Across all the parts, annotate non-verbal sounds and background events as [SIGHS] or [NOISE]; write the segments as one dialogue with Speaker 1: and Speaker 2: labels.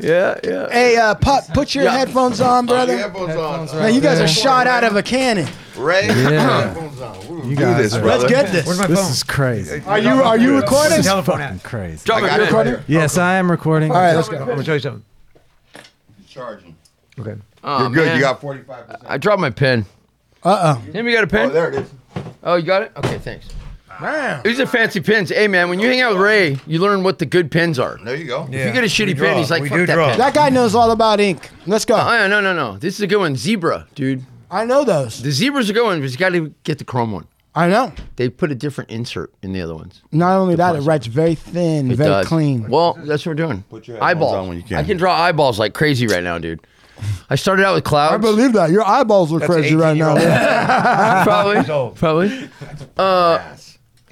Speaker 1: Yeah, yeah.
Speaker 2: Hey, uh, Pop, put your headphones on, brother.
Speaker 3: Your headphones on.
Speaker 2: Now, you guys
Speaker 3: Yeah.
Speaker 2: are shot out of a cannon.
Speaker 3: Ray, put your
Speaker 1: Yeah.
Speaker 3: headphones on. We're gonna
Speaker 4: You
Speaker 3: do
Speaker 4: guys
Speaker 3: this,
Speaker 4: are-
Speaker 3: brother.
Speaker 2: Let's get this.
Speaker 5: Where's my
Speaker 4: This
Speaker 5: phone?
Speaker 4: is crazy.
Speaker 2: Are you are you
Speaker 5: This
Speaker 2: recording?
Speaker 5: is telephone
Speaker 4: Fucking
Speaker 5: out.
Speaker 4: crazy.
Speaker 3: I got
Speaker 1: You're
Speaker 3: it.
Speaker 1: recording?
Speaker 4: Yes, I am recording.
Speaker 2: All right, let's
Speaker 5: I'm
Speaker 2: go.
Speaker 5: gonna show you something.
Speaker 3: Charging.
Speaker 5: Okay.
Speaker 3: You're good. You got 45%.
Speaker 1: Oh, I dropped my pen.
Speaker 2: Uh oh.
Speaker 1: Tim, you got a
Speaker 3: oh,
Speaker 1: pen?
Speaker 3: there it is.
Speaker 1: Oh, you got it? Okay, thanks. These are fancy pins. Hey, man, when you hang out with Ray, you learn what the good pins are.
Speaker 3: There you go.
Speaker 1: If you get a shitty pen, he's like,
Speaker 5: we
Speaker 1: fuck
Speaker 5: do
Speaker 1: that
Speaker 5: draw.
Speaker 1: pen.
Speaker 2: That guy knows all about ink. Let's
Speaker 1: Oh,
Speaker 2: go.
Speaker 1: yeah, no, no, no. This is a good one. Zebra, dude.
Speaker 2: I know those.
Speaker 1: The zebras are going, but you got to get the chrome one.
Speaker 2: I know.
Speaker 1: They put a different insert in the other ones.
Speaker 2: Not only that, it writes very thin,
Speaker 1: It
Speaker 2: very
Speaker 1: does.
Speaker 2: clean.
Speaker 1: Well, that's what we're doing.
Speaker 3: Put your headphones
Speaker 1: eyeballs.
Speaker 3: on when you can.
Speaker 1: I can draw eyeballs like crazy right now, dude. I started out with clouds.
Speaker 2: I believe that. Your eyeballs look crazy right now.
Speaker 3: [LAUGHS]
Speaker 5: Years
Speaker 1: probably.
Speaker 5: old.
Speaker 1: probably.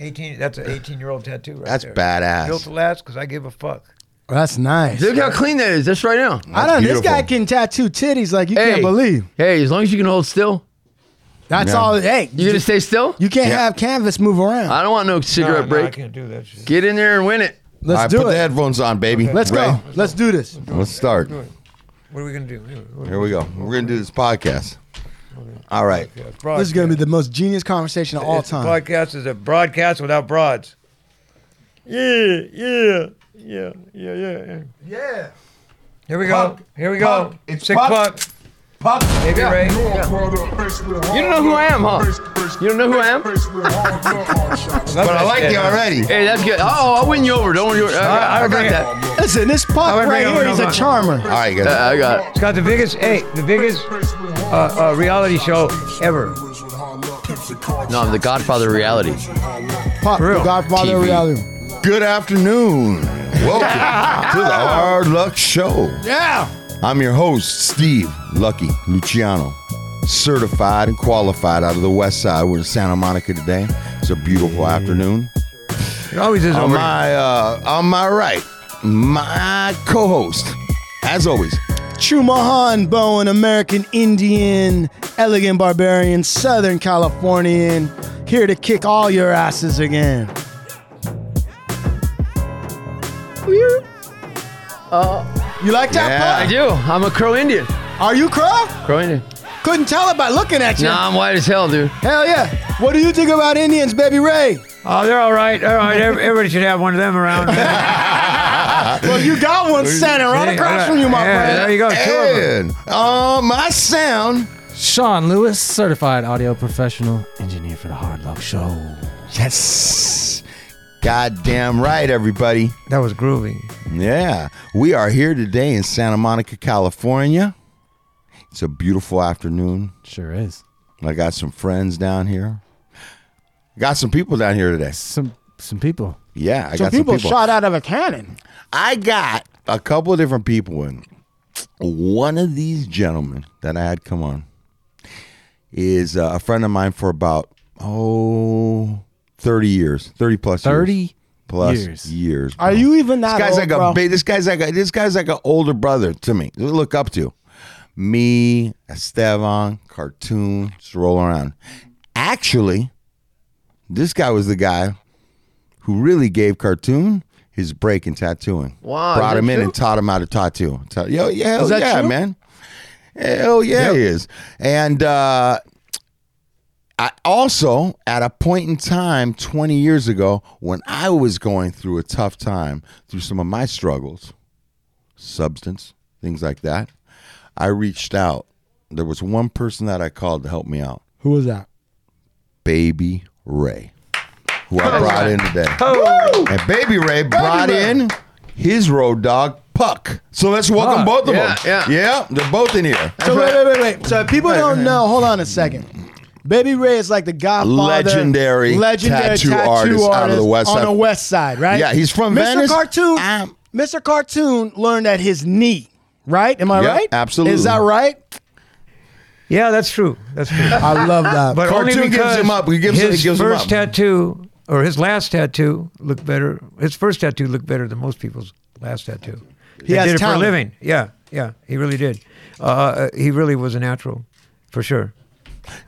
Speaker 5: 18. That's an 18 year old tattoo right
Speaker 3: Uh, That's
Speaker 5: there. Built to
Speaker 3: badass.
Speaker 5: last because I give a fuck.
Speaker 2: [LAUGHS] That's nice.
Speaker 1: Look how clean that is. That's right now.
Speaker 2: I don't. This
Speaker 3: beautiful.
Speaker 2: guy can tattoo titties like you
Speaker 1: Hey.
Speaker 2: can't believe.
Speaker 1: Hey, as long as you can hold still,
Speaker 2: That's
Speaker 3: Yeah.
Speaker 2: all. Hey,
Speaker 1: you gonna stay still?
Speaker 2: you can't
Speaker 3: Yeah.
Speaker 2: have canvas move around.
Speaker 1: I don't want no cigarette
Speaker 5: No, no, I
Speaker 1: break.
Speaker 5: can't do that shit.
Speaker 1: Get in there and win it.
Speaker 3: All
Speaker 2: Let's
Speaker 3: right,
Speaker 2: do
Speaker 3: put the
Speaker 2: it.
Speaker 3: headphones on, baby.
Speaker 2: Let's
Speaker 3: Ray,
Speaker 2: go. Let's do this.
Speaker 3: Let's start.
Speaker 5: What are we gonna do? What-
Speaker 3: Here we go. We're gonna do this podcast. All right.
Speaker 5: Yeah, it's
Speaker 2: This is gonna be
Speaker 5: broadcast.
Speaker 2: the most genius conversation of all
Speaker 5: It's a
Speaker 2: time.
Speaker 5: Podcast is a broadcast without broads. Yeah, yeah, yeah, yeah, yeah, yeah.
Speaker 2: Yeah.
Speaker 5: Here we go.
Speaker 3: Puck.
Speaker 5: Here we go.
Speaker 3: Puck. It's
Speaker 5: Sick
Speaker 3: puck.
Speaker 5: puck.
Speaker 3: Pop.
Speaker 5: Baby
Speaker 1: Yeah.
Speaker 5: Ray.
Speaker 1: You don't know who I am, huh? You don't know who I am?
Speaker 3: But I like you already.
Speaker 1: Hey, that's good. Oh, I'll win you over. Don't worry. Uh, I, I,
Speaker 5: I'll
Speaker 1: got
Speaker 5: bring it.
Speaker 1: that.
Speaker 2: Listen, this pup
Speaker 5: However,
Speaker 2: right
Speaker 5: no,
Speaker 2: here,
Speaker 5: no,
Speaker 2: he's
Speaker 5: no.
Speaker 2: a charmer.
Speaker 3: All right, guys.
Speaker 1: Uh, I got
Speaker 5: It's got the biggest, hey, the biggest uh, uh, reality show ever.
Speaker 1: it. No, I'm the Godfather of reality.
Speaker 2: Pop, the
Speaker 5: real.
Speaker 2: Godfather of
Speaker 1: TV.
Speaker 2: reality.
Speaker 3: Good afternoon. Welcome to the Hard Luck Show.
Speaker 2: Yeah.
Speaker 3: I'm your host, Steve Lucky Luciano, certified and qualified out of the West Side. We're in Santa Monica today. It's a beautiful afternoon.
Speaker 5: It always is
Speaker 3: On
Speaker 5: over.
Speaker 3: Oh my uh, on my right, my co-host, as always,
Speaker 2: Chumahan Bowen, American Indian, elegant barbarian, Southern Californian, here to kick all your asses again. You like
Speaker 3: Yeah.
Speaker 1: I
Speaker 2: that,
Speaker 1: do. I'm a Crow Indian.
Speaker 2: pup? Are you crow?
Speaker 1: Crow Indian.
Speaker 2: Couldn't tell it by looking at you.
Speaker 1: Nah, I'm white as hell, dude.
Speaker 2: Hell yeah. What do you think about Indians, baby Ray?
Speaker 5: Oh, they're all right. All right. Every- Everybody should have one of them around.
Speaker 2: Well, you got one center right
Speaker 5: Hey,
Speaker 2: across
Speaker 5: all
Speaker 2: from you, my
Speaker 5: yeah, There
Speaker 2: friend.
Speaker 5: you go. Two of them.
Speaker 3: and on my sound,
Speaker 4: Sean Lewis, certified audio professional, engineer for the Hard Luck Show.
Speaker 3: yes, goddamn right, everybody.
Speaker 5: That was groovy.
Speaker 3: Yeah, we are here today in Santa Monica, California. It's a beautiful afternoon.
Speaker 4: Sure is.
Speaker 3: I got some friends down here. Got some people down here today.
Speaker 4: Some some people.
Speaker 3: Yeah, I
Speaker 2: Some
Speaker 3: got
Speaker 2: people
Speaker 3: some people.
Speaker 2: shot out of a cannon.
Speaker 3: I got a couple of different people in. One of these gentlemen that I had come on is uh, a friend of mine for about oh 30 years, 30 plus years.
Speaker 4: 30
Speaker 3: plus
Speaker 4: years.
Speaker 3: years.
Speaker 2: Are
Speaker 3: bro.
Speaker 2: you even that
Speaker 3: This guy's
Speaker 2: old,
Speaker 3: like
Speaker 2: bro?
Speaker 3: a ba- this guy's like a this guy's like an older brother to me. to Look up to me, Esteban, cartoon, just roll around. Actually, this guy was the guy who really gave cartoon his break in tattooing.
Speaker 1: Wow, is
Speaker 3: brought
Speaker 1: that
Speaker 3: him in
Speaker 1: true?
Speaker 3: and taught him how to tattoo. Ta- Yo, yeah, hell
Speaker 2: that
Speaker 3: yeah,
Speaker 2: true?
Speaker 3: man. Hell yeah, he is. And uh, I also, at a point in time 20 years ago, when I was going through a tough time through some of my struggles, substance, things like that, I reached out. There was one person that I called to help me out
Speaker 2: Who was that?
Speaker 3: Baby Ray, who I brought in today. And Baby Ray brought
Speaker 2: Ray.
Speaker 3: in his road dog, Puck. So let's welcome
Speaker 4: Puck,
Speaker 3: both of
Speaker 1: yeah, yeah.
Speaker 3: them. yeah, they're both in here.
Speaker 2: So wait, wait, wait, wait. So if people don't know, hold on a second. Baby Ray is like the godfather,
Speaker 3: Legendary
Speaker 2: legendary
Speaker 3: tattoo artist out of the West
Speaker 2: on
Speaker 3: Side.
Speaker 2: the West Side, right?
Speaker 3: Yeah, he's from
Speaker 2: Mr.
Speaker 3: Venice. Ah. Um,
Speaker 2: Cartoon.
Speaker 3: I'm-
Speaker 2: Mr. Cartoon learned at his knee, right? Am I
Speaker 3: Yep,
Speaker 2: right?
Speaker 3: absolutely.
Speaker 2: Is that right?
Speaker 5: Yeah, that's true. That's
Speaker 3: [LAUGHS]
Speaker 5: true.
Speaker 2: I love that.
Speaker 5: But only
Speaker 3: Cartoon gives
Speaker 5: because
Speaker 3: him up. He gives- he
Speaker 5: his
Speaker 3: gives him
Speaker 5: first
Speaker 3: up.
Speaker 5: tattoo or his last tattoo looked better. His first tattoo looked better than most people's last tattoo. He
Speaker 2: has
Speaker 5: did it
Speaker 2: talent.
Speaker 5: uh, for a living. Yeah, yeah, he really did. Uh, he really was a natural, for sure.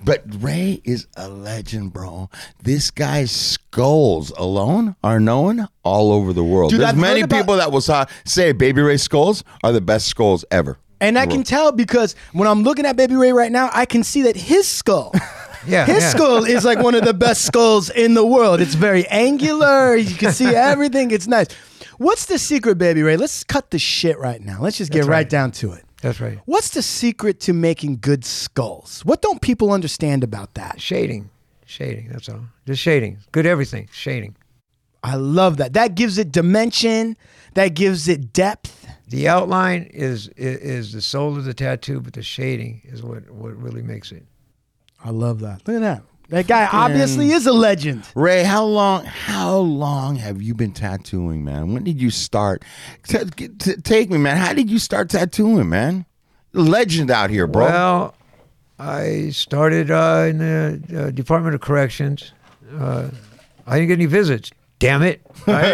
Speaker 3: But Ray is a legend, bro. This guy's skulls alone are known all over the world.
Speaker 2: Dude,
Speaker 3: There's
Speaker 2: I've heard
Speaker 3: many
Speaker 2: about-
Speaker 3: people that will sa- say Baby Ray skulls are the best skulls ever.
Speaker 2: And I can tell because when I'm looking at Baby Ray right now, I can see that his skull,
Speaker 5: [LAUGHS] Yeah,
Speaker 2: his
Speaker 5: yeah.
Speaker 2: skull is like one of the best skulls in the world. It's very angular. You can
Speaker 5: [LAUGHS]
Speaker 2: see everything. It's nice. What's the secret, Baby Ray? Let's cut the shit right now. Let's just get right. down to it.
Speaker 5: That's right.
Speaker 2: What's the secret to making good skulls? What don't people understand about that?
Speaker 5: Shading, shading. That's all. Just shading. Good everything. Shading.
Speaker 2: I love that. That gives it dimension. That gives it depth.
Speaker 5: The outline is i- is the soul of the tattoo, but the shading is what what really makes it.
Speaker 2: I love that. Look at that. That guy obviously is a legend.
Speaker 3: Ray, how long? How long have you been tattooing, man? When did you start? T- t- take me, man. How did you start tattooing, man? Legend out here, bro.
Speaker 5: Well, I started uh, in the uh, Department of Corrections. Uh, I didn't get any visits. Damn it! I,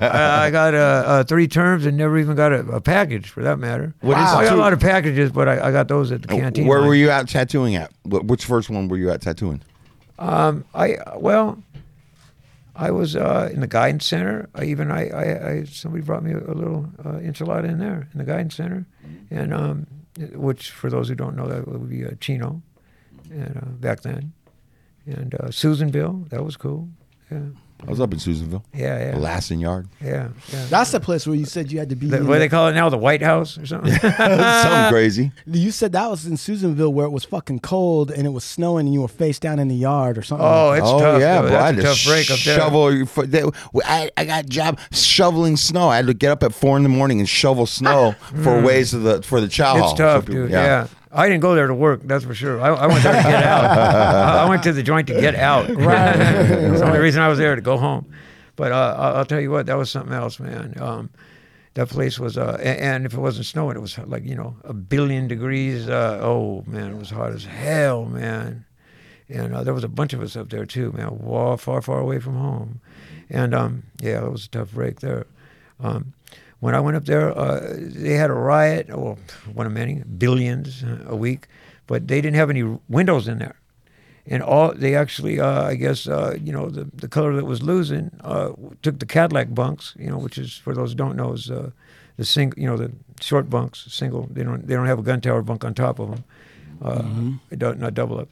Speaker 5: I- I got uh, uh, three terms and never even got a, a package, for that matter.
Speaker 3: What is
Speaker 5: I got
Speaker 3: two-
Speaker 5: a lot of packages, but I, I got those at the canteen.
Speaker 3: Where
Speaker 5: line.
Speaker 3: were you out tattooing at? Wh- Which first one were you at tattooing?
Speaker 5: Um, I well, I was uh, in the guidance center. I even I, I, I somebody brought me a, little uh, enchilada in there in the guidance center, and um, which for those who don't know that would be uh, Chino, and uh, back then, and uh, Susanville. That was cool. Yeah,
Speaker 3: I was up in Susanville,
Speaker 5: yeah, yeah,
Speaker 3: Lassen
Speaker 5: [LAUGHS]
Speaker 3: Yard.
Speaker 5: yeah. yeah.
Speaker 2: That's the place where you said you had to be.
Speaker 5: The-
Speaker 2: in
Speaker 5: what do
Speaker 2: the-
Speaker 5: they call it now? The White House
Speaker 3: [LAUGHS]
Speaker 5: or something? [LAUGHS]
Speaker 3: Something crazy.
Speaker 2: You said that was in Susanville where it was fucking cold and it was snowing and you were face down in the yard or something.
Speaker 5: oh, it's
Speaker 3: oh
Speaker 5: tough.
Speaker 3: yeah,
Speaker 5: though.
Speaker 3: bro. I had
Speaker 5: That's a
Speaker 3: to
Speaker 5: tough break up there.
Speaker 3: shovel. your foot- they- I, I got a job shoveling snow. I had to get up at four in the morning and shovel
Speaker 5: [LAUGHS]
Speaker 3: snow for ways of the for the chow hall.
Speaker 5: Hmm. It's
Speaker 3: So
Speaker 5: tough,
Speaker 3: people-
Speaker 5: dude. Yeah. I didn't go there to work. That's for sure. I, I went there to get
Speaker 3: [LAUGHS]
Speaker 5: out. I, I went to the joint to get out. Right. [LAUGHS] That's the only reason I was there to go home. But uh, I'll, I'll tell you what, that was something else, man. Um, that place was, uh, a- and, if it wasn't snowing, it was like you know a billion degrees. Uh, oh man, it was hot as hell, man. And uh, there was a bunch of us up there too, man. Wa far, far away from home, and um, yeah, it was a tough break there. Um, when I went up there, uh, they had a riot, well, one of many, billions uh, a week, but they didn't have any windows in there. And all they actually, uh, I guess, uh, you know, the, the color that was losing uh, took the Cadillac bunks, you know, which is for those who don't know is uh, the sing, you know, the short bunks, single. They don't they don't have a gun tower bunk on top of them, uh, don't- not double up.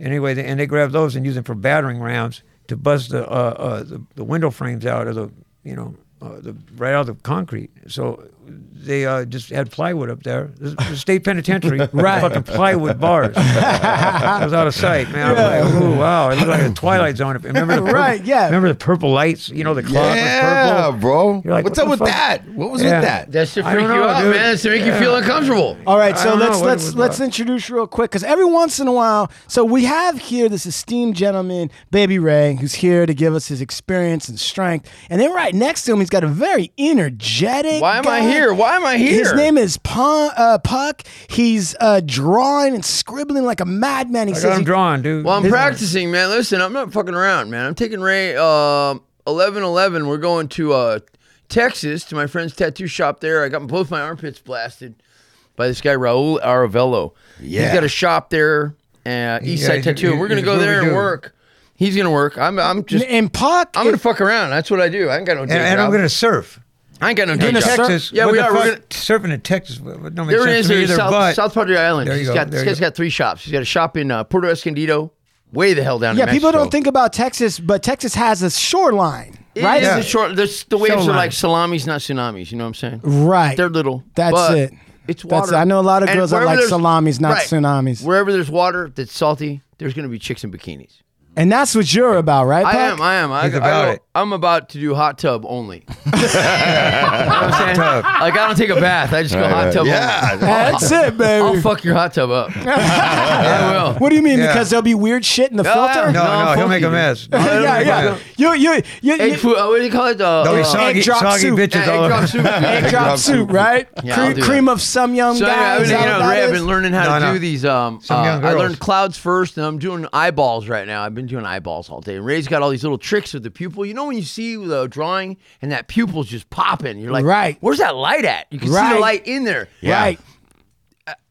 Speaker 5: Anyway, they, and they grabbed those and used them for battering rams to bust the uh, uh, the, the window frames out of the you know uh, the right out of the concrete. So they uh, just had plywood up there. The, the state penitentiary, right? Fucking plywood bars. I was out of sight, man. I was like, ooh, wow, it looked like a twilight zone. up-
Speaker 1: [LAUGHS]
Speaker 5: Remember the purple,
Speaker 2: Right, yeah.
Speaker 5: Remember the purple lights? You know the clock was
Speaker 3: Yeah,
Speaker 5: purple.
Speaker 3: bro.
Speaker 5: You're like,
Speaker 3: What's
Speaker 5: what
Speaker 3: up
Speaker 5: the
Speaker 3: with
Speaker 5: fuck?
Speaker 3: that? What was
Speaker 5: Yeah.
Speaker 3: with that?
Speaker 1: That's to
Speaker 5: I
Speaker 1: freak
Speaker 5: don't
Speaker 1: you
Speaker 5: know,
Speaker 1: out,
Speaker 5: dude.
Speaker 1: man. That's to make you feel uncomfortable.
Speaker 2: All right,
Speaker 5: I
Speaker 2: so
Speaker 5: don't know
Speaker 2: let's
Speaker 5: what it
Speaker 2: let's
Speaker 5: was
Speaker 2: let's
Speaker 5: about.
Speaker 2: introduce real quick because every once in a while, so we have here this esteemed gentleman, Baby Ray, who's here to give us his experience and strength. And then right next to him, he's got a very energetic.
Speaker 1: Why am I
Speaker 2: guy.
Speaker 1: here? Why am I here?
Speaker 2: His name is Pun, uh, Puck. He's uh, drawing and scribbling like a madman. He
Speaker 5: I
Speaker 2: says
Speaker 5: got
Speaker 2: he-
Speaker 5: them drawn, dude.
Speaker 1: Well, I'm
Speaker 5: This-
Speaker 1: practicing, man. Listen, I'm not fucking around, man. I'm taking Ray um 11 11. We're going to uh, Texas to my friend's tattoo shop there. I got both my armpits blasted by this guy, Raul Aravello. He's
Speaker 3: Yeah.
Speaker 1: got a shop there, uh, East
Speaker 5: Yeah,
Speaker 1: Side
Speaker 5: he's-
Speaker 1: Tattoo. and We're going to
Speaker 5: he's a
Speaker 1: go there and
Speaker 5: groovy dude.
Speaker 1: work. He's going to work. I'm, I'm just,
Speaker 2: and Puck.
Speaker 1: I'm going to fuck around. That's what I do. I ain't got no day
Speaker 5: And, and I'm
Speaker 1: job.
Speaker 5: gonna surf.
Speaker 1: I ain't got no day
Speaker 5: In
Speaker 1: job.
Speaker 5: Texas,
Speaker 1: Yeah,
Speaker 5: what
Speaker 1: we
Speaker 5: the
Speaker 1: are. We're
Speaker 5: fuck?
Speaker 1: gonna,
Speaker 5: surfing in Texas. Well, it Don't make
Speaker 1: There it
Speaker 5: sense
Speaker 1: is.
Speaker 5: to me
Speaker 1: There's
Speaker 5: either.
Speaker 1: South,
Speaker 5: but
Speaker 1: South Padre Island.
Speaker 5: There you
Speaker 1: He's
Speaker 5: go,
Speaker 1: got, this
Speaker 5: there you
Speaker 1: guy's
Speaker 5: go.
Speaker 1: got three shops. He's got a shop in uh, Puerto Escondido, way the hell down.
Speaker 2: yeah,
Speaker 1: in
Speaker 2: people
Speaker 1: Mexico.
Speaker 2: don't think about Texas, but Texas has a shoreline,
Speaker 1: It
Speaker 2: right?
Speaker 1: is
Speaker 5: Yeah.
Speaker 1: a short. This, the waves are
Speaker 5: Shoreline.
Speaker 1: like salamis, not tsunamis. You know what I'm saying?
Speaker 2: Right.
Speaker 1: They're little.
Speaker 2: That's
Speaker 1: but
Speaker 2: it.
Speaker 1: It's water.
Speaker 2: That's- I know a lot of
Speaker 1: And
Speaker 2: girls that
Speaker 1: wherever
Speaker 2: like
Speaker 1: there's-
Speaker 2: salamis, not tsunamis.
Speaker 1: Wherever there's water that's salty, there's going to be chicks in bikinis.
Speaker 2: And that's what you're about, right?
Speaker 1: I
Speaker 2: Puck?
Speaker 1: am. I am. I,
Speaker 5: He's
Speaker 1: I
Speaker 5: about
Speaker 1: go-
Speaker 5: it.
Speaker 1: I'm about to do hot tub
Speaker 5: [LAUGHS]
Speaker 1: only. you know what I'm saying? Like I don't take a bath. I just go
Speaker 5: Uh,
Speaker 1: hot [LAUGHS] tub. Only.
Speaker 3: Yeah.
Speaker 2: [LAUGHS] That's it, baby.
Speaker 1: [LAUGHS] I'll fuck your hot tub up. I will.
Speaker 2: What do you mean?
Speaker 5: Yeah.
Speaker 2: Because there'll be weird shit in the
Speaker 1: Yeah,
Speaker 2: filter.
Speaker 1: No,
Speaker 5: [LAUGHS] no, no,
Speaker 1: I'm
Speaker 5: he'll make a
Speaker 1: funky,
Speaker 5: mess.
Speaker 2: [LAUGHS]
Speaker 1: [LAUGHS]
Speaker 2: yeah, yeah. You, you, you, you
Speaker 1: Egg food. Oh, what do you call it? Uh,
Speaker 5: There'll be
Speaker 1: uh,
Speaker 5: soggy,
Speaker 2: egg drop
Speaker 5: soggy
Speaker 2: soup.
Speaker 5: bitches
Speaker 1: yeah,
Speaker 5: all
Speaker 1: egg
Speaker 5: over.
Speaker 1: drop
Speaker 5: [LAUGHS]
Speaker 1: soup.
Speaker 2: [LAUGHS] egg
Speaker 1: Yeah.
Speaker 2: drop soup, right?
Speaker 1: Yeah,
Speaker 2: cream,
Speaker 1: I'll do
Speaker 2: cream
Speaker 1: that.
Speaker 2: of some young [LAUGHS]
Speaker 1: So anyway,
Speaker 2: guy.
Speaker 1: I've
Speaker 2: is
Speaker 1: been,
Speaker 2: that
Speaker 1: you know,
Speaker 2: what
Speaker 1: Ray,
Speaker 2: that
Speaker 1: I've
Speaker 2: is?
Speaker 1: been learning how
Speaker 5: No,
Speaker 1: to
Speaker 5: no.
Speaker 1: do these. Um,
Speaker 5: Some
Speaker 1: uh,
Speaker 5: young
Speaker 1: I
Speaker 5: girls.
Speaker 1: learned clouds first, and I'm doing eyeballs right now. I've been doing eyeballs all day. And Ray's got all these little tricks with the pupil. You know when you see the drawing and that pupil's just popping, you're like,
Speaker 2: Right.
Speaker 1: Where's that light at? You can see
Speaker 2: Right.
Speaker 1: the light in there.
Speaker 3: Yeah.
Speaker 2: Right.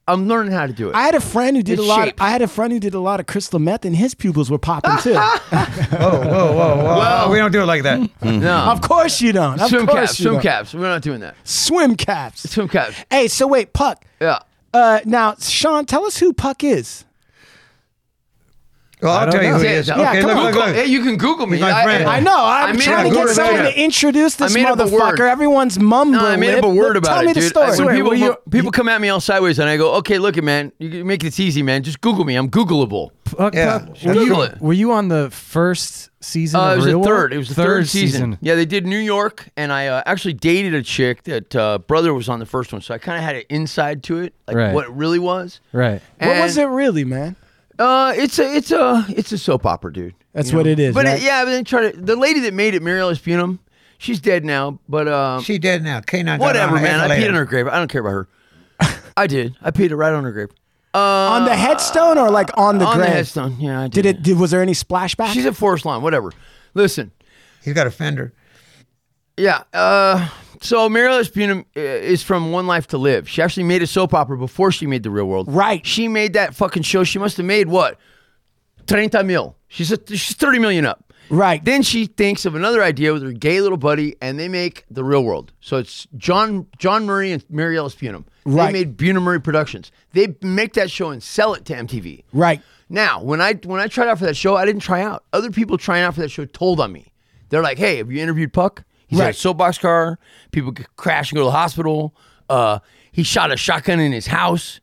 Speaker 1: I'm learning how to do it.
Speaker 2: I had a friend who did
Speaker 1: It's
Speaker 2: a lot.
Speaker 1: shaped.
Speaker 2: I had a friend who did a lot of crystal meth, and his pupils were popping
Speaker 1: [LAUGHS]
Speaker 2: too.
Speaker 5: Whoa, whoa, whoa, whoa.
Speaker 1: Well- Hmm.
Speaker 5: we don't do it
Speaker 1: [LAUGHS]
Speaker 5: like that.
Speaker 1: no.
Speaker 2: of course you don't. Of
Speaker 1: Swim
Speaker 2: course
Speaker 1: caps,
Speaker 2: you
Speaker 1: swim
Speaker 2: don't.
Speaker 1: caps. We're not doing that.
Speaker 2: Swim caps.
Speaker 1: Swim caps.
Speaker 2: Hey, so wait, Puck.
Speaker 1: Yeah.
Speaker 2: Uh, now, Sean, tell us who Puck is.
Speaker 5: Well, I'll
Speaker 4: don't
Speaker 5: tell you
Speaker 4: know.
Speaker 5: who it
Speaker 1: Yeah,
Speaker 5: is.
Speaker 1: yeah,
Speaker 5: Okay,
Speaker 2: Oh, come
Speaker 5: look,
Speaker 2: on.
Speaker 5: look, look.
Speaker 1: Hey, you can Google me.
Speaker 5: He's my friend.
Speaker 2: I know. I'm
Speaker 1: made up
Speaker 2: trying to
Speaker 1: a
Speaker 2: get
Speaker 1: word
Speaker 2: someone
Speaker 1: about it.
Speaker 2: to introduce this
Speaker 1: I made up a word.
Speaker 2: motherfucker. Everyone's mumble.
Speaker 1: No, I made up a word about
Speaker 2: tell
Speaker 1: it,
Speaker 2: me
Speaker 1: dude.
Speaker 2: the story.
Speaker 1: I- when
Speaker 2: Wait,
Speaker 1: people,
Speaker 2: were you-
Speaker 1: people come at me all sideways, and I go, "Okay, look, it, man, you can make this easy, man. Just Google me. I'm Googleable."
Speaker 4: Puck,
Speaker 5: Yeah,
Speaker 4: Puck,
Speaker 5: sure.
Speaker 4: were,
Speaker 1: Google
Speaker 4: you,
Speaker 1: it.
Speaker 4: were you on the first season?
Speaker 1: Uh,
Speaker 4: of
Speaker 1: it was
Speaker 4: Real
Speaker 1: the
Speaker 4: World?
Speaker 1: third. It was the third, season. Yeah, they did New York, and I uh, actually dated a chick that uh, brother was on the first one, so I kind of had an inside to it, like
Speaker 4: Right.
Speaker 1: what it really was.
Speaker 4: Right.
Speaker 2: what was
Speaker 1: And,
Speaker 2: it really, man?
Speaker 1: Uh, it's a it's a it's a soap opera, dude.
Speaker 2: That's what it is.
Speaker 1: But
Speaker 2: right?
Speaker 1: it, yeah, but then try to the lady that made it, Muriel Espunum, she's dead now. But um,
Speaker 5: She dead now. K9
Speaker 1: whatever, man. I peed in her grave. I don't care about
Speaker 2: [LAUGHS]
Speaker 1: her. I did. I peed it right on her grave. Uh,
Speaker 2: on the headstone or like on the
Speaker 1: on
Speaker 2: grave?
Speaker 1: the headstone. Yeah, I did.
Speaker 2: Did it? Did, was there any splashback?
Speaker 1: She's at Forest Lawn. Whatever. Listen.
Speaker 5: He's got a fender.
Speaker 1: Yeah. Uh, so Mariel Espunum uh, is from One Life to Live. She actually made a soap opera before she made The Real World.
Speaker 2: Right.
Speaker 1: She made that fucking show. She must have made what? 30 mil. She's, a, she's 30 million up.
Speaker 2: Right.
Speaker 1: Then she thinks of another idea with her gay little buddy, and they make The Real World. So it's John John Murray and Mary Ellis Bunham.
Speaker 2: Right.
Speaker 1: They made Bunham Murray Productions. They make that show and sell it to MTV.
Speaker 2: right.
Speaker 1: Now, when I when I tried out for that show, I didn't try out. Other people trying out for that show told on me. They're like, "Hey, have you interviewed Puck? He's had a
Speaker 2: Right.
Speaker 1: soapbox car. People could crash and go to the hospital. Uh, he shot a shotgun in his house."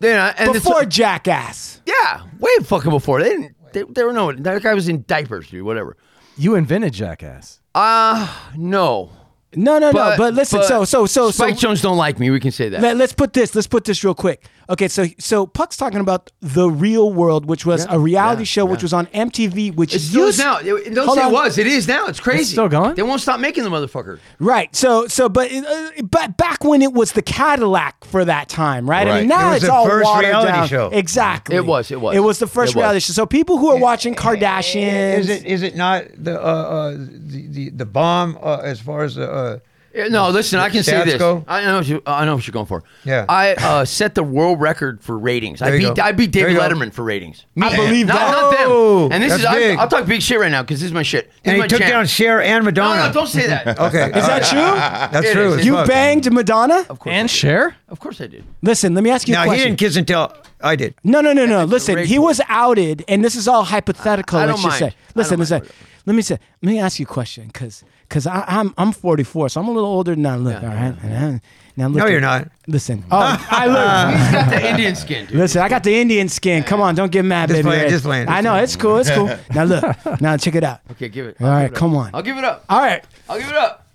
Speaker 1: Then I, and it's-
Speaker 2: Before Jackass.
Speaker 1: yeah, way fucking before they didn't. They, they were no. That guy was in diapers, dude. Whatever.
Speaker 4: You invented Jackass.
Speaker 1: Uh no.
Speaker 2: No, no, no. But listen,
Speaker 1: but
Speaker 2: so so so
Speaker 1: Spike
Speaker 2: so.
Speaker 1: Jones don't like me. We can say that.
Speaker 2: Let, us put this. Let's put this real quick. Okay, so so Puck's talking about the real world, which was a reality show, which was on MTV, which
Speaker 1: it
Speaker 2: is
Speaker 1: still
Speaker 2: used
Speaker 1: is now. It- it- Don't
Speaker 2: Hold
Speaker 1: say it
Speaker 2: on.
Speaker 1: was. It is now. It's crazy.
Speaker 4: still going?
Speaker 1: They won't stop making the motherfucker.
Speaker 2: Right. So so but uh, but back when it was the Cadillac for that time, right? I
Speaker 3: Right.
Speaker 2: mean now
Speaker 5: It was
Speaker 2: it's
Speaker 5: the
Speaker 2: all
Speaker 5: first
Speaker 2: watered
Speaker 5: reality
Speaker 2: down.
Speaker 5: show.
Speaker 2: Exactly.
Speaker 1: It was, it was.
Speaker 2: It was the first
Speaker 1: It was.
Speaker 2: reality show. So people who are watching Kardashians
Speaker 5: Is it is it not the uh, uh, the, the the bomb uh, as far as the uh,
Speaker 1: Yeah, No, listen, I can say
Speaker 5: stats
Speaker 1: this.
Speaker 5: go?
Speaker 1: I know what you. I know what you're going for.
Speaker 5: Yeah.
Speaker 1: I uh, set the world record for ratings. I
Speaker 5: There you
Speaker 1: beat.
Speaker 5: go.
Speaker 1: I beat
Speaker 5: There
Speaker 1: David
Speaker 5: you go.
Speaker 1: Letterman for ratings. Me.
Speaker 2: I believe
Speaker 1: not,
Speaker 2: that.
Speaker 1: Not
Speaker 5: Oh,
Speaker 1: them. And this
Speaker 5: that's
Speaker 1: is. I,
Speaker 5: big.
Speaker 1: I'll talk big shit right now because this is my shit. This is
Speaker 5: and he
Speaker 1: my
Speaker 5: took
Speaker 1: jam.
Speaker 5: down Cher and
Speaker 1: No,
Speaker 5: Madonna.
Speaker 1: no, don't say that.
Speaker 5: [LAUGHS] Okay,
Speaker 2: Is that true?
Speaker 5: That's
Speaker 1: It
Speaker 5: true.
Speaker 1: is.
Speaker 5: as
Speaker 2: You
Speaker 5: fuck.
Speaker 2: banged Madonna?
Speaker 1: Of course. I
Speaker 4: And
Speaker 1: did.
Speaker 4: share?
Speaker 1: Of course I did.
Speaker 2: Listen, let me ask you a
Speaker 5: Now he
Speaker 2: question.
Speaker 5: didn't kiss and tell. I did.
Speaker 2: no, no, no, no. Listen,
Speaker 1: rape
Speaker 2: he was outed, and this is all hypothetical.
Speaker 1: I- I don't
Speaker 2: let's just
Speaker 1: mind.
Speaker 2: say.
Speaker 1: I
Speaker 2: Listen,
Speaker 1: don't
Speaker 2: listen.
Speaker 1: mind.
Speaker 2: Let me say. Let me ask you a question, because because I'm I'm 44, so I'm a little older than I look. all right. Now look.
Speaker 5: No,
Speaker 2: at-
Speaker 5: you're not. [LAUGHS]
Speaker 2: Listen. Oh, I look.
Speaker 1: He's got the Indian skin, dude.
Speaker 2: Listen, I got the Indian skin. Come on, don't get mad,
Speaker 5: Just
Speaker 2: baby.
Speaker 5: playing,
Speaker 2: Ray.
Speaker 5: just playing, just
Speaker 2: I know it's cool. It's
Speaker 5: [LAUGHS]
Speaker 2: cool. Now look, now check it out.
Speaker 1: Okay, give it.
Speaker 2: All
Speaker 1: I'll
Speaker 2: right,
Speaker 1: give it up.
Speaker 2: come on.
Speaker 1: I'll give it up.
Speaker 2: All right,
Speaker 1: I'll give it up.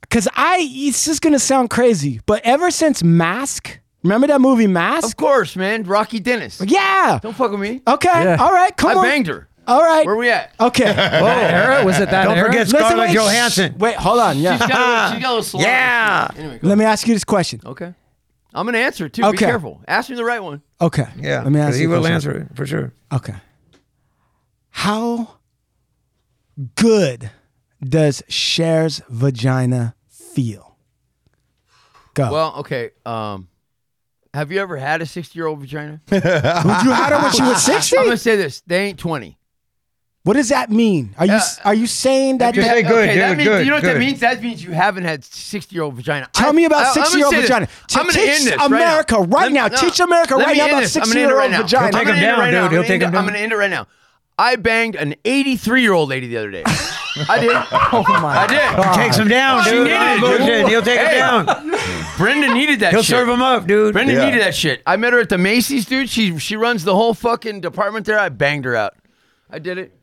Speaker 2: because I it's just gonna sound crazy, but ever since Mask, remember that movie
Speaker 1: Of
Speaker 2: Mask?
Speaker 1: course, man. Rocky Dennis.
Speaker 2: Yeah.
Speaker 1: Don't fuck with me.
Speaker 5: Oh,
Speaker 2: Okay.
Speaker 4: Yeah.
Speaker 2: All right. Come
Speaker 1: I
Speaker 2: on.
Speaker 1: banged her.
Speaker 2: All right.
Speaker 1: Where we at?
Speaker 5: [LAUGHS]
Speaker 2: Okay.
Speaker 4: That era? Was it that
Speaker 5: Don't
Speaker 4: era?
Speaker 5: forget- Scarlett
Speaker 2: wait, shh.
Speaker 5: Johansson.
Speaker 2: Wait, hold on.
Speaker 1: She's
Speaker 2: Yeah.
Speaker 1: got a, she's got a
Speaker 5: [LAUGHS]
Speaker 1: little salon.
Speaker 5: Yeah.
Speaker 1: Anyway, go.
Speaker 2: [LAUGHS] Let me ask you this question.
Speaker 1: Okay. I'm gonna answer it too. Be
Speaker 2: Okay.
Speaker 1: careful. Ask me the right one.
Speaker 2: Okay.
Speaker 5: Oh. Yeah,
Speaker 2: Let me ask
Speaker 5: he
Speaker 2: you a
Speaker 5: will
Speaker 2: question.
Speaker 5: answer it for sure.
Speaker 2: Okay. How good does Cher's vagina feel? Go.
Speaker 1: Well, okay. Um, have you ever had a 60 year old vagina?
Speaker 2: Would you had her when she
Speaker 5: [LAUGHS]
Speaker 2: was sixty?
Speaker 1: I'm gonna say this: they ain't 20.
Speaker 2: What does that mean? Are you
Speaker 1: Uh,
Speaker 2: are you saying that?
Speaker 5: you
Speaker 2: that-
Speaker 5: say good,
Speaker 1: okay, that
Speaker 5: dude,
Speaker 1: means,
Speaker 5: good,
Speaker 1: You know what that
Speaker 5: good.
Speaker 1: means? That means you haven't had 60 year old vagina.
Speaker 2: Tell me about
Speaker 1: I'm gonna
Speaker 2: 60-year-old
Speaker 1: say this.
Speaker 2: vagina.
Speaker 1: I'm gonna
Speaker 2: Teach
Speaker 1: end this
Speaker 2: America
Speaker 1: right now.
Speaker 2: right now. Teach America
Speaker 1: let
Speaker 2: right
Speaker 1: me
Speaker 2: now
Speaker 1: end
Speaker 2: about
Speaker 1: this. I'm gonna end it
Speaker 2: 60-year-old
Speaker 1: right now.
Speaker 2: vagina.
Speaker 5: He'll take
Speaker 1: I'm gonna end
Speaker 5: him
Speaker 1: it
Speaker 5: down,
Speaker 1: right now.
Speaker 5: dude. He'll
Speaker 1: I'm gonna
Speaker 5: take
Speaker 1: end
Speaker 5: him
Speaker 1: it- I'm
Speaker 5: down.
Speaker 1: gonna end it right now. I banged an 83 year old lady the other day. I did. oh my! I did.
Speaker 5: Takes him down,
Speaker 1: Oh, She
Speaker 5: dude.
Speaker 1: needed
Speaker 5: I ain't
Speaker 1: it, dude.
Speaker 5: bullshitting. He'll take
Speaker 1: Hey.
Speaker 5: him down.
Speaker 1: Brenda needed that.
Speaker 5: He'll
Speaker 1: shit.
Speaker 5: serve him up, dude.
Speaker 1: Brenda
Speaker 3: Yeah.
Speaker 1: needed that shit. I met her at the Macy's, dude. She she runs the whole fucking department there. I banged her out. I did it.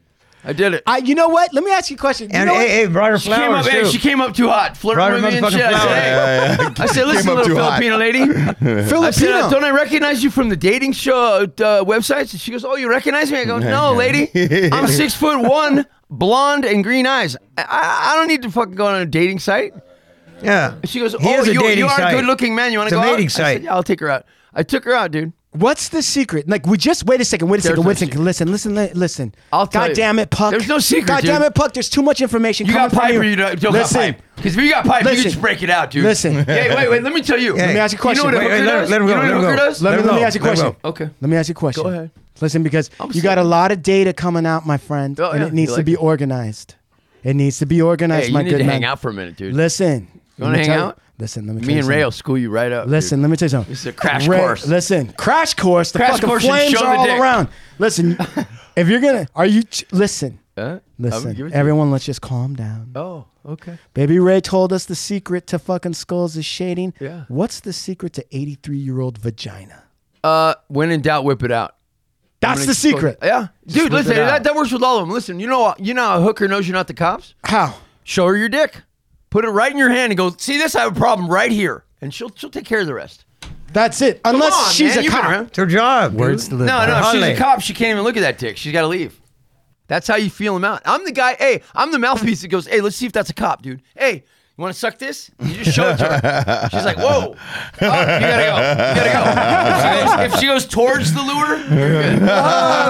Speaker 1: I did it.
Speaker 2: I, you know what? Let me ask you a question. You
Speaker 5: and
Speaker 2: know what?
Speaker 5: hey, hey, brought her
Speaker 1: she came
Speaker 5: flowers
Speaker 1: up. hey,
Speaker 5: too.
Speaker 1: she came up too hot, flirting
Speaker 5: Brought her
Speaker 1: with me and
Speaker 5: motherfucking
Speaker 1: shit. I
Speaker 5: flowers.
Speaker 1: said, hey. [LAUGHS] I said, listen,
Speaker 3: up
Speaker 1: little
Speaker 3: too hot."
Speaker 1: Filipino
Speaker 3: [LAUGHS]
Speaker 1: lady. I said,
Speaker 2: Filipino.
Speaker 1: uh, don't I recognize you from the dating show uh, websites? And she goes, oh, you recognize me? I go, no, lady. I'm six
Speaker 3: [LAUGHS]
Speaker 1: foot one, blonde and green eyes. I- I, I don't need to fucking go on a dating site.
Speaker 5: yeah.
Speaker 1: She goes,
Speaker 5: He
Speaker 1: oh,
Speaker 5: is a
Speaker 1: you,
Speaker 5: dating
Speaker 1: you are
Speaker 5: site.
Speaker 1: a good looking man. You want
Speaker 5: It's
Speaker 1: to
Speaker 5: a
Speaker 1: go out?
Speaker 5: dating
Speaker 1: I said,
Speaker 5: site.
Speaker 1: yeah, I'll take her out. I took her out, dude.
Speaker 2: What's the secret? Like we just wait a second, wait a second,
Speaker 1: There's no
Speaker 2: wait a second.
Speaker 1: secret.
Speaker 2: Listen, listen, li- listen.
Speaker 1: I'll tell
Speaker 2: God
Speaker 1: you.
Speaker 2: damn it, Puck.
Speaker 1: There's no secret,
Speaker 2: God damn
Speaker 1: dude.
Speaker 2: it, Puck. There's too much information.
Speaker 1: You
Speaker 2: coming
Speaker 1: got pipe
Speaker 2: from
Speaker 1: or you don't- don't got
Speaker 2: listen,
Speaker 1: pipe? Because if you got pipe, you
Speaker 2: Listen.
Speaker 1: can just break it out, dude.
Speaker 2: Listen.
Speaker 1: Hey, wait, wait. Let me tell you.
Speaker 5: Let
Speaker 2: me ask you a question.
Speaker 1: You know what
Speaker 5: Wait,
Speaker 1: a
Speaker 5: wait,
Speaker 1: hooker
Speaker 5: let-
Speaker 1: does?
Speaker 5: let
Speaker 1: You
Speaker 5: him go,
Speaker 1: know what
Speaker 5: let
Speaker 1: a
Speaker 5: him
Speaker 1: hooker
Speaker 5: go.
Speaker 1: does?
Speaker 5: Let
Speaker 2: Let me,
Speaker 5: him
Speaker 2: let me
Speaker 5: go.
Speaker 2: ask you a
Speaker 5: Let him
Speaker 2: question.
Speaker 5: go.
Speaker 1: Okay.
Speaker 2: Let me ask you a question.
Speaker 1: Go ahead.
Speaker 2: Listen, because
Speaker 1: I'm
Speaker 2: you got a
Speaker 1: sitting.
Speaker 2: lot of data coming out, my friend,
Speaker 1: Oh,
Speaker 2: and
Speaker 1: yeah,
Speaker 2: it needs
Speaker 1: you
Speaker 2: to
Speaker 1: like
Speaker 2: be
Speaker 1: it.
Speaker 2: organized. It needs to be organized,
Speaker 1: Hey, you
Speaker 2: my
Speaker 1: need
Speaker 2: good
Speaker 1: to
Speaker 2: man.
Speaker 1: hang out for a minute, dude.
Speaker 2: Listen.
Speaker 1: wanna
Speaker 2: let me
Speaker 1: hang
Speaker 2: tell
Speaker 1: out?
Speaker 2: Listen, let me. tell
Speaker 1: me
Speaker 2: you
Speaker 1: and Ray
Speaker 2: something.
Speaker 1: will school you right up.
Speaker 2: Listen, let me tell you something.
Speaker 1: This is a crash
Speaker 2: Ray-
Speaker 1: course.
Speaker 2: Listen, crash course. The
Speaker 1: Crash
Speaker 2: fucking
Speaker 1: course and
Speaker 2: flames
Speaker 1: shove
Speaker 2: are
Speaker 1: the
Speaker 2: all
Speaker 1: dick.
Speaker 2: around.
Speaker 1: [LAUGHS]
Speaker 2: Listen, if you're gonna, are you? Ch- listen,
Speaker 1: dude. Huh? I'm
Speaker 2: listen.
Speaker 1: giving it to you.
Speaker 2: Everyone, let's just calm down.
Speaker 1: Oh, okay.
Speaker 2: Baby Ray told us the secret to fucking skulls is shading.
Speaker 1: Yeah.
Speaker 2: What's the secret to 83 year old vagina?
Speaker 1: Uh, when in doubt, whip it out. I'm
Speaker 2: That's
Speaker 1: gonna
Speaker 2: the
Speaker 1: explode-
Speaker 2: secret.
Speaker 1: Yeah, dude.
Speaker 4: whip
Speaker 1: Listen,
Speaker 4: it out.
Speaker 1: that, that works with all of them. Listen, you know, you know, how a hooker knows you're not the cops.
Speaker 2: How?
Speaker 1: Show her your dick. Put it right in your hand and go. See this? I have a problem right here, and she'll she'll take care of the rest.
Speaker 2: That's it.
Speaker 1: Come
Speaker 2: Unless
Speaker 1: on,
Speaker 2: she's
Speaker 1: man,
Speaker 2: a
Speaker 1: you've been
Speaker 2: cop.
Speaker 1: around.
Speaker 5: It's her job. dude.
Speaker 4: Words to live
Speaker 1: No,
Speaker 4: by.
Speaker 1: no, if she's
Speaker 5: Ollie.
Speaker 1: a cop. She can't even look at that dick. She's got to leave. That's how you feel him out. I'm the guy. Hey, I'm the mouthpiece that goes, "Hey, let's see if that's a cop, dude. Hey, you want to suck this? You just show it to her. She's like,
Speaker 2: [LAUGHS]
Speaker 1: "Whoa, oh, you gotta go, you gotta go." If she goes, if she goes towards the lure, you're
Speaker 2: [LAUGHS]
Speaker 1: good.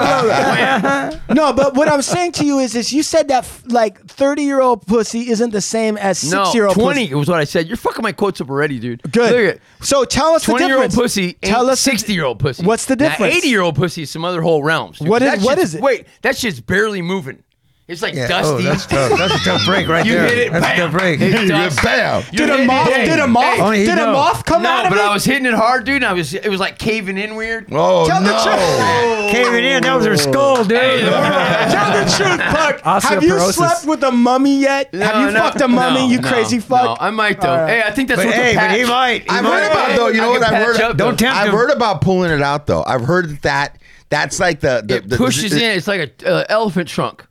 Speaker 1: Oh,
Speaker 2: No, but what I'm saying to you is this you said that f- like 30 year old pussy isn't the same as
Speaker 1: no,
Speaker 2: 6 year old
Speaker 1: twenty
Speaker 2: pussy.
Speaker 1: was what I said. You're fucking my quotes up already, dude. Look
Speaker 2: Good.
Speaker 1: at
Speaker 2: So tell us the
Speaker 1: Twenty year old
Speaker 2: difference.
Speaker 1: pussy,
Speaker 2: Tell us the-
Speaker 1: sixty year old pussy.
Speaker 2: What's the difference?
Speaker 1: Eighty year old pussy is some other whole realms. dude.
Speaker 2: What is-
Speaker 1: That
Speaker 2: what
Speaker 1: shit's-
Speaker 2: is it?
Speaker 1: Wait, that shit's barely moving. It's like
Speaker 5: Yeah. Oh,
Speaker 1: dusty.
Speaker 5: that's tough. That's a tough break [LAUGHS] right
Speaker 1: You
Speaker 5: there.
Speaker 1: hit it,
Speaker 5: That's
Speaker 1: bam.
Speaker 5: a tough break.
Speaker 1: It
Speaker 3: You
Speaker 1: does.
Speaker 3: get bam.
Speaker 1: You [LAUGHS]
Speaker 2: Did a
Speaker 1: hit
Speaker 2: moth?
Speaker 1: it.
Speaker 2: Did a
Speaker 1: Hey,
Speaker 2: moth?
Speaker 5: Only he
Speaker 2: Did a
Speaker 5: know.
Speaker 2: moth come
Speaker 1: no,
Speaker 2: out of
Speaker 1: but
Speaker 2: it?
Speaker 1: I was hitting it hard, dude. And I was it was like caving in weird.
Speaker 3: Oh
Speaker 2: Tell the
Speaker 3: no.
Speaker 2: truth.
Speaker 5: Caving in. That was her skull, dude.
Speaker 2: Tell the
Speaker 5: [LAUGHS]
Speaker 2: truth, Puck. Have you
Speaker 4: Osteoporosis.
Speaker 2: slept with a mummy yet? Have you
Speaker 1: No, no,
Speaker 2: fucked a mummy?
Speaker 1: no,
Speaker 2: you
Speaker 1: no,
Speaker 2: crazy fuck.
Speaker 1: No, I might though.
Speaker 2: All
Speaker 1: Hey,
Speaker 2: right.
Speaker 1: I think that's
Speaker 5: But
Speaker 1: what
Speaker 5: hey,
Speaker 1: the
Speaker 5: but
Speaker 1: patch.
Speaker 5: he might. He
Speaker 3: I've
Speaker 5: might.
Speaker 3: heard about though. You know
Speaker 1: I
Speaker 3: what
Speaker 1: can
Speaker 3: I've
Speaker 1: patch
Speaker 3: heard?
Speaker 1: up, though.
Speaker 5: Don't tempt
Speaker 3: I've
Speaker 5: him.
Speaker 3: heard about pulling it out though. I've heard that that's like the, the,
Speaker 1: It
Speaker 3: the-
Speaker 1: pushes in. It's like a uh, elephant trunk.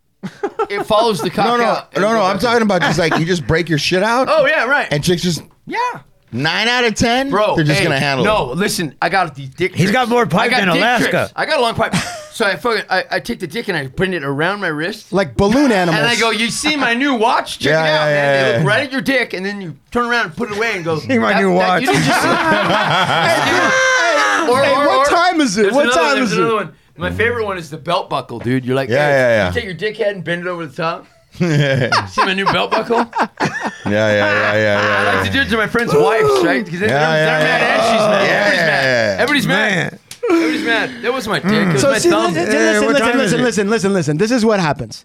Speaker 1: It follows the cock
Speaker 3: [LAUGHS] No, no,
Speaker 1: out.
Speaker 3: no, no. I'm talking about just like you just break your shit out.
Speaker 1: Oh yeah, right.
Speaker 3: and chicks just
Speaker 1: yeah.
Speaker 3: nine out of ten.
Speaker 1: Bro,
Speaker 3: they're just
Speaker 1: hey,
Speaker 3: gonna handle it.
Speaker 1: No, listen, I got these dick.
Speaker 5: He's
Speaker 1: tricks.
Speaker 5: got more
Speaker 1: I
Speaker 5: pipe
Speaker 1: got
Speaker 5: than
Speaker 1: dick
Speaker 5: Alaska.
Speaker 1: tricks. I got a long pipe, [LAUGHS] so I fucking I, I take the dick and I bring it around my wrist,
Speaker 2: like balloon animals.
Speaker 1: and I go, "You see my new watch? Check it
Speaker 3: Yeah,
Speaker 1: out, man."
Speaker 3: yeah, yeah,
Speaker 1: they look
Speaker 3: yeah.
Speaker 1: right at your dick, and then you turn around and put it away and
Speaker 3: [LAUGHS]
Speaker 1: go, "See
Speaker 5: my new watch."
Speaker 1: you didn't just see- Or-
Speaker 2: Hey,
Speaker 1: or-
Speaker 2: what
Speaker 1: or-
Speaker 2: time is it?
Speaker 1: There's
Speaker 2: What
Speaker 1: another-
Speaker 2: time
Speaker 1: there's
Speaker 2: is it?
Speaker 1: another One. My favorite one is the belt buckle, dude. You're like,
Speaker 3: Yeah,
Speaker 1: hey,
Speaker 3: yeah, yeah.
Speaker 1: You take your dick head and bend it over the
Speaker 3: [LAUGHS]
Speaker 1: top. see my new belt buckle?
Speaker 3: Yeah, yeah, yeah, yeah, yeah.
Speaker 1: I
Speaker 3: yeah.
Speaker 1: like to do it to my friends' wives, right? Because they're,
Speaker 3: Yeah,
Speaker 1: they're
Speaker 3: yeah,
Speaker 1: mad
Speaker 3: yeah.
Speaker 1: and she's mad.
Speaker 3: Yeah,
Speaker 1: [LAUGHS] Everybody's mad. Everybody's
Speaker 3: yeah, yeah.
Speaker 1: mad.
Speaker 5: Man.
Speaker 1: Everybody's mad. That was my dick. It was
Speaker 2: Mm. So
Speaker 1: my
Speaker 2: see,
Speaker 1: thumb.
Speaker 2: listen,
Speaker 5: Hey,
Speaker 2: listen,
Speaker 5: what
Speaker 2: listen,
Speaker 5: time is
Speaker 2: listen,
Speaker 5: it?
Speaker 2: listen, listen, listen. This is what happens.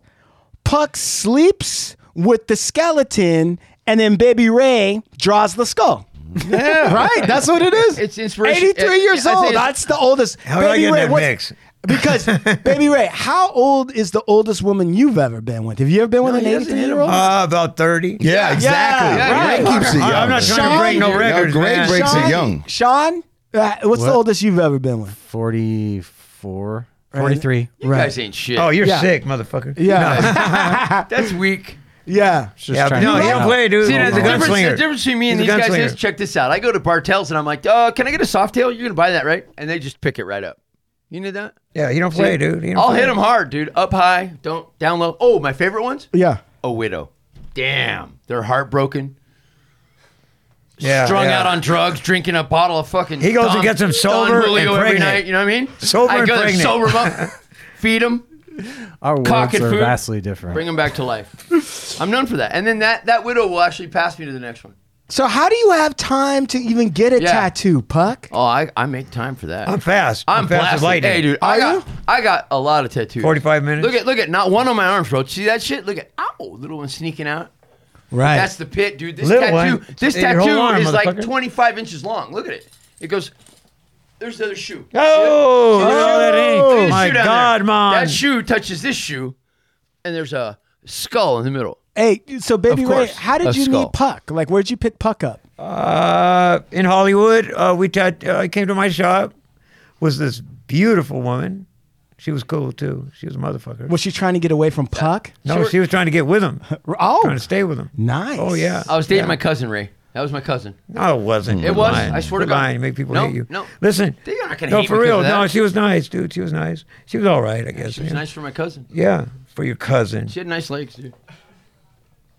Speaker 2: Puck sleeps with the skeleton, and then Baby Ray draws the skull. Yeah, right. That's what it is.
Speaker 1: It's inspiration-
Speaker 2: Eighty-three
Speaker 1: it-
Speaker 2: years
Speaker 1: I think
Speaker 2: old.
Speaker 1: it's-
Speaker 2: That's the oldest.
Speaker 5: How did I get in that
Speaker 2: what's-
Speaker 5: mix?
Speaker 2: Because
Speaker 5: [LAUGHS]
Speaker 2: Baby Ray, how old is the oldest woman you've ever been with? Have you ever been with an
Speaker 1: he hasn't hit him.
Speaker 2: eighty-three-year-old?
Speaker 5: Uh, about 30.
Speaker 3: Yeah, exactly.
Speaker 1: yeah,
Speaker 3: Ray
Speaker 1: right.
Speaker 3: keeps it young.
Speaker 5: I- I'm not trying
Speaker 2: Sean,
Speaker 5: to break no
Speaker 1: dude.
Speaker 5: records,
Speaker 3: No, great
Speaker 5: man.
Speaker 3: breaks it young.
Speaker 2: Sean, uh, what's the
Speaker 4: What?
Speaker 2: oldest you've ever been with?
Speaker 4: 44, 43.
Speaker 1: You guys ain't shit.
Speaker 5: Oh, you're
Speaker 2: Yeah.
Speaker 5: sick, motherfucker.
Speaker 2: Yeah,
Speaker 1: That's weak.
Speaker 2: [LAUGHS] yeah.
Speaker 4: Just
Speaker 5: Yeah,
Speaker 4: trying
Speaker 5: no,
Speaker 4: to
Speaker 5: he
Speaker 4: get
Speaker 5: don't
Speaker 4: out.
Speaker 5: play, dude.
Speaker 1: See,
Speaker 5: He's
Speaker 1: the,
Speaker 5: a
Speaker 1: difference, the
Speaker 5: gunslinger.
Speaker 1: difference between me and
Speaker 5: He's
Speaker 1: these
Speaker 5: a
Speaker 1: guys is
Speaker 5: gunslinger.
Speaker 1: check this out. I go to Bartels and I'm like, uh, can I get a soft tail? You're going to buy that, right? And they just pick it right up. You know that?
Speaker 5: Yeah, he don't play, dude. He don't
Speaker 1: I'll
Speaker 5: play.
Speaker 1: hit them hard, dude. Up high, don't down low. Oh, my favorite ones?
Speaker 2: Yeah.
Speaker 1: A widow. Damn. They're heartbroken.
Speaker 5: Yeah,
Speaker 1: strung
Speaker 5: yeah.
Speaker 1: out on drugs, drinking a bottle of fucking.
Speaker 5: He goes and
Speaker 1: Dom-
Speaker 5: gets 'em
Speaker 1: Don
Speaker 5: sober
Speaker 1: Julio
Speaker 5: and
Speaker 1: every
Speaker 5: pregnant.
Speaker 1: night. You know what I mean?
Speaker 5: Sober
Speaker 1: I
Speaker 5: and
Speaker 1: go there,
Speaker 5: pregnant.
Speaker 1: sober 'em
Speaker 5: [LAUGHS]
Speaker 1: up, feed them,
Speaker 4: Our
Speaker 1: cock
Speaker 4: worlds
Speaker 1: and
Speaker 4: are
Speaker 1: food.
Speaker 4: vastly different.
Speaker 1: bring them back to life. I'm known for that. And then that that widow will actually pass me to the next one.
Speaker 2: So how do you have time to even get a
Speaker 1: Yeah.
Speaker 2: tattoo, Puck?
Speaker 1: Oh, I, I make time for that.
Speaker 5: I'm fast.
Speaker 1: I'm
Speaker 5: fast as
Speaker 1: blasted.
Speaker 5: lightning.
Speaker 1: Hey, dude,
Speaker 2: Are
Speaker 1: I got
Speaker 2: you?
Speaker 1: I got a lot of tattoos.
Speaker 5: 45 minutes.
Speaker 1: Look at look at not one on my arms, bro. See that shit? Look at ow, little one sneaking out.
Speaker 2: Right.
Speaker 1: That's the pit, dude. This
Speaker 5: Little
Speaker 1: tattoo,
Speaker 5: one.
Speaker 1: this
Speaker 5: Hey, your whole
Speaker 1: tattoo
Speaker 5: arm,
Speaker 1: is like
Speaker 5: motherfucker.
Speaker 1: 25 inches long. Look at it. It goes. There's the other shoe.
Speaker 5: Oh, look at all that
Speaker 1: Look at
Speaker 5: ink.
Speaker 1: the
Speaker 5: My
Speaker 1: shoe down
Speaker 5: God,
Speaker 1: there.
Speaker 5: man.
Speaker 1: That shoe touches this shoe, and there's a skull in the middle.
Speaker 2: hey, so baby
Speaker 1: Of
Speaker 2: Ray,
Speaker 1: course,
Speaker 2: how did
Speaker 1: a
Speaker 2: you
Speaker 1: skull.
Speaker 2: meet Puck? Like, where'd you pick Puck up?
Speaker 5: Uh, in Hollywood, uh, we tat- uh, came to my shop. Was this beautiful woman? She was cool too. She was a motherfucker.
Speaker 2: Was she trying to get away from Puck?
Speaker 5: no, she was trying to get with him,
Speaker 2: [LAUGHS] Oh,
Speaker 5: trying to stay with him.
Speaker 2: nice.
Speaker 5: Oh yeah.
Speaker 1: I was dating my cousin Ray. That was my cousin.
Speaker 5: No, it wasn't.
Speaker 1: It
Speaker 5: You're
Speaker 1: was.
Speaker 5: lying.
Speaker 1: I swear to
Speaker 5: You're
Speaker 1: God.
Speaker 5: lying. You make people
Speaker 1: No,
Speaker 5: hate you.
Speaker 1: no.
Speaker 5: Listen.
Speaker 1: They're not gonna
Speaker 5: No,
Speaker 1: hate me
Speaker 5: for
Speaker 1: because
Speaker 5: real.
Speaker 1: of that.
Speaker 5: No, she was nice, dude. She was nice. She was all right, I guess.
Speaker 1: She was
Speaker 5: yeah.
Speaker 1: nice for my cousin.
Speaker 5: Yeah, for your cousin.
Speaker 1: She had nice legs, dude.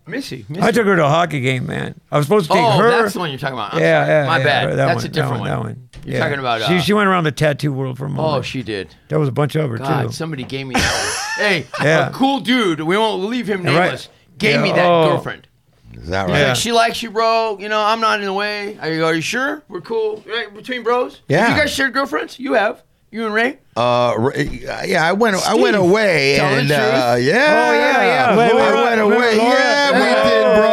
Speaker 1: Missy, Missy.
Speaker 5: I took her to a hockey game, man. I was supposed to take
Speaker 1: oh,
Speaker 5: her.
Speaker 1: that's the one you're talking about. I'm
Speaker 5: yeah,
Speaker 1: sorry.
Speaker 5: yeah,
Speaker 1: my
Speaker 5: yeah,
Speaker 1: bad.
Speaker 5: that
Speaker 1: that's
Speaker 5: one,
Speaker 1: a different one.
Speaker 5: That one. that one.
Speaker 1: You're
Speaker 5: Yeah.
Speaker 1: talking about.
Speaker 5: she,
Speaker 1: uh,
Speaker 5: she went around the tattoo world for a moment.
Speaker 1: oh, she did.
Speaker 5: There was a bunch of her
Speaker 1: God,
Speaker 5: too.
Speaker 1: somebody gave
Speaker 5: [LAUGHS]
Speaker 1: me that one. hey,
Speaker 5: Yeah.
Speaker 1: a cool dude. We won't leave him
Speaker 5: right.
Speaker 1: nameless. Gave me
Speaker 5: Yeah.
Speaker 1: that
Speaker 5: Oh.
Speaker 1: girlfriend.
Speaker 3: Is that right?
Speaker 5: Yeah.
Speaker 1: She likes you, bro. You know, I'm not in the way. I go, are you sure? We're cool. Right, between bros?
Speaker 3: Yeah.
Speaker 1: Have you guys shared girlfriends? You have. You and Ray?
Speaker 3: Uh, r- yeah, I went. I went away,
Speaker 1: tell the
Speaker 3: and
Speaker 1: truth. Oh,
Speaker 3: uh, yeah,
Speaker 5: Oh, yeah.
Speaker 2: Wait, wait,
Speaker 3: I
Speaker 2: wait,
Speaker 3: went
Speaker 5: remember
Speaker 3: away.
Speaker 5: Laura?
Speaker 3: Yeah, we did, bro.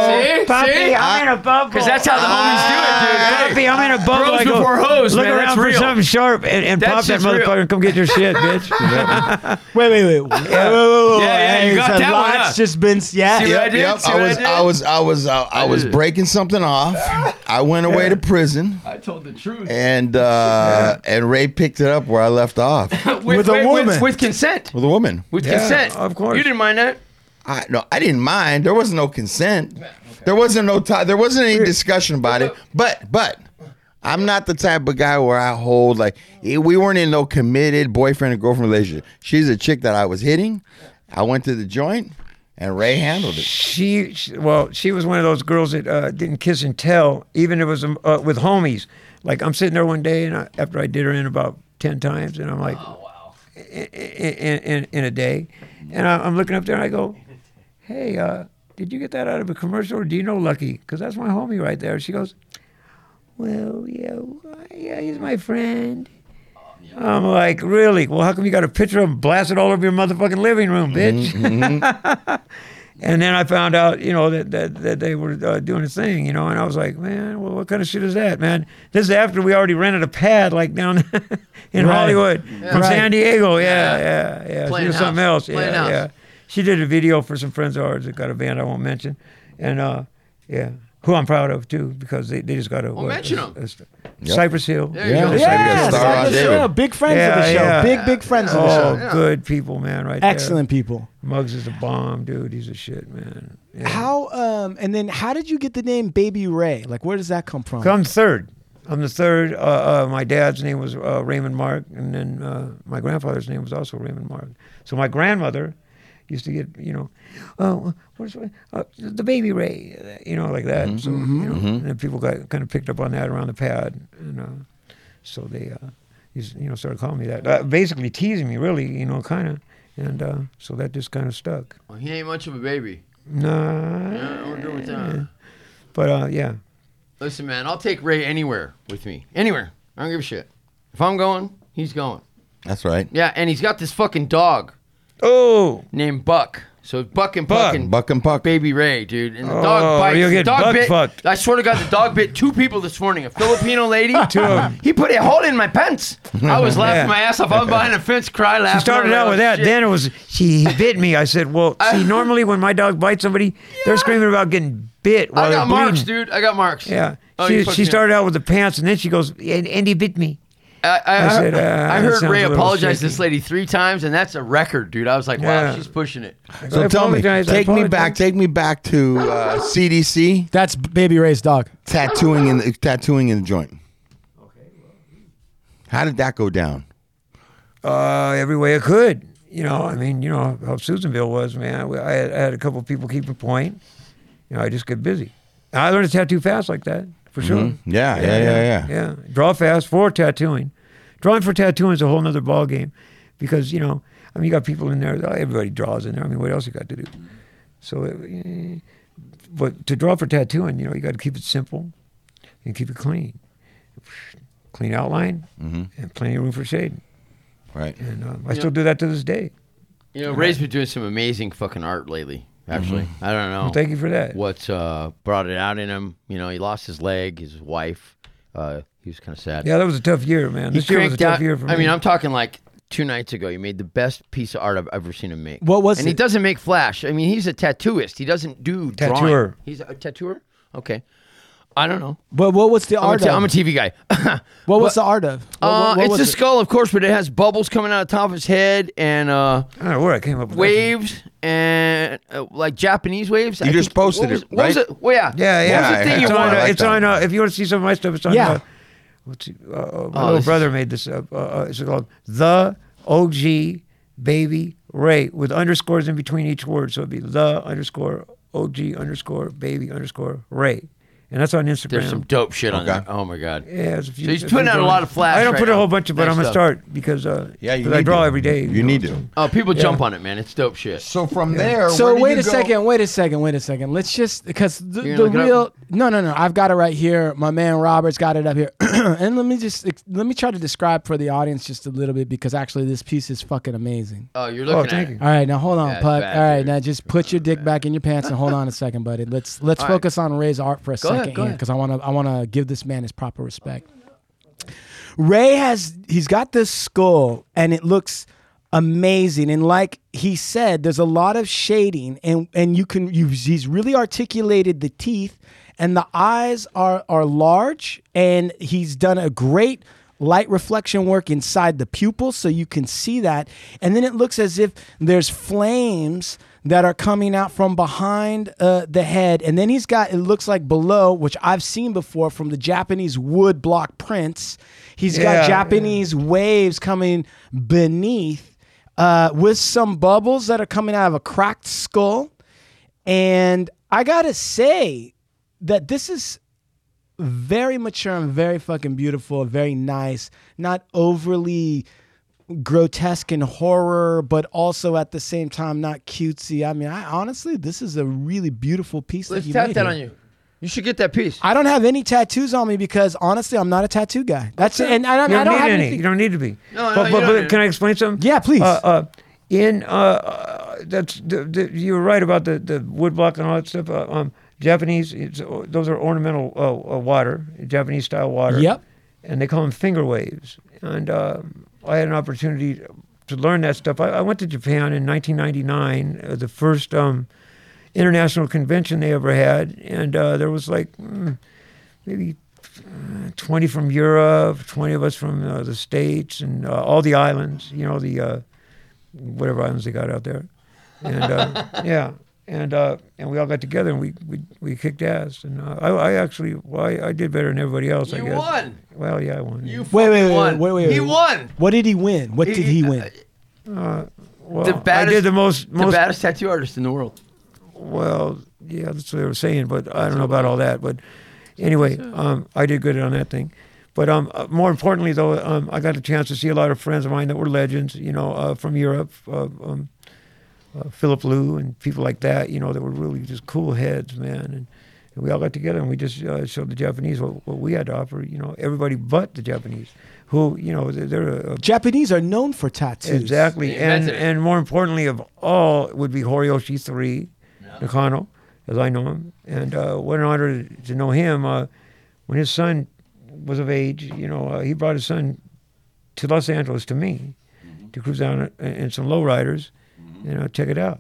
Speaker 1: Oh, See? See?
Speaker 5: I'm in a bubble.
Speaker 1: Because that's how the homies do it, dude.
Speaker 3: Ah.
Speaker 1: Hey.
Speaker 5: Poppy, I'm in a bubble.
Speaker 1: Bros
Speaker 5: I go,
Speaker 1: before hoes,
Speaker 5: Look
Speaker 1: man,
Speaker 5: around
Speaker 1: that's
Speaker 5: for
Speaker 1: real.
Speaker 5: something sharp and, and
Speaker 1: That
Speaker 5: pop that
Speaker 1: shit's real.
Speaker 5: motherfucker and come get your
Speaker 1: [LAUGHS]
Speaker 5: shit, bitch.
Speaker 2: Wait, wait, wait. wait, wait, wait, wait.
Speaker 1: yeah, you
Speaker 2: Hey,
Speaker 1: got
Speaker 2: so
Speaker 1: that one,
Speaker 2: lots
Speaker 1: huh?
Speaker 2: just been yeah.
Speaker 1: See what I
Speaker 3: Yep,
Speaker 1: did?
Speaker 3: yep.
Speaker 1: See
Speaker 3: I
Speaker 1: what I
Speaker 3: was,
Speaker 1: did?
Speaker 3: I was, I was, uh, I was
Speaker 1: did.
Speaker 3: breaking something off. I went away to prison,
Speaker 1: I told the truth.
Speaker 5: Eh,
Speaker 3: and uh, and Ray picked it up where I left
Speaker 1: [LAUGHS]
Speaker 3: off
Speaker 1: with,
Speaker 2: With a woman.
Speaker 1: With, consent.
Speaker 3: with a woman.
Speaker 1: With
Speaker 5: Yeah,
Speaker 1: consent.
Speaker 5: of course.
Speaker 1: You didn't mind that?
Speaker 3: I no, I didn't mind. There was no consent. There wasn't no time. There wasn't any discussion about [LAUGHS] it. But but I'm not the type of guy where I hold like eh, we weren't in no committed boyfriend and girlfriend relationship. She's a chick that I was hitting. I went to the joint, and Ray handled it.
Speaker 5: she, she- well, she was one of those girls that uh, didn't kiss and tell, even if it was um, uh, with homies. Like I'm sitting there one day, and I, after I did her in about ten times, and I'm like, in, in, in, in a day, and I, I'm looking up there, and I go, hey, uh, did you get that out of a commercial, or do you know Lucky? Because that's my homie right there. She goes, well, yeah, yeah, he's my friend. I'm like, really? Well, how come you got a picture of him blasted all over your motherfucking living room, bitch?
Speaker 1: Mm-hmm,
Speaker 5: [LAUGHS] And then I found out, you know, that that, that they were uh, doing a thing, you know, and I was like, man, well, what kind of shit is that, man? This is after we already rented a pad like down [LAUGHS] in
Speaker 2: Right.
Speaker 5: Hollywood from
Speaker 2: Right.
Speaker 5: San Diego. Yeah, yeah, yeah.
Speaker 1: Playing
Speaker 5: she was something
Speaker 1: house.
Speaker 5: else.
Speaker 1: Playing
Speaker 5: yeah,
Speaker 1: house.
Speaker 5: yeah. She did a video for some friends of ours that got a band I won't mention, and uh, yeah, who I'm proud of too because they, they just got a what,
Speaker 1: mention
Speaker 5: a-
Speaker 1: 'em.
Speaker 5: a st- Cypress Hill.
Speaker 1: you go.
Speaker 3: Yeah,
Speaker 2: Yeah,
Speaker 3: Cypress Hill.
Speaker 2: Cypress
Speaker 3: David.
Speaker 2: Hill, big friends
Speaker 5: Yeah,
Speaker 2: of the show.
Speaker 5: yeah.
Speaker 2: Big, big friends of the show.
Speaker 5: Oh,
Speaker 1: Yeah.
Speaker 5: good people, man, right there.
Speaker 2: Excellent people.
Speaker 5: Muggs is a bomb, dude. He's a shit, man. Yeah.
Speaker 2: How um and then how did you get the name Baby Ray? Like where does that come from?
Speaker 5: I'm third. I'm the third. Uh, uh, my dad's name was uh, Raymond Mark, and then uh, my grandfather's name was also Raymond Mark. So my grandmother used to get, you know, oh, where's uh, the baby Ray, you know, like that. So you know, and then people got kind of picked up on that around the pad, and uh, so they, uh, used, you know, started calling me that, uh, basically teasing me, really, you know, kind of, and uh, so that just kind of stuck.
Speaker 1: Well, he ain't much of a baby.
Speaker 5: Nah,
Speaker 1: Yeah, we're good with that.
Speaker 5: but uh, yeah,
Speaker 1: Listen, man, I'll take Ray anywhere with me. Anywhere. I don't give a shit. If I'm going, he's going.
Speaker 3: That's right.
Speaker 1: Yeah, and he's got this fucking dog
Speaker 5: oh.
Speaker 1: named Buck. So Buck and
Speaker 5: Buck.
Speaker 1: Buck, and
Speaker 3: Buck and puck.
Speaker 1: baby Ray, dude. And the
Speaker 5: Oh,
Speaker 1: dog bites.
Speaker 5: you'll
Speaker 1: the
Speaker 5: get
Speaker 1: dog
Speaker 5: buck
Speaker 1: bit,
Speaker 5: fucked.
Speaker 1: I swear to God, the dog bit two people this morning. A Filipino lady.
Speaker 5: [LAUGHS] Two of 'em.
Speaker 1: He put a hole in my pants. I was laughing
Speaker 5: [LAUGHS] Yeah.
Speaker 1: my ass off. I was behind a fence, cry laughing.
Speaker 5: She started out with that.
Speaker 1: oh, Shit.
Speaker 5: Then it was she bit me. I said, "Well,
Speaker 1: [LAUGHS]
Speaker 5: see, normally when my dog bites somebody, they're screaming about getting bit while
Speaker 1: I
Speaker 5: they're
Speaker 1: got marks,
Speaker 5: bleeding."
Speaker 1: dude. I got marks.
Speaker 5: Yeah,
Speaker 1: Oh, you
Speaker 5: she,
Speaker 1: fucking-
Speaker 5: she started out with the pants, and then she goes, "And, and he bit me."
Speaker 1: I, I,
Speaker 5: I
Speaker 1: I,
Speaker 5: said, uh,
Speaker 1: I
Speaker 5: that
Speaker 1: heard
Speaker 5: sounds
Speaker 1: Ray
Speaker 5: a little
Speaker 1: apologize to this
Speaker 5: shaky.
Speaker 1: lady three times, and that's a record, dude. I was like, wow,
Speaker 5: Yeah.
Speaker 1: she's pushing it.
Speaker 5: I
Speaker 3: So tell me,
Speaker 5: apologize, I
Speaker 3: take me
Speaker 5: apologize.
Speaker 3: back, take me back to uh, CDC
Speaker 2: That's Baby Ray's dog.
Speaker 3: tattooing in the, tattooing in the joint. hmm. How did that go down?
Speaker 5: Uh, every way I could. You know, I mean, you know how Susanville was, man. I, I had, I had a couple people keeping point. You know, I just get busy. I learned to tattoo fast like that for sure.
Speaker 3: Mm-hmm. Hmm? Yeah, yeah, yeah, yeah.
Speaker 5: Yeah. Draw fast for tattooing. Drawing for tattooing is a whole nother ball game because, you know, I mean, you got people in there, everybody draws in there. I mean, what else you got to do? So, it, but to draw for tattooing, you know, you got to keep it simple and keep it clean. Clean outline and plenty of room for shade.
Speaker 3: Right.
Speaker 5: And um, I still do that to this day.
Speaker 1: You know, Ray's been doing some amazing fucking art lately. Actually,
Speaker 2: Mm-hmm.
Speaker 1: I don't know.
Speaker 5: Thank you for that.
Speaker 1: What's uh, brought it out in him? You know, he lost his leg, his wife. Uh, he was kind of sad.
Speaker 5: Yeah, that was a tough year, man.
Speaker 1: he
Speaker 5: This year was a
Speaker 1: cranked
Speaker 5: tough
Speaker 1: out.
Speaker 5: year for me.
Speaker 1: I mean, I'm talking like two nights ago. He made the best piece of art I've ever seen him make.
Speaker 2: What was
Speaker 1: And he
Speaker 2: it?
Speaker 1: doesn't make flash. I mean, he's a tattooist. He doesn't do drawing.
Speaker 5: Tattooer.
Speaker 1: He's a tattooer. Okay, I don't know.
Speaker 2: But what was the
Speaker 1: I'm a
Speaker 2: art
Speaker 1: t-
Speaker 2: of?
Speaker 1: I'm a TV guy. [LAUGHS]
Speaker 2: what was the art of? What-
Speaker 1: Uh,
Speaker 2: what- what
Speaker 1: it's
Speaker 2: was
Speaker 1: a
Speaker 2: it?
Speaker 1: skull, of course, but it has bubbles coming out of the top of his head and uh,
Speaker 5: I don't know where I came up with that.
Speaker 1: waves and uh, like Japanese waves. You
Speaker 3: just posted
Speaker 1: what was,
Speaker 3: it,
Speaker 1: What was
Speaker 3: right?
Speaker 1: it? Well, yeah.
Speaker 5: Yeah, yeah.
Speaker 1: What was the thing
Speaker 5: it's
Speaker 1: you
Speaker 3: I
Speaker 5: on,
Speaker 1: wanted?
Speaker 5: uh,
Speaker 3: like
Speaker 5: it's
Speaker 3: that.
Speaker 5: on uh, if you want to see some of my stuff, it's on
Speaker 2: Yeah.
Speaker 5: uh, what's it, uh, uh, my
Speaker 1: Oh,
Speaker 5: little
Speaker 1: this
Speaker 5: brother made this uh, uh, uh, it's called the OG baby Ray with underscores in between each word. So it'd be the underscore OG underscore baby underscore Ray. and that's on Instagram.
Speaker 1: There's some dope shit on
Speaker 3: Okay.
Speaker 1: there. Oh my god.
Speaker 5: Yeah, there's a few,
Speaker 1: So he's
Speaker 5: a
Speaker 1: putting
Speaker 5: few
Speaker 1: out a
Speaker 5: going.
Speaker 1: lot of flash
Speaker 5: I don't
Speaker 1: right
Speaker 5: put a
Speaker 1: now.
Speaker 5: whole bunch, of, but
Speaker 1: Nice
Speaker 5: I'm gonna
Speaker 1: stuff.
Speaker 5: start because uh,
Speaker 3: Yeah, you
Speaker 5: 'cause I
Speaker 3: need
Speaker 5: draw
Speaker 3: to.
Speaker 5: every day.
Speaker 3: You need to.
Speaker 1: Oh, people jump on it, man. It's dope shit.
Speaker 3: So from there, where
Speaker 2: So
Speaker 3: do
Speaker 2: wait
Speaker 3: you
Speaker 2: a
Speaker 3: go-
Speaker 2: second, wait a second, wait a second. Let's just because the,
Speaker 1: You're gonna
Speaker 2: the
Speaker 1: look it up?
Speaker 2: real no no no. I've got it right here. My man Robert's got it up here. [CLEARS THROAT] and let me just ex- let me try to describe for the audience just a little bit because actually this piece is fucking amazing.
Speaker 1: Oh, you're
Speaker 5: Oh,
Speaker 1: looking at
Speaker 5: thank
Speaker 1: it.
Speaker 5: you.
Speaker 2: All right, now hold on,
Speaker 1: Yeah,
Speaker 2: Puck.
Speaker 1: bad,
Speaker 2: All right,
Speaker 1: dude.
Speaker 2: now just put your dick back in your pants and
Speaker 1: [LAUGHS]
Speaker 2: hold on a second, buddy. Let's let's
Speaker 1: All right.
Speaker 2: focus on Ray's art for a
Speaker 1: Go ahead,
Speaker 2: second
Speaker 1: go
Speaker 2: here
Speaker 1: ahead.
Speaker 2: because I want to I want to give this man his proper respect. Ray has he's got this skull and it looks amazing and like he said there's a lot of shading and and you can you he's really articulated the teeth and the eyes are are large and he's done a great light reflection work inside the pupil so you can see that and then it looks as if there's flames that are coming out from behind uh, the head. And then he's got, it looks like below, which I've seen before from the Japanese wood block prints. He's got
Speaker 5: Yeah.
Speaker 2: Japanese waves coming beneath uh, with some bubbles that are coming out of a cracked skull. And I gotta say that this is very mature and very fucking beautiful, very nice, not overly grotesque and horror, but also at the same time not cutesy. I mean, I honestly, this is a really beautiful piece.
Speaker 1: Let's
Speaker 2: that you
Speaker 1: tap
Speaker 2: made
Speaker 1: that
Speaker 2: here.
Speaker 1: on you. You should get that piece.
Speaker 2: I don't have any tattoos on me because honestly, I'm not a tattoo guy. That's it. And I don't,
Speaker 5: You
Speaker 2: I don't
Speaker 5: don't, need
Speaker 2: have
Speaker 5: any.
Speaker 2: anything-
Speaker 5: You don't need to be.
Speaker 1: No, no,
Speaker 5: but,
Speaker 1: you
Speaker 5: but,
Speaker 1: don't
Speaker 5: but
Speaker 1: need
Speaker 5: can I explain something?
Speaker 2: Yeah, please.
Speaker 5: Uh, uh, in uh, uh, that's the, the, you were right about the the woodblock and all that stuff. Uh, um, Japanese, it's, those are ornamental uh, uh, water, Japanese style water.
Speaker 2: Yep.
Speaker 5: And they call them finger waves. And uh, I had an opportunity to learn that stuff. I, I went to Japan in 1999, uh, the first um, international convention they ever had, and uh, there was like. mm, maybe uh, 20 from Europe, 20 of us from uh, the States, and uh, all the islands, you know, the uh, whatever islands they got out there.
Speaker 1: [LAUGHS]
Speaker 5: And uh, yeah, and uh, and we all got together and we we, we kicked ass. And uh, I, I actually, well, I, I did better than everybody else, I
Speaker 1: You
Speaker 5: guess.
Speaker 1: won.
Speaker 5: Well, yeah, I won.
Speaker 1: You
Speaker 2: Wait, wait,
Speaker 1: fucking
Speaker 2: wait,
Speaker 1: won.
Speaker 2: wait, wait, wait.
Speaker 1: He won. uh,
Speaker 2: What did he win? What did he win?
Speaker 5: well,
Speaker 1: The
Speaker 5: I
Speaker 1: baddest-
Speaker 5: did the most,
Speaker 1: the
Speaker 5: most
Speaker 1: baddest tattoo artist in the world.
Speaker 5: well, yeah, that's what they were saying, but I don't know about all that. But anyway, um, I did good on that thing. But um, uh, more importantly, though, um, I got a chance to see a lot of friends of mine that were legends, you know, uh, from Europe, uh, um, uh, Philip Liu and people like that, you know, that were really just cool heads, man. And, and we all got together and we just uh, showed the Japanese what, what we had to offer, you know, everybody but the Japanese, who, you know, they're, they're a, a
Speaker 2: Japanese are known for tattoos.
Speaker 5: Exactly.
Speaker 1: They
Speaker 5: And
Speaker 1: invented it.
Speaker 5: and more importantly of all would be Horiyoshi three, Nakano, as I know him. And uh, what an honor to know him. Uh, when his son was of age, you know, uh, he brought his son to Los Angeles to me
Speaker 3: Mm-hmm.
Speaker 5: to cruise down in- in some lowriders, you know, check it out.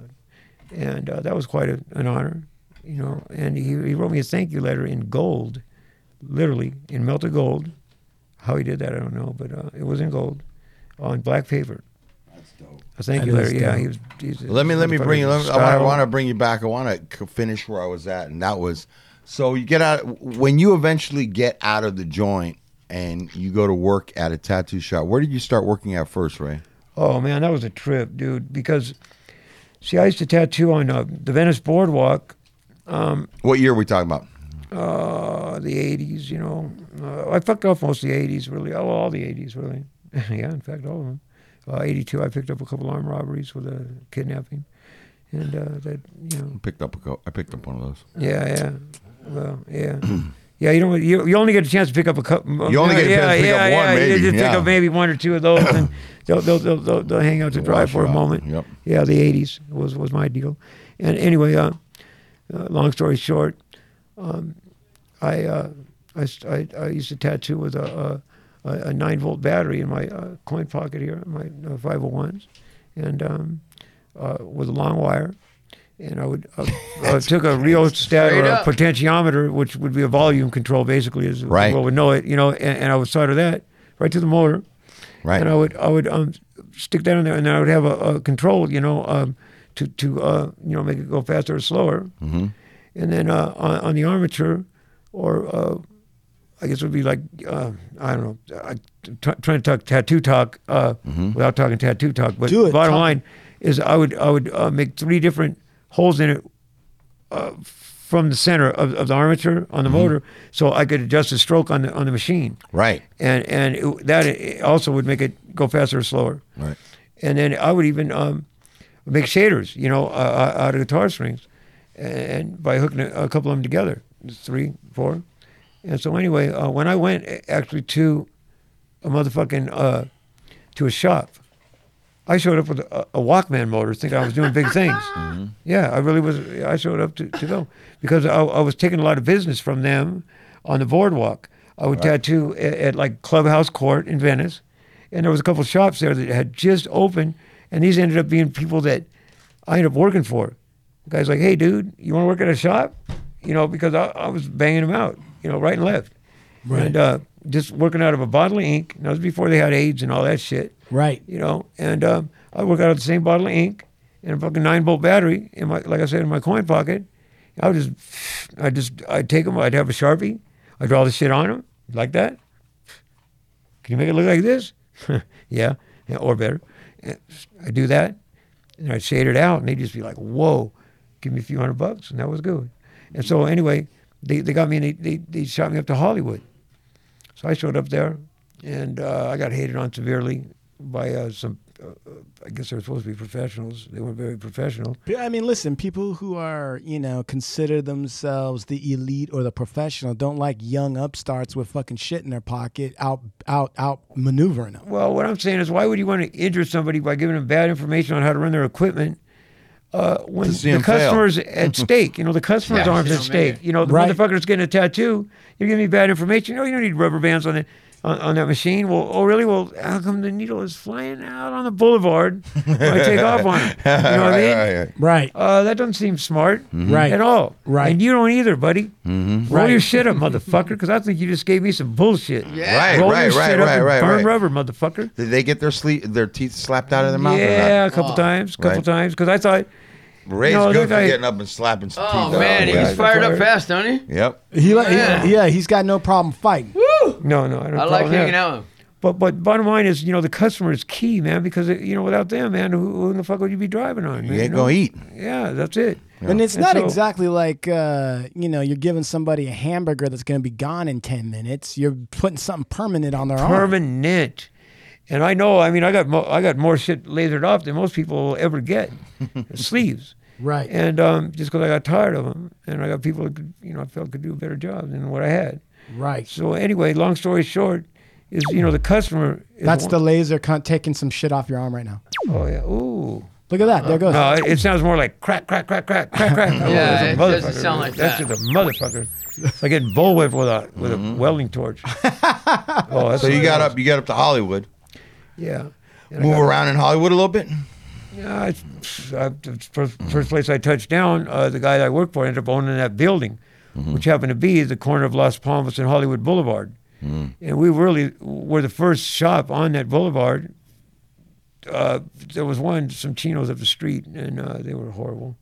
Speaker 5: And uh, that was quite a, an honor, you know. And he, he wrote me a thank you letter in gold, literally in melted gold. How he did that, I don't know, but uh, it was in gold on black paper. That's dope. A thank
Speaker 2: That
Speaker 5: you letter.
Speaker 2: is
Speaker 5: Yeah,
Speaker 2: dope.
Speaker 5: he was. He's a
Speaker 3: Let me let me bring you. Let me, I
Speaker 5: style.
Speaker 3: want to bring you back. I want to finish where I was at, and that was so you get out when you eventually get out of the joint and you go to work at a tattoo shop. Where did you start working at first, Ray?
Speaker 5: Oh man, that was a trip, dude. Because, see, I used to tattoo on uh, the Venice Boardwalk
Speaker 3: What year are we talking about?
Speaker 5: uh, the 80s, you know. Uh, I fucked off most of the 80s, really. Oh, all the 80s, really. [LAUGHS] yeah, in fact, all of them. Uh, 82, I picked up a couple armed robberies with a kidnapping. And uh, that, you know,
Speaker 3: Picked up a co- I picked up one of those.
Speaker 5: yeah, yeah. Well,
Speaker 3: [CLEARS THROAT]
Speaker 5: yeah. Yeah, you don't. You, you only get a chance to pick up a couple.
Speaker 3: You only get a chance to pick up one, maybe,
Speaker 5: You just
Speaker 3: yeah.
Speaker 5: pick up maybe one or two of those,
Speaker 3: [CLEARS THROAT]
Speaker 5: and they'll they'll they'll, they'll, they'll hang out to dry
Speaker 3: wash
Speaker 5: for a
Speaker 3: out.
Speaker 5: moment.
Speaker 3: Yep.
Speaker 5: Yeah, the '80s was was my deal. And anyway, uh, uh, long story short, um, I, uh, I s- I I used to tattoo with a a, a nine volt battery in my uh, coin pocket here, my uh, 501s, and um, uh, with a long wire. And I would
Speaker 1: [LAUGHS]
Speaker 5: uh, uh, took a rheostat or
Speaker 1: Straight
Speaker 5: a
Speaker 1: up.
Speaker 5: potentiometer, which would be a volume control, basically, as
Speaker 3: Right.
Speaker 5: people would know it, you know, and, and I would solder that right to the motor,
Speaker 3: Right.
Speaker 5: and I would I would um, stick that in there, and then I would have a, a control, you know, um, to to uh, you know make it go faster or slower, mm-hmm. and then uh, on, on the armature, or uh, I guess it would be like uh, I don't know, I, t- trying to talk tattoo talk uh, without talking tattoo talk, but
Speaker 2: Mm-hmm. Do it.
Speaker 5: bottom
Speaker 2: Talk.
Speaker 5: line is I would I would uh, make three different holes in it from the center of, of the armature
Speaker 2: Mm-hmm.
Speaker 5: on the motor, so I could adjust the stroke on the on the machine.
Speaker 3: Right.
Speaker 5: And and it, that it also would make it go faster or slower.
Speaker 3: Right.
Speaker 5: And then I would even um, make shaders, you know, uh, out of guitar strings, and by hooking a a couple of them together, three, four. And so anyway, uh, when I went a- actually to a motherfucking uh, to a shop, I showed up with a, a Walkman motor, thinking I was doing big things. Yeah, I really was. I showed up to, to go because I, I was taking a lot of business from them on the boardwalk. I would tattoo at, at like Clubhouse Court in Venice, and there was a couple shops there that had just opened, and these ended up being people that I ended up working for. The guy's like, "Hey, dude, you want to work at a shop?" You know, because I, I was banging them out, you know, right and left,
Speaker 2: Right.
Speaker 5: and uh, just working out of a bottle of ink. And that was before they had AIDS and all that shit
Speaker 2: Right.
Speaker 5: you know. And um, I work out of the same bottle of ink and a fucking nine volt battery in my, like I said, in my coin pocket. I would just, [SIGHS] I just, I'd take them. I'd have a sharpie. I would draw the shit on them like that. Can you make it look like this? [LAUGHS] yeah, yeah, or better. I do that, and I'd shade it out, and they'd just be like, "Whoa, give me a few hundred bucks," and that was good. And so anyway, they, they got me and they, they, they shot me up to Hollywood. So I showed up there, and uh, I got hated on severely by uh, some. Uh, uh, I guess they were supposed to be professionals. They weren't very professional.
Speaker 2: I mean, listen, people who are, you know, consider themselves the elite or the professional don't like young upstarts with fucking shit in their pocket out out out maneuvering them.
Speaker 5: Well, what I'm saying is, why would you want to injure somebody by giving them bad information on how to run their equipment? Uh, when
Speaker 3: To see
Speaker 5: the
Speaker 3: 'em fail. [LAUGHS]
Speaker 5: customer's at stake, you know the customer's
Speaker 1: Yeah.
Speaker 5: arms
Speaker 1: Yeah,
Speaker 5: at
Speaker 1: man.
Speaker 5: stake. You know the
Speaker 2: Right.
Speaker 5: motherfucker's getting a tattoo. You're giving me bad information. No, you don't need rubber bands on the on, on that machine. Well, oh really? Well, how come the needle is flying out on
Speaker 3: [LAUGHS]
Speaker 5: the boulevard when I take off on it? You know what I mean?
Speaker 3: Right, right,
Speaker 2: Right.
Speaker 5: Uh, that doesn't seem smart
Speaker 3: Mm-hmm.
Speaker 2: Right.
Speaker 5: at all.
Speaker 2: Right.
Speaker 5: And you don't either, buddy. Mm-hmm. Roll
Speaker 2: Right.
Speaker 5: your shit up, motherfucker, because I think you just gave me some bullshit.
Speaker 1: Yeah.
Speaker 3: Right,
Speaker 5: Roll
Speaker 3: right,
Speaker 5: your
Speaker 3: right,
Speaker 5: shit up
Speaker 3: right,
Speaker 5: and
Speaker 3: right,
Speaker 5: burn
Speaker 3: right.
Speaker 5: rubber, motherfucker.
Speaker 3: Did they get their sleep, their teeth slapped out of their mouth?
Speaker 5: Yeah,
Speaker 3: Or
Speaker 5: a couple
Speaker 1: Oh.
Speaker 5: times, a couple
Speaker 3: Right.
Speaker 5: times, because I thought,
Speaker 3: not? Ray's
Speaker 5: No,
Speaker 3: good for
Speaker 5: they're-
Speaker 3: getting up and slapping some
Speaker 1: Oh
Speaker 3: teeth out.
Speaker 1: man,
Speaker 5: yeah,
Speaker 1: he's
Speaker 5: that's
Speaker 1: fired
Speaker 5: right.
Speaker 1: up fast, don't he?
Speaker 3: Yep.
Speaker 2: He like
Speaker 1: Yeah.
Speaker 2: yeah. he's got no problem fighting.
Speaker 5: no, no, I don't.
Speaker 1: I like
Speaker 5: follow that.
Speaker 1: hanging out with him.
Speaker 5: But but bottom line is, you know, the customer is key, man, because you know, without them, man, who, who in the fuck would you be driving on?
Speaker 3: You
Speaker 5: man,
Speaker 3: ain't
Speaker 5: know?
Speaker 3: gonna eat.
Speaker 5: Yeah, that's it.
Speaker 2: And it's
Speaker 5: And
Speaker 2: not
Speaker 5: so-
Speaker 2: exactly like uh, you know, you're giving somebody a hamburger that's gonna be gone in ten minutes. You're putting something permanent on their arm.
Speaker 5: permanent. And I know, I mean, I got mo- I got more shit lasered off than most people will
Speaker 3: [LAUGHS]
Speaker 5: ever get, sleeves.
Speaker 2: Right.
Speaker 5: And um, just because I got tired of them, and I got people that could, you know I felt could do a better job than what I had.
Speaker 2: Right.
Speaker 5: So anyway, long story short, is you know the customer. Is
Speaker 2: That's the
Speaker 5: one-
Speaker 2: laser cunt taking some shit off your arm right now.
Speaker 5: Oh yeah. Ooh.
Speaker 2: Look at that. There it goes.
Speaker 5: No, it, it sounds more like crack, crack, crack, crack,
Speaker 3: [LAUGHS]
Speaker 5: crack, crack. Oh,
Speaker 1: Yeah,
Speaker 5: that's a
Speaker 1: it doesn't
Speaker 5: motherfucker.
Speaker 1: sound like
Speaker 5: that's
Speaker 1: that.
Speaker 5: That's just a motherfucker. It's like getting bullwhipped with a with a welding
Speaker 3: [LAUGHS]
Speaker 5: torch. oh, that's
Speaker 3: Mm-hmm. So you got up. You got up to Hollywood.
Speaker 5: Yeah. And I
Speaker 3: Move
Speaker 5: got-
Speaker 3: around in Hollywood a little bit.
Speaker 5: Yeah, I, I, the first, first place I touched down, uh, the guy that I worked for ended up owning that building, which happened to be the corner of Las Palmas and Hollywood Boulevard. And we really were the first shop on that boulevard. Uh, there was one, some chinos up the street, and uh, they were horrible.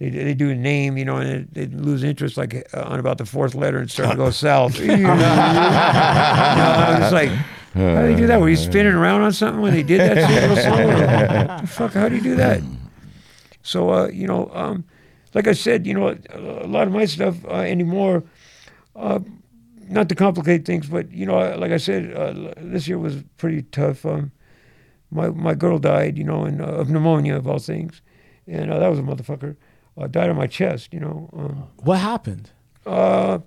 Speaker 5: They, they do a name, you know, and they they lose interest like uh, on about the fourth letter and start to go south. You know, I was like, how do they do that? Were you spinning around on something when they did that shit? It was slower. Fuck, how do you do that? So, uh, you know, um, like I said, you know, a a lot of my stuff uh, anymore, uh, not to complicate things, but, you know, I- like I said, uh, l- this year was pretty tough. Um, my, my girl died, you know, and, uh, of pneumonia, of all things. And uh, that was a motherfucker. Uh, died on my chest, you know. Um,
Speaker 2: What happened?
Speaker 5: uh,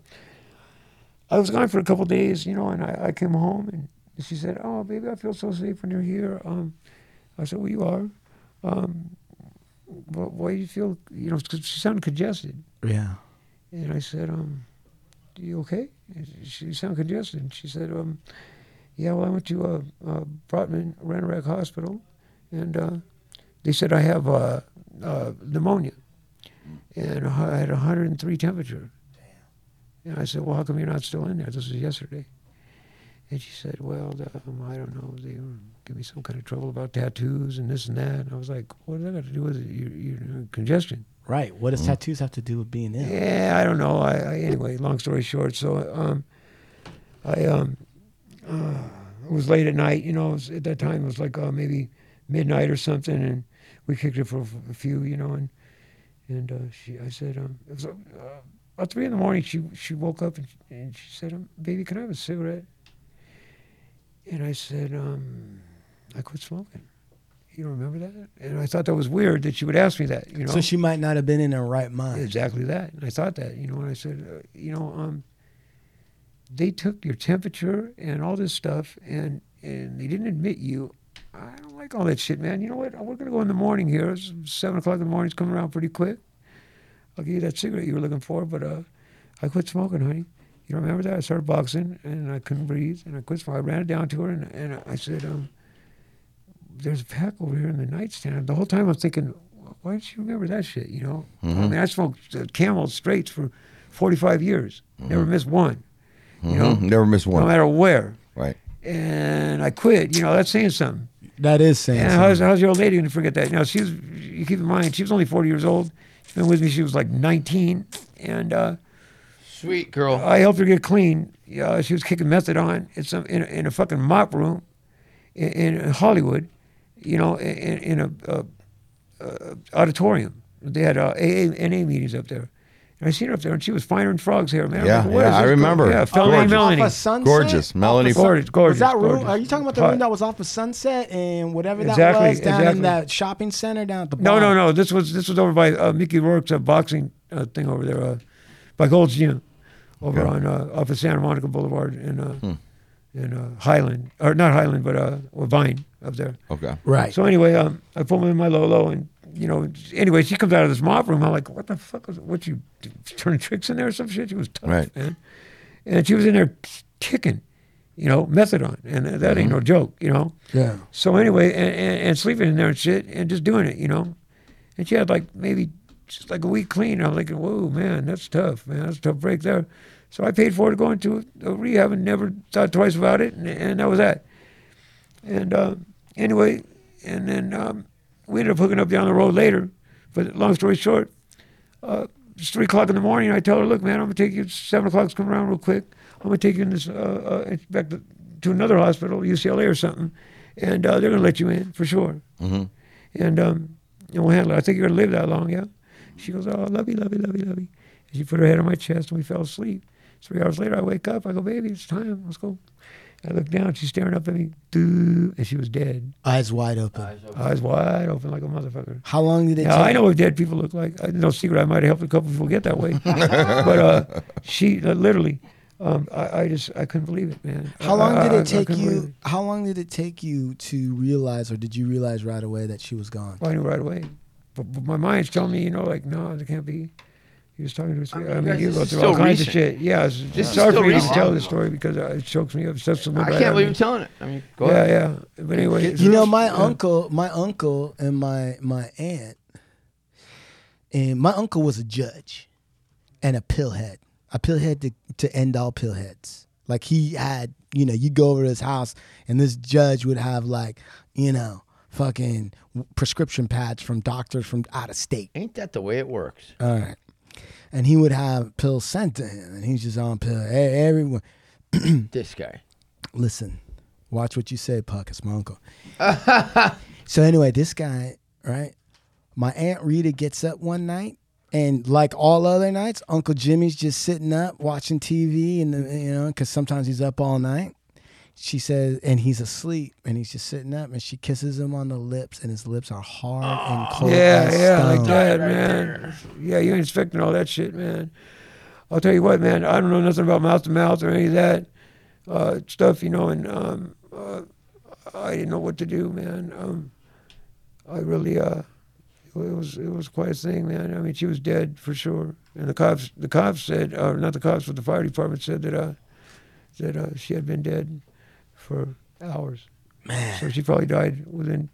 Speaker 5: I was gone for a couple days, you know, and I, I came home and she said, "Oh, baby, I feel so safe when you're here." Um, I said, "Well, you are." Um, "Wh- why do you feel? You know, 'cause she sounded congested,
Speaker 2: Yeah.
Speaker 5: and I said, "Um, you okay?" And she- She sounded congested. And She said, "Um, yeah, well, I went to uh, uh, Brotman Ranorak Hospital, and uh, they said I have uh, uh, pneumonia, and I had 103 temperature." And I said, "Well, how come you're not still in there? This was yesterday." And she said, "Well, the- um, I don't know. They were giving me some kind of trouble about tattoos and this and that." And I was like, "What does that got to do with it? Your, your congestion?"
Speaker 2: Right. What does tattoos have to do with being ill?
Speaker 5: Yeah, I don't know. I, I anyway, long story short, so um, I um, uh, it was late at night. You know, it was, at that time it was like uh, maybe midnight or something, and we kicked it for a few. You know, and And uh, she, I said, um, it was uh, about three in the morning. She she woke up and she, and she said, um, "Baby, can I have a cigarette?" And I said, um, "I quit smoking." You don't remember that? And I thought that was weird that she would ask me that. You know,
Speaker 2: So she might not have been in her right mind.
Speaker 5: exactly that. And I thought that, you know, and I said, uh, you know, um, they took your temperature and all this stuff, and and they didn't admit you. I don't like all that shit, man. You know what? We're gonna go in the morning here. It's seven o'clock in the morning. It's coming around pretty quick. I'll give you that cigarette you were looking for, but uh, I quit smoking, honey. You don't remember that? I started boxing and I couldn't breathe, and I quit smoking. I ran it down to her, and, and I said, um, there's a pack over here in the nightstand. The whole time I'm thinking, why don't you remember that shit? You know,
Speaker 3: Mm-hmm.
Speaker 5: I mean, I smoked uh, Camel Straights for 45 years, never missed one. You know,
Speaker 3: Mhm. Mm-hmm. Never miss
Speaker 5: no
Speaker 3: one.
Speaker 5: matter where.
Speaker 3: Right.
Speaker 5: And I quit. You know, that's saying something.
Speaker 2: That is saying.
Speaker 5: And
Speaker 2: something.
Speaker 5: how's, how's your old lady going to forget that? Now, she was, you keep in mind, she was only 40 years old. She's been with me, she was like 19. And uh,
Speaker 1: Sweet girl.
Speaker 5: I helped her get clean. Uh, she was kicking methadone in, some, in, a, in a fucking mop room in, in Hollywood, you know, in, in a, a, a auditorium. They had uh, AA and NA meetings up there. And I seen her up there, and she was finer than frog's hair, man. I'm
Speaker 3: Yeah,
Speaker 5: like, "Where
Speaker 3: yeah,
Speaker 5: is
Speaker 3: I
Speaker 5: this girl?"
Speaker 3: remember.
Speaker 5: Yeah,
Speaker 3: Oh,
Speaker 5: Felony
Speaker 3: gorgeous.
Speaker 5: Melanie.
Speaker 2: Off of sunset.
Speaker 3: Gorgeous.
Speaker 2: Off
Speaker 3: Melanie
Speaker 2: of
Speaker 3: Fo-
Speaker 2: Sun-
Speaker 5: Gorgeous, gorgeous,
Speaker 2: Was that room?
Speaker 5: gorgeous.
Speaker 2: Are you talking about the
Speaker 5: Hot.
Speaker 2: room that was off of Sunset and whatever that
Speaker 5: Exactly,
Speaker 2: was down in
Speaker 5: exactly.
Speaker 2: that shopping center down at the
Speaker 5: No,
Speaker 2: bottom?
Speaker 5: no, no. This was this was over by uh, Mickey Rourke's uh, boxing uh, thing over there, uh, by Gold's Gym, over
Speaker 3: Okay. Hmm.
Speaker 5: on uh, off of Santa Monica Boulevard and uh, and uh, Highland, or not Highland, but uh, or Vine up there.
Speaker 3: Okay.
Speaker 2: Right.
Speaker 5: So anyway, um, I put him in my Lolo, and you know, anyway, she comes out of this mop room. I'm like, what the fuck was what you turning tricks in there or some shit? She was tough,
Speaker 3: Right.
Speaker 5: man. And she was in there kicking, you know, methadone, and that ain't no joke, you know.
Speaker 2: yeah.
Speaker 5: So anyway, and, and, and sleeping in there and shit, and just doing it, you know. And she had like maybe just like a week clean. I'm thinking, whoa, man, that's tough, man, that's a tough break there. So I paid for it, going to a rehab, and never thought twice about it, and, and that was that. And uh, anyway, and then um, we ended up hooking up down the road later. But long story short, it's three o'clock in the morning. I tell her, look, man, I'm gonna take you. Seven o'clock's coming around real quick. I'm gonna take you in this uh, uh, back to, to another hospital, UCLA or something, and uh, they're gonna let you in for sure. Mm-hmm. And um, and we'll handle it. I think you're gonna live that long, yeah. She goes, oh, love you, love you, love you, love you. And she put her head on my chest, and we fell asleep. Three hours later, I wake up. I go, baby, it's time. Let's go. I look down. She's staring up at me, Doo, and she was dead.
Speaker 2: Eyes wide open.
Speaker 5: Eyes wide open like a motherfucker.
Speaker 2: How long did it
Speaker 5: Yeah,
Speaker 2: take?
Speaker 5: I know what dead people look like. I, no secret, I might have helped a couple people get
Speaker 2: [LAUGHS]
Speaker 5: that way. but uh, she uh, literally, um, I, I just I couldn't believe it, man.
Speaker 2: How long
Speaker 5: I- uh,
Speaker 2: did
Speaker 5: I- I
Speaker 2: it take
Speaker 5: couldn't believe
Speaker 2: you?
Speaker 5: it.
Speaker 2: How long did it take you to realize, or did you realize right away that she was gone?
Speaker 5: Well, I knew right away, but, but my mind's telling me, you know, like no, it can't be. He was talking to us. I mean,
Speaker 1: guys,
Speaker 5: you
Speaker 1: this
Speaker 5: go
Speaker 1: is
Speaker 5: through all
Speaker 1: still
Speaker 5: kinds
Speaker 1: recent.
Speaker 5: of shit. Yeah, it's,
Speaker 1: This
Speaker 5: it's
Speaker 1: is
Speaker 5: hard
Speaker 1: still
Speaker 5: for me to
Speaker 1: recent.
Speaker 5: tell the story because uh, it chokes me up. It's just
Speaker 1: I can't believe
Speaker 5: me.
Speaker 1: you're telling it. I mean, go
Speaker 5: um, Yeah,
Speaker 1: ahead.
Speaker 5: yeah. But anyway,
Speaker 2: You know,
Speaker 5: it's-
Speaker 2: my
Speaker 5: yeah.
Speaker 2: uncle, my uncle, and my my aunt, and my uncle was a judge, and a pillhead, a pillhead to to end all pillheads. Like he had, you know, you go over to his house, and this judge would have like, you know, fucking prescription pads from doctors from out of state.
Speaker 1: Ain't that the way it works?
Speaker 2: All right. And he would have pills sent to him, and he's just on pill. Hey, everyone,
Speaker 1: This guy.
Speaker 2: listen, watch what you say, Puck. It's my
Speaker 5: [LAUGHS]
Speaker 2: uncle. so anyway, this guy, right? My aunt Rita gets up one night, and like all other nights, Uncle Jimmy's just sitting up watching TV, and the- you know, because sometimes he's up all night. She says, and he's asleep, and he's just sitting up, and she kisses him on the lips, and his lips are hard and cold.
Speaker 5: Ah, Yeah,
Speaker 2: as
Speaker 5: yeah, like
Speaker 2: stone.
Speaker 5: that, man. Yeah, you ain't expecting all that shit, man. I'll tell you what, man. I don't know nothing about mouth to mouth or any of that uh, stuff, you know. And um, uh, I didn't know what to do, man. Um, I really, uh, it was it was quite a thing, man. I mean, she was dead for sure. And the cops, the cops said, or not the cops, but the fire department said that uh, that uh, she had been dead for hours. Man. So she probably died within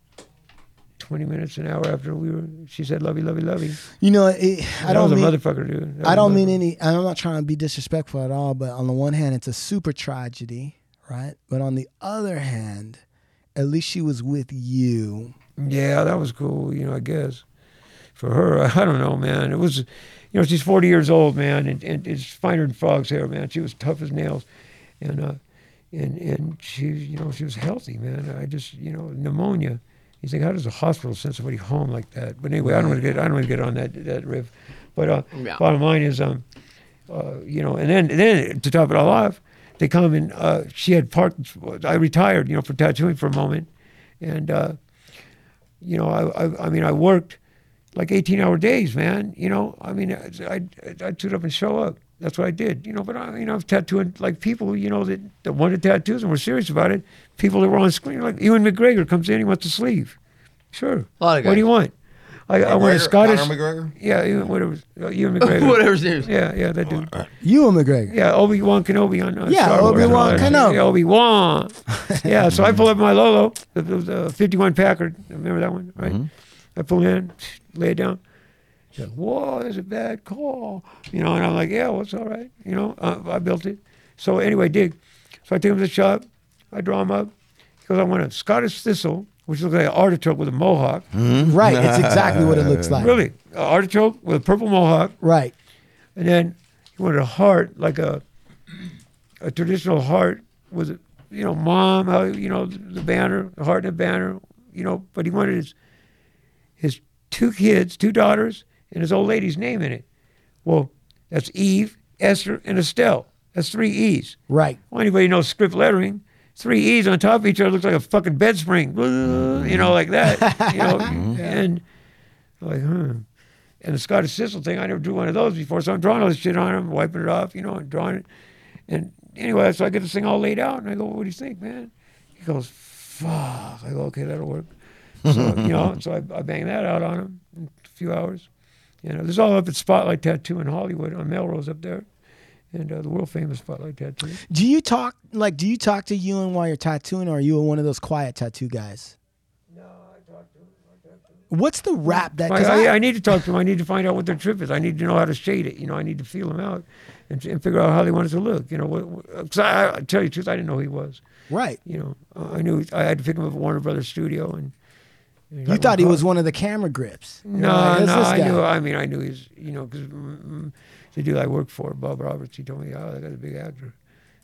Speaker 5: 20 minutes, an hour after we were. She said, "Lovey, lovey, lovey."
Speaker 2: You know, it, I
Speaker 5: that
Speaker 2: don't
Speaker 5: was
Speaker 2: mean
Speaker 5: a motherfucker, dude. That
Speaker 2: I
Speaker 5: was
Speaker 2: don't
Speaker 5: a
Speaker 2: mean
Speaker 5: motherfucker.
Speaker 2: any. and I'm not trying to be disrespectful at all, but on the one hand, it's a super tragedy, right? But on the other hand, at least she was with you.
Speaker 5: Yeah, that was cool. You know, I guess for her, [LAUGHS] I don't know, man. It was, you know, she's 40 years old, man, and, and it's finer than frog's hair, man. She was tough as nails, and uh, and and she, you know, she was healthy, man. I just, you know, pneumonia, You think, how does a hospital send somebody home like that? But anyway, I don't want to get I don't want to get on that that riff. But uh,
Speaker 1: Yeah.
Speaker 5: bottom line is, um, uh, you know, and then then to top it all off, they come and uh, she had parked. I retired, you know, for tattooing for a moment, and uh, you know, I, I I mean, I worked like 18 hour days, man. You know, I mean, I I I'd suit up and show up. That's what I did, you know. But I, you know, I was tattooing like people, you know, that, that wanted tattoos and were serious about it. People that were on screen, like Ewan McGregor comes in, he wants a sleeve. Sure.
Speaker 1: A lot of
Speaker 5: What
Speaker 1: guys.
Speaker 5: do you want? I, I want a
Speaker 3: McGregor?
Speaker 5: Scottish.
Speaker 3: Conor McGregor?
Speaker 5: Yeah, Ewan, whatever.
Speaker 1: [LAUGHS]
Speaker 5: uh, Ewan McGregor.
Speaker 1: Whatever his name is.
Speaker 5: Yeah, yeah, that dude.
Speaker 3: Oh, uh,
Speaker 2: You and McGregor.
Speaker 5: Yeah, Obi Wan Kenobi on. on
Speaker 2: Yeah,
Speaker 5: Star Wars.
Speaker 2: Obi-Wan Kenobi.
Speaker 5: Yeah,
Speaker 2: [LAUGHS]
Speaker 5: Obi Wan. yeah, so I pull up my Lolo, the, the, the 51 Packard. Remember that one, right?
Speaker 2: Mm-hmm.
Speaker 5: I pull in, lay it down. She's like, "Whoa, that's a bad call," you know. And I'm like, "Yeah, well, it's all right," you know. Uh, I built it. So anyway, dig. So I take him to the shop. I draw him up because I want a Scottish thistle, which looks like an artichoke with a mohawk.
Speaker 2: Mm-hmm. Right. It's exactly what it
Speaker 5: [LAUGHS]
Speaker 2: looks like.
Speaker 5: Really, an artichoke with a purple mohawk.
Speaker 2: Right.
Speaker 5: And then he wanted a heart, like a a traditional heart with, you know, mom, how you know, the banner, the heart and the banner, you know. But he wanted his his two kids, two daughters, and his old lady's name in it. Well, that's Eve, Esther, and Estelle. That's three E's.
Speaker 2: Right.
Speaker 5: Well, anybody knows script lettering. Three E's on top of each other looks like a fucking bed spring, you know, like that. You know, and I'm like, hmm. And the Scottish Thistle thing, I never drew one of those before, so I'm drawing all this shit on him, wiping it off, you know, and drawing it. And anyway, so I get this thing all laid out, and I go, "What do you think, man?" He goes, "Fuck." I go, "Okay, that'll work." So you know, so I, I bang that out on him in a few hours. You know, this is all up at Spotlight Tattoo in Hollywood on Melrose up there, and uh, the world famous Spotlight Tattoo.
Speaker 2: Do you talk like do you talk to Ewan while you're tattooing or are you one of those quiet tattoo guys? No, I talk to him. What's the rap that cause
Speaker 5: I, I,
Speaker 2: I-
Speaker 5: I need to talk to them. I need to find out what their trip is. I need to know how to shade it. You know, I need to feel them out and, and figure out how they want it to look. You know, because I, I tell you the truth, I didn't know who he was.
Speaker 2: Right.
Speaker 5: You know, Uh, I knew I had to pick him up at Warner Brothers Studio, and
Speaker 2: You thought he was one of the camera grips. You're
Speaker 5: No,
Speaker 2: like, "It's
Speaker 5: no,
Speaker 2: this
Speaker 5: I
Speaker 2: guy."
Speaker 5: knew. I mean, I knew he's you know because mm, the dude I worked for, Bob Roberts, he told me, oh, that guy's a big actor,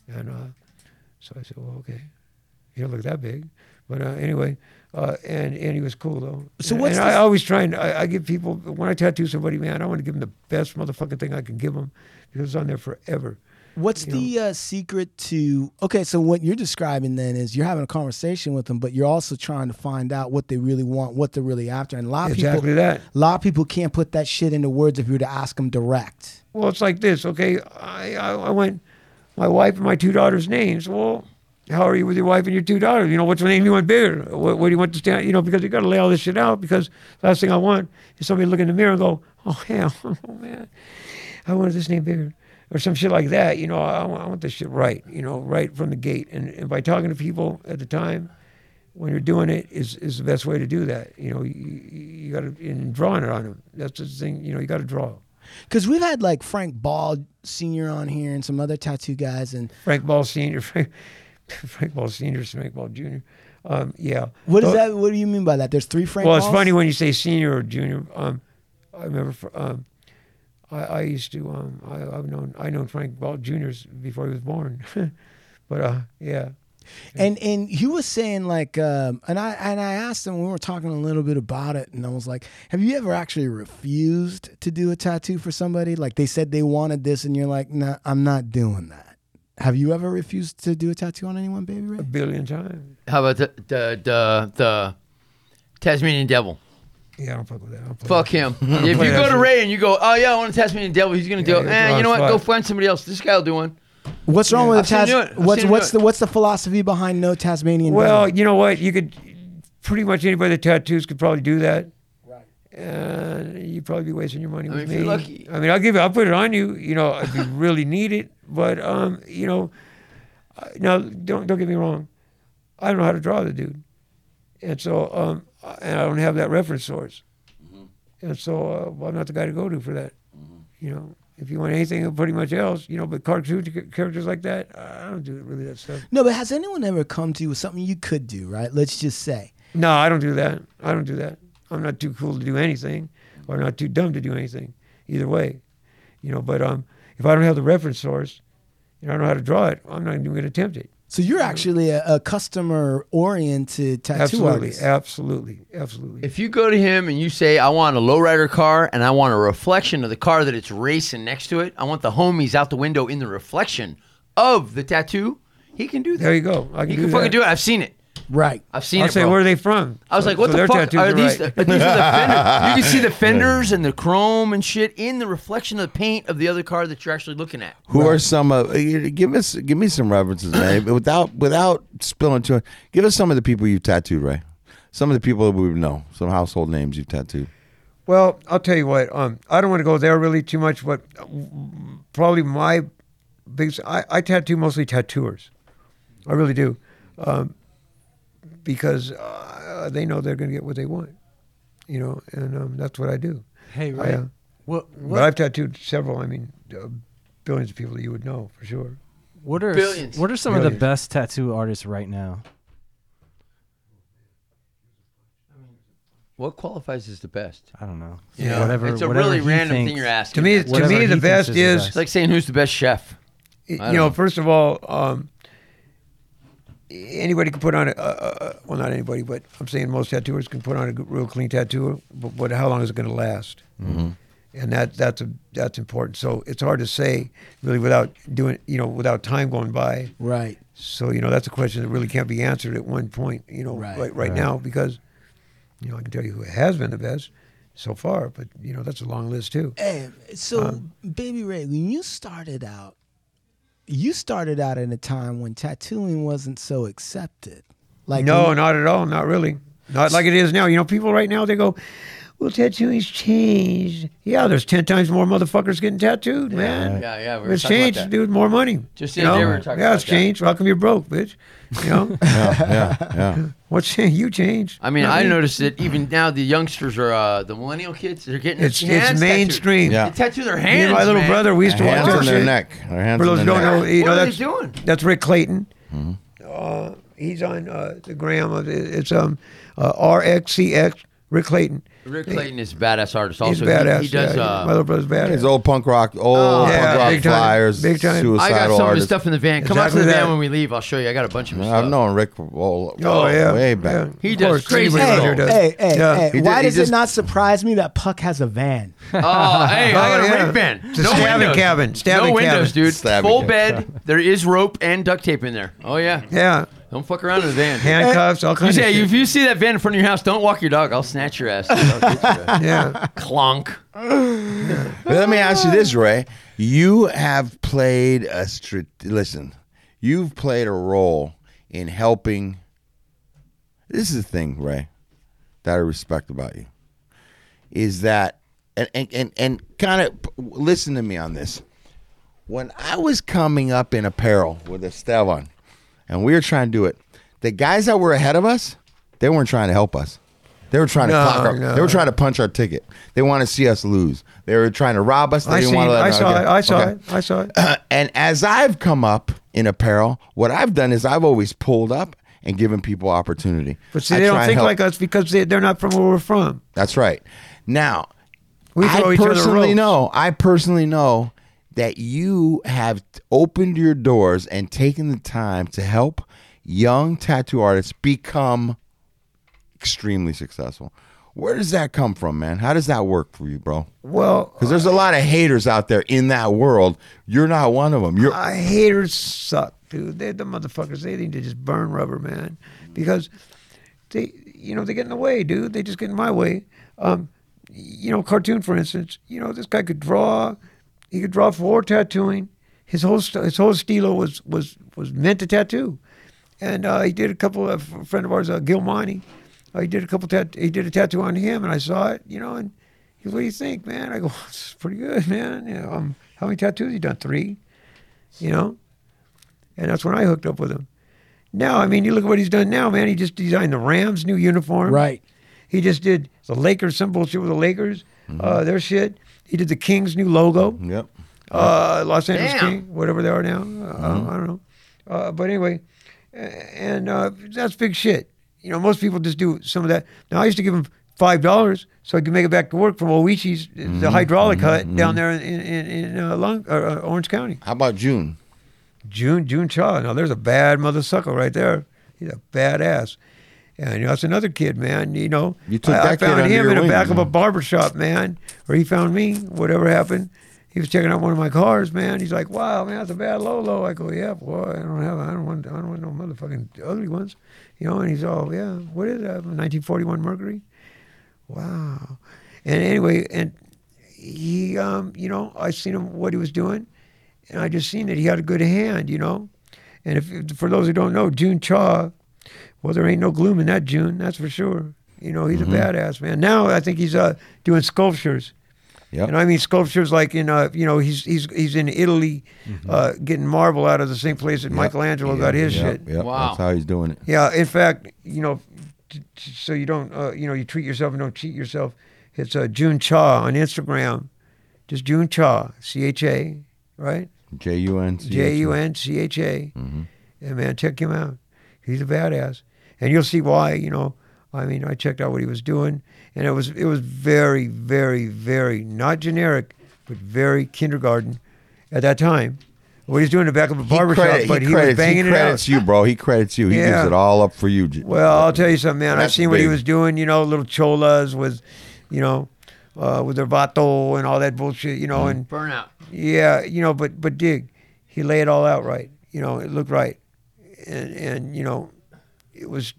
Speaker 5: and uh, so I said, well, okay, he don't look that big, but uh, anyway, uh, and and he was cool though.
Speaker 2: So
Speaker 5: and,
Speaker 2: what's
Speaker 5: and I
Speaker 2: this-
Speaker 5: always try and I, I give people when I tattoo somebody, man, I want to give them the best motherfucking thing I can give them because it's on there forever.
Speaker 2: What's the uh, secret to okay? So what you're describing then is you're having a conversation with them, but you're also trying to find out what they really want, what they're really after, and a lot of
Speaker 5: Exactly
Speaker 2: people,
Speaker 5: that.
Speaker 2: a lot of people can't put that shit into words if you were to ask them direct.
Speaker 5: Well, it's like this, okay? I, I, I went, my wife and my two daughters' names. Well, how are you with your wife and your two daughters? You know, which name you want bigger? What, what do you want to stand? You know, because you got to lay all this shit out. Because the last thing I want is somebody to look in the mirror and go, oh [LAUGHS] hell, oh man, I wanted this name bigger, or some shit like that. You know, I, want- I want this shit right. You know, right from the gate. And, and by talking to people at the time, when you're doing it is, is the best way to do that. You know, you, you got to and drawing it on them. That's the thing. You know, you got to draw.
Speaker 2: Because we've had like Frank Ball Senior on here and some other tattoo guys, and
Speaker 5: Frank Ball Senior, [LAUGHS] Frank, Frank Ball Senior, Frank Ball Junior. Um, yeah.
Speaker 2: what is
Speaker 5: Tho-
Speaker 2: that? What do you mean by that? There's three Frank.
Speaker 5: Well, it's
Speaker 2: Balls?
Speaker 5: funny when you say senior or junior. Um, I remember. fr- Um, I, I used to. Um, I, I've known. I known Frank Ball Junior's before he was born. [LAUGHS] but uh, yeah.
Speaker 2: And and he was saying like, um, and I and I asked him. We were talking a little bit about it, and I was like, "Have you ever actually refused to do a tattoo for somebody? Like they said they wanted this, and you're like, nah, I'm not doing that." Have you ever refused to do a tattoo on anyone, baby Ray?
Speaker 5: Billion times.
Speaker 1: How about the the the, the Tasmanian devil?
Speaker 5: Yeah, I don't fuck with that. I don't fuck
Speaker 1: Fuck
Speaker 5: [LAUGHS]
Speaker 1: him. if you go to Ray and you go, oh yeah, I want a Tasmanian devil, he's gonna
Speaker 5: Yeah,
Speaker 1: do.
Speaker 5: you're
Speaker 1: Eh, you know
Speaker 5: drawing
Speaker 1: what? Go
Speaker 5: fire.
Speaker 1: find somebody else. This guy'll do one.
Speaker 2: What's wrong with a
Speaker 1: I've seen him do it.
Speaker 2: Tasmanian?
Speaker 1: I've
Speaker 2: What's
Speaker 1: seen him
Speaker 2: what's
Speaker 1: do
Speaker 2: the
Speaker 1: it.
Speaker 2: what's the philosophy behind no Tasmanian?
Speaker 5: Well,
Speaker 2: devil?
Speaker 5: you know what? You could pretty much anybody that tattoos could probably do that. Right. And you'd probably be wasting your money
Speaker 1: I
Speaker 5: with
Speaker 1: mean, if
Speaker 5: me.
Speaker 1: you're lucky.
Speaker 5: I mean, I'll give it. I'll put it on you. You know, if you really need it. But um, you know, I- now don't don't get me wrong. I don't know how to draw the dude, and so um, I- and I don't have that reference source,
Speaker 1: Mm-hmm.
Speaker 5: and so uh, well, I'm not the guy to go to for that. You know, if you want anything, pretty much else, you know, but cartoon characters like that, I don't do really that stuff.
Speaker 2: no, but has anyone ever come to you with something you could do? Right? Let's just say.
Speaker 5: No, I don't do that. I don't do that. I'm not too cool to do anything, or not too dumb to do anything. Either way, you know. But um, if I don't have the reference source, and I don't know how to draw it, I'm not even going to attempt it.
Speaker 2: So you're
Speaker 1: Mm.
Speaker 2: actually a, a customer oriented tattoo
Speaker 5: Absolutely,
Speaker 2: artist.
Speaker 5: absolutely, absolutely.
Speaker 1: If you go to him and you say, I want a lowrider car and I want a reflection of the car that it's racing next to it, I want the homies out the window in the reflection of the tattoo, he can do that.
Speaker 5: There you go. I can
Speaker 1: He
Speaker 5: do
Speaker 1: can
Speaker 5: that.
Speaker 1: fucking do it. I've seen it.
Speaker 2: Right.
Speaker 1: I've seen
Speaker 5: I'll
Speaker 1: it.
Speaker 5: say,
Speaker 1: bro.
Speaker 5: where are they from?
Speaker 1: I was
Speaker 5: So-
Speaker 1: like, what
Speaker 5: so
Speaker 1: the
Speaker 5: their
Speaker 1: fuck
Speaker 5: tattoos
Speaker 1: are these?
Speaker 5: [LAUGHS] right.
Speaker 1: are these are the fenders. You can see the fenders and the chrome and shit in the reflection of the paint of the other car that you're actually looking at.
Speaker 3: Who are some of? you- Give us, give me some references, man. without, without spilling too much. Give us some of the people you tattooed, Ray. Some of the people that we know, some household names you
Speaker 5: [LAUGHS]
Speaker 3: tattooed.
Speaker 5: Well, I'll tell you what. Um, I don't want to go there really too much, but probably my biggest. I, I tattoo mostly tattooers. I really do, um, because uh, they know they're going to get what they want, you know, and um, that's what I do.
Speaker 4: Hey,
Speaker 5: I,
Speaker 4: Ray.
Speaker 5: uh,
Speaker 4: What
Speaker 5: but
Speaker 4: what,
Speaker 5: I've tattooed several. I mean, uh, billions of people that you would know for sure.
Speaker 4: what are
Speaker 1: Billions.
Speaker 4: what are some of the
Speaker 5: Billions.
Speaker 4: best tattoo artists right now?
Speaker 1: What qualifies as the best?
Speaker 4: I don't know.
Speaker 1: You know,
Speaker 4: whatever.
Speaker 1: it's a
Speaker 4: whatever
Speaker 1: really
Speaker 4: he
Speaker 1: random
Speaker 4: thinks.
Speaker 1: thing you're asking.
Speaker 5: To me,
Speaker 1: it's,
Speaker 5: to
Speaker 4: Whatever
Speaker 5: me,
Speaker 4: he
Speaker 5: the
Speaker 4: thinks
Speaker 5: best
Speaker 4: is the
Speaker 5: is
Speaker 4: best.
Speaker 1: like saying who's the best chef.
Speaker 5: you
Speaker 1: I
Speaker 5: know,
Speaker 1: don't know.
Speaker 5: first of all, um, anybody can put on a, a, a well, not anybody, but I'm saying most tattooers can put on a g- real clean tattoo. But, but how long is it going to last? Mm-hmm. And that that's a, that's important. So it's hard to say really without doing you know without time going by.
Speaker 2: Right.
Speaker 5: So you know that's a question that really can't be answered at one point. You know
Speaker 2: Right.
Speaker 5: right right, now because you know I can tell you who has been the best so far, but you know that's a long list too.
Speaker 2: Hey, so
Speaker 4: Um,
Speaker 2: baby Ray, when you started out, you started out in a time when tattooing wasn't so accepted. Like
Speaker 5: No, not at all. Not really. Not like it is now. You know, people right now they go, "Well, tattooing's changed." Yeah, there's ten times more motherfuckers getting tattooed, man.
Speaker 1: yeah, yeah, we were
Speaker 5: it's
Speaker 1: talking about
Speaker 5: changed,
Speaker 1: that.
Speaker 5: dude. More money.
Speaker 1: Just the
Speaker 5: you
Speaker 1: other day
Speaker 5: know?
Speaker 1: we were talking
Speaker 5: Yeah,
Speaker 1: about
Speaker 5: it's
Speaker 1: that.
Speaker 5: changed. How come you're broke, bitch? You know,
Speaker 3: [LAUGHS] Yeah, yeah.
Speaker 5: what's [LAUGHS] you changed?
Speaker 1: I mean,
Speaker 5: Not
Speaker 1: I
Speaker 5: me.
Speaker 1: noticed that even now the youngsters are uh, the millennial kids. They're getting
Speaker 5: It's
Speaker 1: their hands
Speaker 5: it's
Speaker 1: tattooed.
Speaker 5: mainstream.
Speaker 3: Yeah.
Speaker 1: They tattoo their
Speaker 5: Me
Speaker 1: hands.
Speaker 5: and my little
Speaker 1: man.
Speaker 5: brother, we used to watch
Speaker 3: hands
Speaker 5: that
Speaker 3: on their
Speaker 5: shit.
Speaker 3: neck. Their hands
Speaker 5: For
Speaker 3: on
Speaker 5: those
Speaker 3: their
Speaker 5: who don't
Speaker 3: neck. Mm-hmm.
Speaker 5: know, you
Speaker 1: What
Speaker 5: know
Speaker 1: are they
Speaker 5: that's
Speaker 1: doing?
Speaker 5: that's Rick Clayton. Uh, he's on uh, the gram of it's um uh, RXCX Rick Clayton.
Speaker 1: Rick Clayton is a badass artist.
Speaker 5: He's
Speaker 1: Also, He-
Speaker 5: badass.
Speaker 1: he, does.
Speaker 5: yeah.
Speaker 1: uh,
Speaker 5: my little brother's
Speaker 3: His
Speaker 5: badass.
Speaker 3: old punk rock, old
Speaker 5: Yeah,
Speaker 3: punk rock
Speaker 5: big time,
Speaker 3: flyers,
Speaker 5: big time.
Speaker 1: I
Speaker 3: suicidal
Speaker 5: I got
Speaker 1: got some of his
Speaker 3: artists.
Speaker 1: stuff in the van. Come out to
Speaker 5: Exactly
Speaker 1: the van
Speaker 5: that.
Speaker 1: when we leave. I'll show you. I got a bunch of his
Speaker 3: I've
Speaker 1: stuff.
Speaker 3: known Rick all,
Speaker 5: Oh yeah,
Speaker 3: way back.
Speaker 5: Yeah.
Speaker 1: He
Speaker 5: Of
Speaker 1: does
Speaker 5: course,
Speaker 1: crazy shit.
Speaker 2: Hey,
Speaker 5: anybody out here [LAUGHS] does.
Speaker 2: hey, hey,
Speaker 5: Yeah.
Speaker 2: hey,
Speaker 3: He
Speaker 2: why
Speaker 3: did- he
Speaker 2: does
Speaker 3: just-
Speaker 2: it not surprise me that Puck has a van?
Speaker 1: Oh, hey, I got
Speaker 5: Oh,
Speaker 1: a
Speaker 5: yeah.
Speaker 1: rape van.
Speaker 5: It's a stabbing cabin. Stabbing
Speaker 1: no windows,
Speaker 5: cabin.
Speaker 1: dude.
Speaker 3: Stabbing
Speaker 1: Full
Speaker 3: cabin.
Speaker 1: bed. There is rope and duct tape in there. Oh yeah.
Speaker 5: Yeah,
Speaker 1: Don't fuck around in the van.
Speaker 5: handcuffs, all
Speaker 1: You
Speaker 5: kinds
Speaker 1: say,
Speaker 5: of
Speaker 1: if
Speaker 5: shit.
Speaker 1: you see that van in front of your house, don't walk your dog. I'll snatch your ass.
Speaker 5: [LAUGHS]
Speaker 1: I'll get you. [LAUGHS]
Speaker 3: Oh,
Speaker 5: Yeah,
Speaker 1: Clonk.
Speaker 3: But let me ask you this, Ray. You have played a str- listen. You've played a role in helping. This is the thing, Ray, that I respect about you, is that and and and, and kind of listen to me on this. When I was coming up in apparel with Esteban, and we were trying to do it, the guys that were ahead of us, they weren't trying to help us. They were trying to
Speaker 5: No,
Speaker 3: clock our,
Speaker 5: no.
Speaker 3: They were trying to punch our ticket. They want to see us lose. They were trying to rob us. They
Speaker 5: I
Speaker 3: didn't
Speaker 5: seen.
Speaker 3: want to let
Speaker 5: I
Speaker 3: us-
Speaker 5: saw
Speaker 3: okay.
Speaker 5: it. I saw
Speaker 3: Okay.
Speaker 5: it. I saw it.
Speaker 3: Uh, and as I've come up in apparel, what I've done is I've always pulled up and given people opportunity.
Speaker 5: But see,
Speaker 3: I
Speaker 5: they
Speaker 3: try
Speaker 5: don't
Speaker 3: and
Speaker 5: think
Speaker 3: help.
Speaker 5: like us because they, they're not from where we're from.
Speaker 3: That's right. Now,
Speaker 5: We throw
Speaker 3: I
Speaker 5: each other
Speaker 3: personally
Speaker 5: ropes.
Speaker 3: know. I personally know that you have t- opened your doors and taken the time to help young tattoo artists become extremely successful. Where does that come from, man? How does that work for you, bro?
Speaker 5: Well,
Speaker 3: Because there's a lot of haters out there in that world. You're not one of them. You're
Speaker 5: I haters suck, dude. They the motherfuckers. They need to just burn rubber, man, because they, you know, they get in the way, dude. They just get in my way. Um, you know, cartoon for instance. You know, this guy could draw. He could draw for tattooing. His whole st- his whole stilo was was was meant to tattoo, and uh, he did a couple. of- A friend of ours, uh, Gilmani, uh, he did a couple. Tat- he did a tattoo on him, and I saw it. You know, and he goes, "What do you think, man?" I go, [LAUGHS] "It's pretty good, man." You know, um, how many tattoos you done? Three you know. And that's when I hooked up with him. Now, I mean, you look at what he's done now, man. He just designed the Rams' new uniform.
Speaker 2: Right.
Speaker 5: He just did the Lakers, some bullshit with the Lakers, uh, their shit. He did the Kings' new logo,
Speaker 3: Mm-hmm. yep.
Speaker 5: uh, Los Angeles
Speaker 1: Damn.
Speaker 5: King, whatever they are now. Uh, I don't know. Uh, but anyway, a- and uh, that's big shit. You know, most people just do some of that. Now, I used to give him $5 so I could make it back to work from Oichi's, the hydraulic hut down there in, in, in uh, Long, uh, uh, Orange County.
Speaker 3: How about June?
Speaker 5: June June Chaw. Now there's a bad mother sucker right there. He's a badass. And you know, that's another kid, man. You know,
Speaker 3: You took
Speaker 5: I, I
Speaker 3: that kid
Speaker 5: found
Speaker 3: under
Speaker 5: him
Speaker 3: your
Speaker 5: in the
Speaker 3: wing,
Speaker 5: back of a
Speaker 3: man.
Speaker 5: barber shop, man, or he found me. Whatever happened, he was checking out one of my cars, man. He's like, "Wow, man, that's a bad Lolo." I go, "Yeah, boy, I don't have, I don't want, I don't want no motherfucking ugly ones," you know. And he's all, "Yeah, what is that? 1941 Mercury?" Wow. And anyway, and he, um, you know, I seen him what he was doing, and I just seen that he had a good hand, you know. And if for those who don't know, June Chaw, well, there ain't no gloom in that June, that's for sure. You know, he's
Speaker 3: Mm-hmm.
Speaker 5: a badass man. Now I think he's uh, doing sculptures.
Speaker 3: Yep.
Speaker 5: And I mean sculptures like in uh, you know he's he's he's in Italy, uh, getting marble out of the same place that Michelangelo got his
Speaker 3: Mm-hmm. Yep,
Speaker 5: shit.
Speaker 3: Yep,
Speaker 1: Wow.
Speaker 3: That's how he's doing it.
Speaker 5: Yeah, in fact, you know, t- t- so you don't, uh, you know, you treat yourself and don't cheat yourself. It's uh, June Cha on Instagram, just June Cha, C H A, right?
Speaker 3: J U N C. Mm-hmm.
Speaker 5: J U N C H A. And man, check him out. He's a badass, and you'll see why. You know, I mean, I checked out what he was doing, and it was it was very, very, very not generic, but very kindergarten at that time. What he's doing in the back of a
Speaker 3: He
Speaker 5: barber shop,
Speaker 3: credit-
Speaker 5: but he, was
Speaker 3: credits,
Speaker 5: banging
Speaker 3: he
Speaker 5: it
Speaker 3: credits
Speaker 5: out.
Speaker 3: you, bro. He credits you. He
Speaker 5: Yeah.
Speaker 3: gives it all up for you. J-
Speaker 5: Well, I'll tell you something, man. I've
Speaker 3: That's
Speaker 5: seen what he
Speaker 3: big.
Speaker 5: was doing. You know, little cholas with, you know, uh, with their vato and all that bullshit. You know,
Speaker 3: Mm-hmm.
Speaker 5: and
Speaker 1: Burnout.
Speaker 5: yeah, you know, but but dig, he lay it all out right. You know, it looked right, and and you know, it was,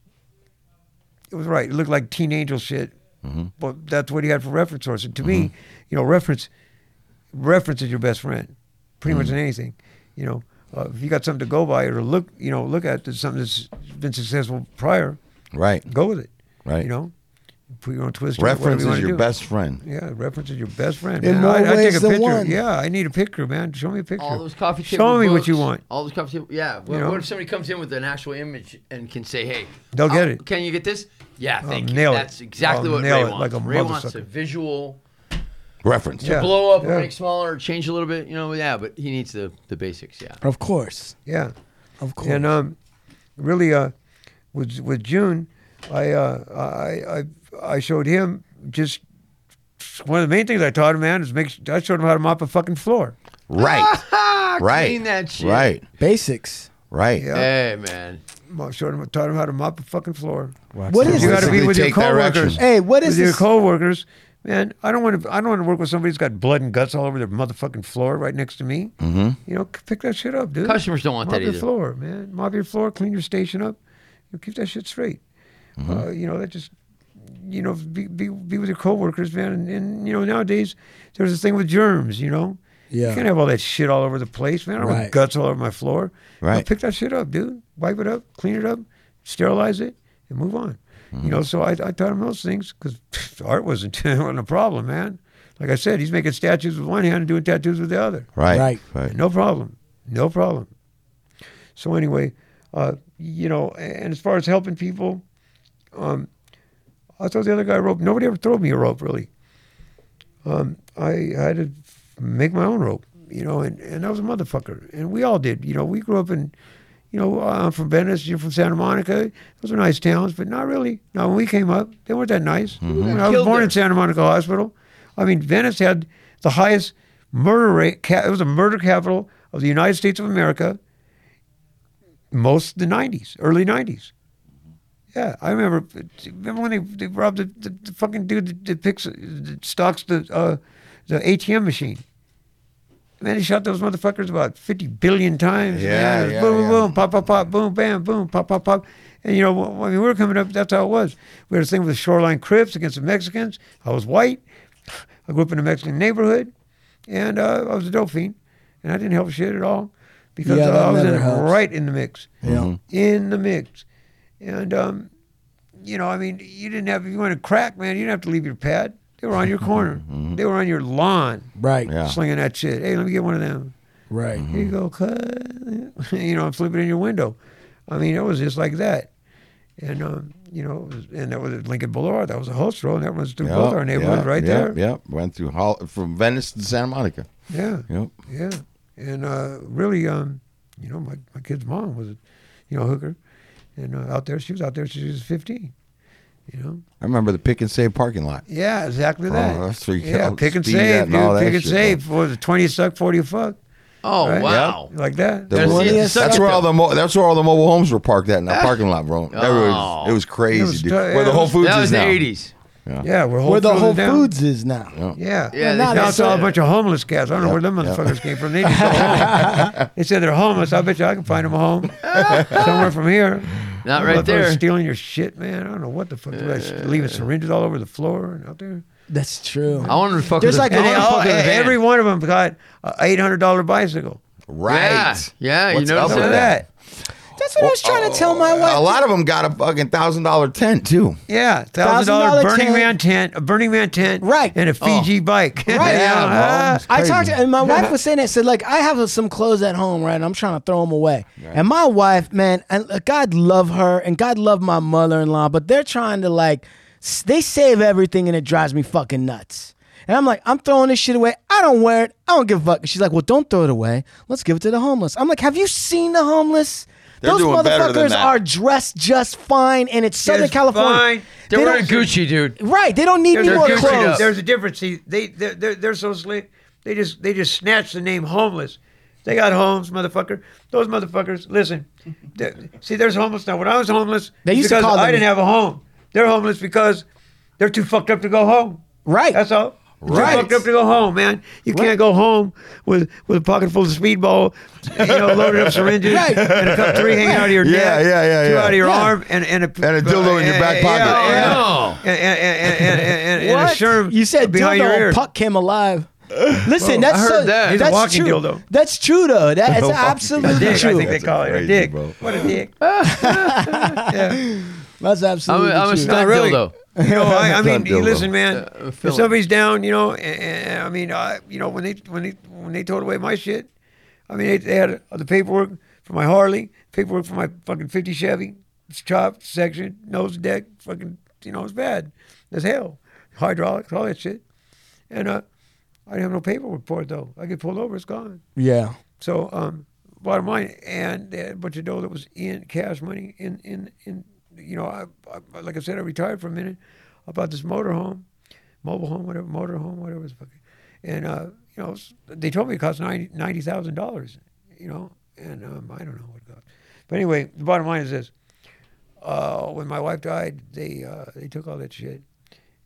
Speaker 5: it was right. It looked like teen angel shit,
Speaker 3: Mm-hmm.
Speaker 5: but that's what he had for reference source. And to me, you know, reference, reference is your best friend, pretty
Speaker 3: Mm-hmm.
Speaker 5: much in anything. You know, uh, if you got something to go by or look, you know, look at that's something that's been successful prior,
Speaker 3: right,
Speaker 5: go with it.
Speaker 3: right.
Speaker 5: You know, put your own twist. on it, whatever
Speaker 3: Reference
Speaker 5: you
Speaker 3: is
Speaker 5: wanna
Speaker 3: your
Speaker 5: do.
Speaker 3: best friend.
Speaker 5: Yeah, reference is your best friend.
Speaker 3: In
Speaker 5: Man.
Speaker 3: more
Speaker 5: I, I take
Speaker 3: ways
Speaker 5: a
Speaker 3: than
Speaker 5: picture.
Speaker 3: one.
Speaker 5: Yeah, I need a picture, man. Show me a picture.
Speaker 1: All those coffee table
Speaker 5: Show me
Speaker 1: books,
Speaker 5: what you want.
Speaker 1: All those coffee table. Yeah. What,
Speaker 5: know?
Speaker 1: what if somebody comes in with an actual image and can say, "Hey,
Speaker 5: They'll get
Speaker 1: I'll-
Speaker 5: it.
Speaker 1: Can you get this? Yeah, thank you.
Speaker 5: nail it.
Speaker 1: That's exactly
Speaker 5: I'll
Speaker 1: what
Speaker 5: nail
Speaker 1: Ray
Speaker 5: it
Speaker 1: wants.
Speaker 5: like a
Speaker 1: Ray wants a
Speaker 5: motherfucker.
Speaker 1: visual
Speaker 3: Reference.
Speaker 5: Yeah.
Speaker 1: blow up
Speaker 5: yeah.
Speaker 1: or make smaller or change a little bit. You know, yeah. But he needs the the basics. Yeah.
Speaker 2: Of course.
Speaker 5: Yeah,
Speaker 2: Of course.
Speaker 5: and um, really, uh, with with June, I uh, I I I showed him just one of the main things I taught him, man, is make. I showed him how to mop a fucking floor.
Speaker 3: Right. right.
Speaker 1: Clean that shit.
Speaker 3: Right.
Speaker 2: Basics.
Speaker 3: Right.
Speaker 5: Yeah.
Speaker 1: Hey man.
Speaker 5: Mo- Showed him, taught him how to mop a fucking floor.
Speaker 2: What is
Speaker 5: You got to
Speaker 2: this?
Speaker 5: be
Speaker 3: Basically
Speaker 5: with your
Speaker 3: take direction.
Speaker 5: coworkers.
Speaker 2: Hey, what is
Speaker 5: with your
Speaker 2: this?
Speaker 5: coworkers, man. I don't want to. I don't want to work with somebody who's got blood and guts all over their motherfucking floor right next to me. Mm-hmm. You know, c- pick that shit up, dude.
Speaker 1: Customers don't want
Speaker 5: Mop
Speaker 1: that
Speaker 5: your
Speaker 1: either.
Speaker 5: floor, man. Mop your floor. Clean your station up. You keep that shit straight.
Speaker 3: Mm-hmm.
Speaker 5: Uh, you know that just. You know, be, be be with your coworkers, man. And, and you know nowadays there's this thing with germs. You know.
Speaker 2: Yeah.
Speaker 5: You can't have all that shit all over the place, man. I don't
Speaker 2: Right.
Speaker 5: want guts all over my floor. You know,
Speaker 3: Right.
Speaker 5: pick that shit up, dude. Wipe it up, clean it up, sterilize it, and move on. You know, so I, I taught him those things because [LAUGHS] art wasn't, wasn't a problem, man. Like I said, he's making statues with one hand and doing tattoos with the other.
Speaker 3: Right.
Speaker 2: Right.
Speaker 3: Right.
Speaker 5: No problem. No problem. So anyway, uh, you know, a- and as far as helping people, um, I told the other guy a rope. Nobody ever threw me a rope, really. Um, I had to make my own rope, you know, and, and I was a motherfucker. And we all did. You know, we grew up in, you know, I'm from Venice, you're from Santa Monica. Those are nice towns, but not really. Now, when we came up, they weren't that nice. When I was
Speaker 1: Killed
Speaker 5: born
Speaker 1: there.
Speaker 5: in Santa Monica Hospital, I mean, Venice had the highest murder rate. Ca- it was a murder capital of the United States of America most of the 90s, early 90s. Yeah, I remember. Remember when they, they robbed the, the, the fucking dude that, that picks that stocks the uh, the ATM machine. Man, he shot those motherfuckers about fifty billion times.
Speaker 3: Yeah,
Speaker 5: man. It was
Speaker 3: yeah,
Speaker 5: boom,
Speaker 3: yeah.
Speaker 5: boom, pop, pop, pop, boom, bam, boom, pop, pop, pop. And you know, when we were coming up, that's how it was. We had a thing with the shoreline Crips against the Mexicans. I was white. I grew up in a Mexican neighborhood, and uh, I was a dope fiend, and I didn't help shit at all because
Speaker 2: Yeah,
Speaker 5: uh,
Speaker 2: that
Speaker 5: I was in
Speaker 2: never
Speaker 5: it
Speaker 2: helps.
Speaker 5: right in the mix Mm-hmm.
Speaker 2: Yeah.
Speaker 5: in the mix. And, um, you know, I mean, you didn't have, if you wanted crack, man, you didn't have to leave your pad. They were on your
Speaker 2: [LAUGHS]
Speaker 5: corner,
Speaker 2: Mm-hmm.
Speaker 5: they were on your lawn
Speaker 2: Right.
Speaker 3: Yeah.
Speaker 5: slinging that shit. Hey, let me get one of them.
Speaker 2: Right.
Speaker 5: Here you go, cuz. [LAUGHS] you know, and flip it in your window. I mean, it was just like that. And, um, you know, it was, and that was at Lincoln Boulevard. That was a host road. And that was through both our neighborhoods
Speaker 3: yep,
Speaker 5: right
Speaker 3: yep,
Speaker 5: there.
Speaker 3: Yep. Went through Hol- from Venice to Santa Monica.
Speaker 5: Yeah.
Speaker 3: Yep.
Speaker 5: Yeah, and uh, really, um, you know, my, my kid's mom was, a, you know, a hooker, and uh, out there she was out there. She was fifteen. You know.
Speaker 3: I remember the pick and save parking lot.
Speaker 5: Yeah, exactly
Speaker 3: Oh,
Speaker 5: that.
Speaker 3: that's where you
Speaker 5: yeah,
Speaker 3: go
Speaker 5: pick and
Speaker 3: speed at
Speaker 5: save,
Speaker 3: and
Speaker 5: dude.
Speaker 3: all that
Speaker 5: Pick and
Speaker 3: shit,
Speaker 5: save. What was it? Twenty suck, forty fuck.
Speaker 1: Oh
Speaker 5: Right?
Speaker 1: wow.
Speaker 5: Like that.
Speaker 3: The-
Speaker 1: That's the-
Speaker 2: That's
Speaker 1: suck
Speaker 3: That's
Speaker 1: it
Speaker 3: where all
Speaker 1: though.
Speaker 3: the mo- that's where all the mobile homes were parked at in that parking lot, bro. That
Speaker 1: Oh.
Speaker 3: was, it was crazy,
Speaker 5: It was
Speaker 3: dude.
Speaker 5: t- yeah,
Speaker 3: where the
Speaker 5: it
Speaker 3: Whole
Speaker 5: was-
Speaker 3: Foods
Speaker 1: that
Speaker 3: is
Speaker 1: was the
Speaker 3: now.
Speaker 1: '80s.
Speaker 5: yeah, we're Whole
Speaker 2: Where the
Speaker 5: Foods
Speaker 2: Whole
Speaker 5: down.
Speaker 2: Foods is now.
Speaker 5: Yeah.
Speaker 1: Yeah,
Speaker 2: now
Speaker 5: Now it's all a
Speaker 1: said-
Speaker 5: bunch of homeless cats. I don't know where them motherfuckers
Speaker 3: [LAUGHS]
Speaker 5: came from. They, just go home. they said they're homeless. I bet you I can find them a home somewhere from here.
Speaker 1: Not
Speaker 5: Them
Speaker 1: right
Speaker 5: motherfuckers
Speaker 1: there.
Speaker 5: Stealing your shit, man. I don't know what the fuck. they're leaving syringes all over the floor and out there.
Speaker 2: That's true.
Speaker 1: I wanted to fuck.
Speaker 2: There's
Speaker 1: with
Speaker 2: like
Speaker 1: a,
Speaker 2: a
Speaker 5: And
Speaker 1: I
Speaker 5: they
Speaker 1: wanted to
Speaker 5: all,
Speaker 1: fuck with a van.
Speaker 5: every one of them got an eight hundred dollar bicycle.
Speaker 1: Yeah,
Speaker 3: Right.
Speaker 1: yeah, you
Speaker 3: What's
Speaker 1: notice
Speaker 3: up
Speaker 5: Look
Speaker 3: with
Speaker 5: at that.
Speaker 2: That's what I was trying to tell my
Speaker 3: Oh, A
Speaker 2: wife.
Speaker 3: lot of them got a fucking thousand dollar tent
Speaker 5: [LAUGHS]
Speaker 3: too.
Speaker 5: Yeah, thousand
Speaker 2: $1,000
Speaker 5: dollar Burning
Speaker 2: tent.
Speaker 5: Man tent, a Burning Man tent,
Speaker 2: Right.
Speaker 5: and a Fiji bike. [LAUGHS]
Speaker 2: Right.
Speaker 3: Yeah, bro.
Speaker 5: Ah.
Speaker 3: It's
Speaker 2: I
Speaker 3: crazy.
Speaker 2: talked, to, and my wife was saying that. Said like, I have some clothes at home, right? And I'm trying to throw them away. And my wife, man, and uh, God love her, and God love my mother-in-law, but they're trying to like, s- they save everything, and it drives me fucking nuts. And I'm like, I'm throwing this shit away. I don't wear it. I don't give a fuck. And she's like, Well, don't throw it away. Let's give it to the homeless. I'm like, Have you seen the homeless?
Speaker 3: They're
Speaker 2: Those
Speaker 3: doing better
Speaker 2: motherfuckers
Speaker 3: than that.
Speaker 2: are dressed just fine, and it's Southern
Speaker 5: Just
Speaker 2: California.
Speaker 5: fine.
Speaker 1: They're
Speaker 2: They
Speaker 1: wearing
Speaker 2: don't-
Speaker 1: Gucci, dude.
Speaker 2: [LAUGHS] Right? They don't need any
Speaker 5: there's,
Speaker 2: more
Speaker 5: a difference.
Speaker 2: clothes.
Speaker 5: there's a difference. See, they they're, they're, they're so slick. They just they just snatch the name homeless. They got homes, motherfucker. Those motherfuckers. Listen, th- see, there's homeless now. When I was homeless,
Speaker 2: They
Speaker 5: it's
Speaker 2: used to
Speaker 5: because
Speaker 2: call
Speaker 5: I
Speaker 2: them-
Speaker 5: didn't have a home. They're homeless because they're too fucked up to go home.
Speaker 2: Right.
Speaker 5: That's all. They're too
Speaker 2: Right.
Speaker 5: fucked up to go home, man. You can't go home with with a pocket full of speedball, you know, loaded up syringes
Speaker 2: [LAUGHS] Right.
Speaker 5: and a cup three hanging out of your
Speaker 3: Yeah,
Speaker 5: neck,
Speaker 3: yeah, yeah,
Speaker 5: two
Speaker 3: yeah.
Speaker 5: out of your
Speaker 2: Yeah.
Speaker 5: arm, and and a,
Speaker 3: And a dildo in your back
Speaker 5: yeah,
Speaker 3: pocket.
Speaker 5: yeah,
Speaker 1: Oh,
Speaker 5: yeah
Speaker 1: no.
Speaker 5: and, and, and, and, and, and a sherm
Speaker 2: you said
Speaker 5: behind your
Speaker 2: dildo
Speaker 5: ear.
Speaker 2: and puck came alive. Listen, that's
Speaker 1: I heard
Speaker 2: so,
Speaker 1: that. He's a
Speaker 2: that's
Speaker 5: walking
Speaker 2: true.
Speaker 5: dildo.
Speaker 2: That's true though. That is
Speaker 3: walking
Speaker 5: A
Speaker 2: absolutely
Speaker 5: dick, I think
Speaker 2: true.
Speaker 5: they
Speaker 3: That's
Speaker 5: call it a
Speaker 3: crazy,
Speaker 5: dick.
Speaker 3: bro.
Speaker 5: What a dick. yeah.
Speaker 2: That's
Speaker 1: I'm a,
Speaker 2: absolutely
Speaker 1: I'm a
Speaker 2: true.
Speaker 1: stunt
Speaker 5: really.
Speaker 1: dildo.
Speaker 5: No, I, I mean,
Speaker 3: Not dildo.
Speaker 5: listen, man.
Speaker 1: Uh,
Speaker 5: if
Speaker 1: fill it.
Speaker 5: somebody's down, you know, and, and, I mean, I, you know, when they when they when they towed away my shit, I mean, they, they had the paperwork for my Harley, paperwork for my fucking fifty Chevy, it's chopped, section, nose deck, fucking, you know, it's bad as hell, hydraulics, all that shit, and uh, I didn't have no paperwork for it though. I get pulled over, it's gone.
Speaker 2: yeah.
Speaker 5: So, um, bottom line, and they had a bunch of dough that was in cash money. In in in, you know, I, I like I said, I retired for a minute. I bought this motorhome, mobile home, whatever, motorhome, whatever it's fucking, and uh, you know, s- they told me it cost ninety ninety thousand dollars. You know, and um, I don't know what it cost. But anyway, the bottom line is this: uh, when my wife died, they uh, they took all that shit,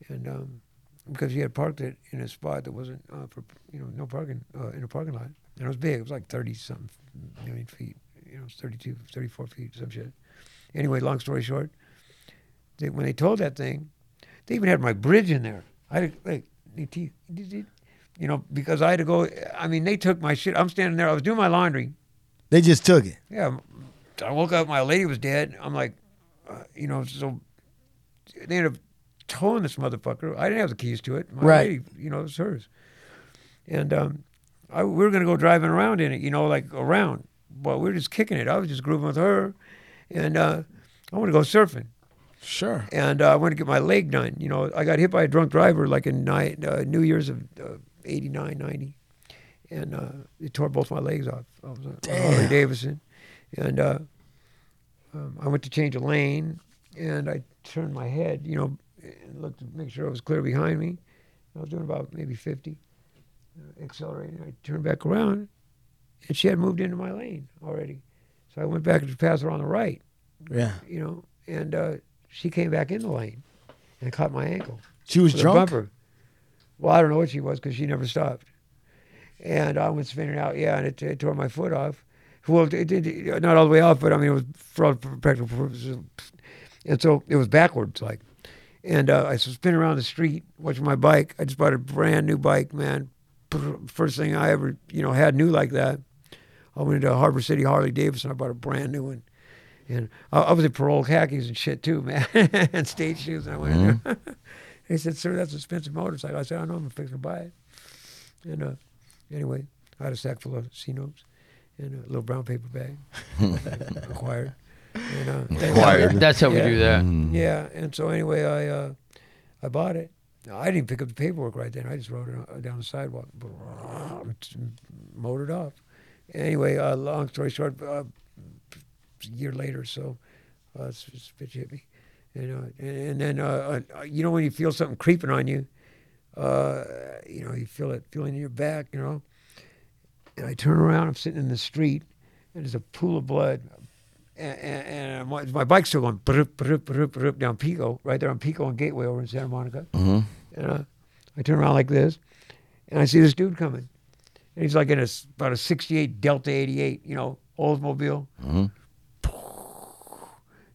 Speaker 5: and um, because he had parked it in a spot that wasn't uh, for you know no parking uh, in a parking lot, and it was big. It was like thirty something million feet. You know, it was 32, 34 feet, some shit. Anyway, long story short, they, when they towed that thing, they even had my bridge in there. I had like, they te- you know, because I had to go. I mean, they took my shit. I'm standing there. I was doing my laundry.
Speaker 2: They just took it.
Speaker 5: Yeah, I woke up. My lady was dead. I'm like, uh, you know, so they ended up towing this motherfucker. I didn't have the keys to it. My
Speaker 2: Right.
Speaker 5: lady, you know, it's hers. And um, I, we were gonna go driving around in it, you know, like around. But we were just kicking it. I was just grooving with her, and uh, I want to go surfing.
Speaker 2: Sure.
Speaker 5: And uh, I went to get my leg done. You know, I got hit by a drunk driver like in ni- uh, New Year's of uh, 89, 90. And uh, it tore both my legs off. I was uh, Harley Davidson. And uh, um, I went to change a lane and I turned my head, you know, and looked to make sure I was clear behind me. I was doing about maybe 50, uh, accelerating. I turned back around and she had moved into my lane already. So I went back to pass her on the right
Speaker 2: Yeah.
Speaker 5: you know, and uh, she came back in the lane and caught my ankle.
Speaker 2: She was
Speaker 5: with a
Speaker 2: drunk.
Speaker 5: bumper. Well, I don't know what she was because she never stopped. And I went spinning out, yeah, and it, it tore my foot off. Well, it did not all the way off, but I mean, it was for all practical purposes. And so it was backwards, like. And uh, I spin around the street watching my bike. I just bought a brand new bike, man. First thing I ever, you know, had new like that. I went into Harbor City Harley Davidson. I bought a brand new one. And I, I was in parole khakis and shit too, man, [LAUGHS] and stage shoes. And I went in there. [LAUGHS] he said, "Sir, that's an expensive motorcycle." I said, "I know. I'm fixing to buy it." And uh, anyway, I had a sack full of C notes and a little brown paper bag [LAUGHS] acquired. And, uh, thank God-
Speaker 3: Acquired.
Speaker 1: That's how we
Speaker 5: Yeah.
Speaker 1: do that.
Speaker 5: Yeah, and so anyway, I uh, I bought it. I didn't pick up the paperwork right then. I just rode it on- uh, down the sidewalk, [LAUGHS] motored off. Anyway, uh, long story short, uh, a year later or so, uh, s- s- bitch hit me. And, uh, and, and then, uh, uh, you know, when you feel something creeping on you, uh, you know, you feel it feeling in your back, you know. And I turn around, I'm sitting in the street, and there's a pool of blood. And, and, and my, my bike's still going broop, broop, broop, broop down Pico, right there on Pico and Gateway over in Santa Monica. And uh, I turn around like this, and I see this dude coming. And he's like in a, s- about a 68 Delta 88, you know, Oldsmobile.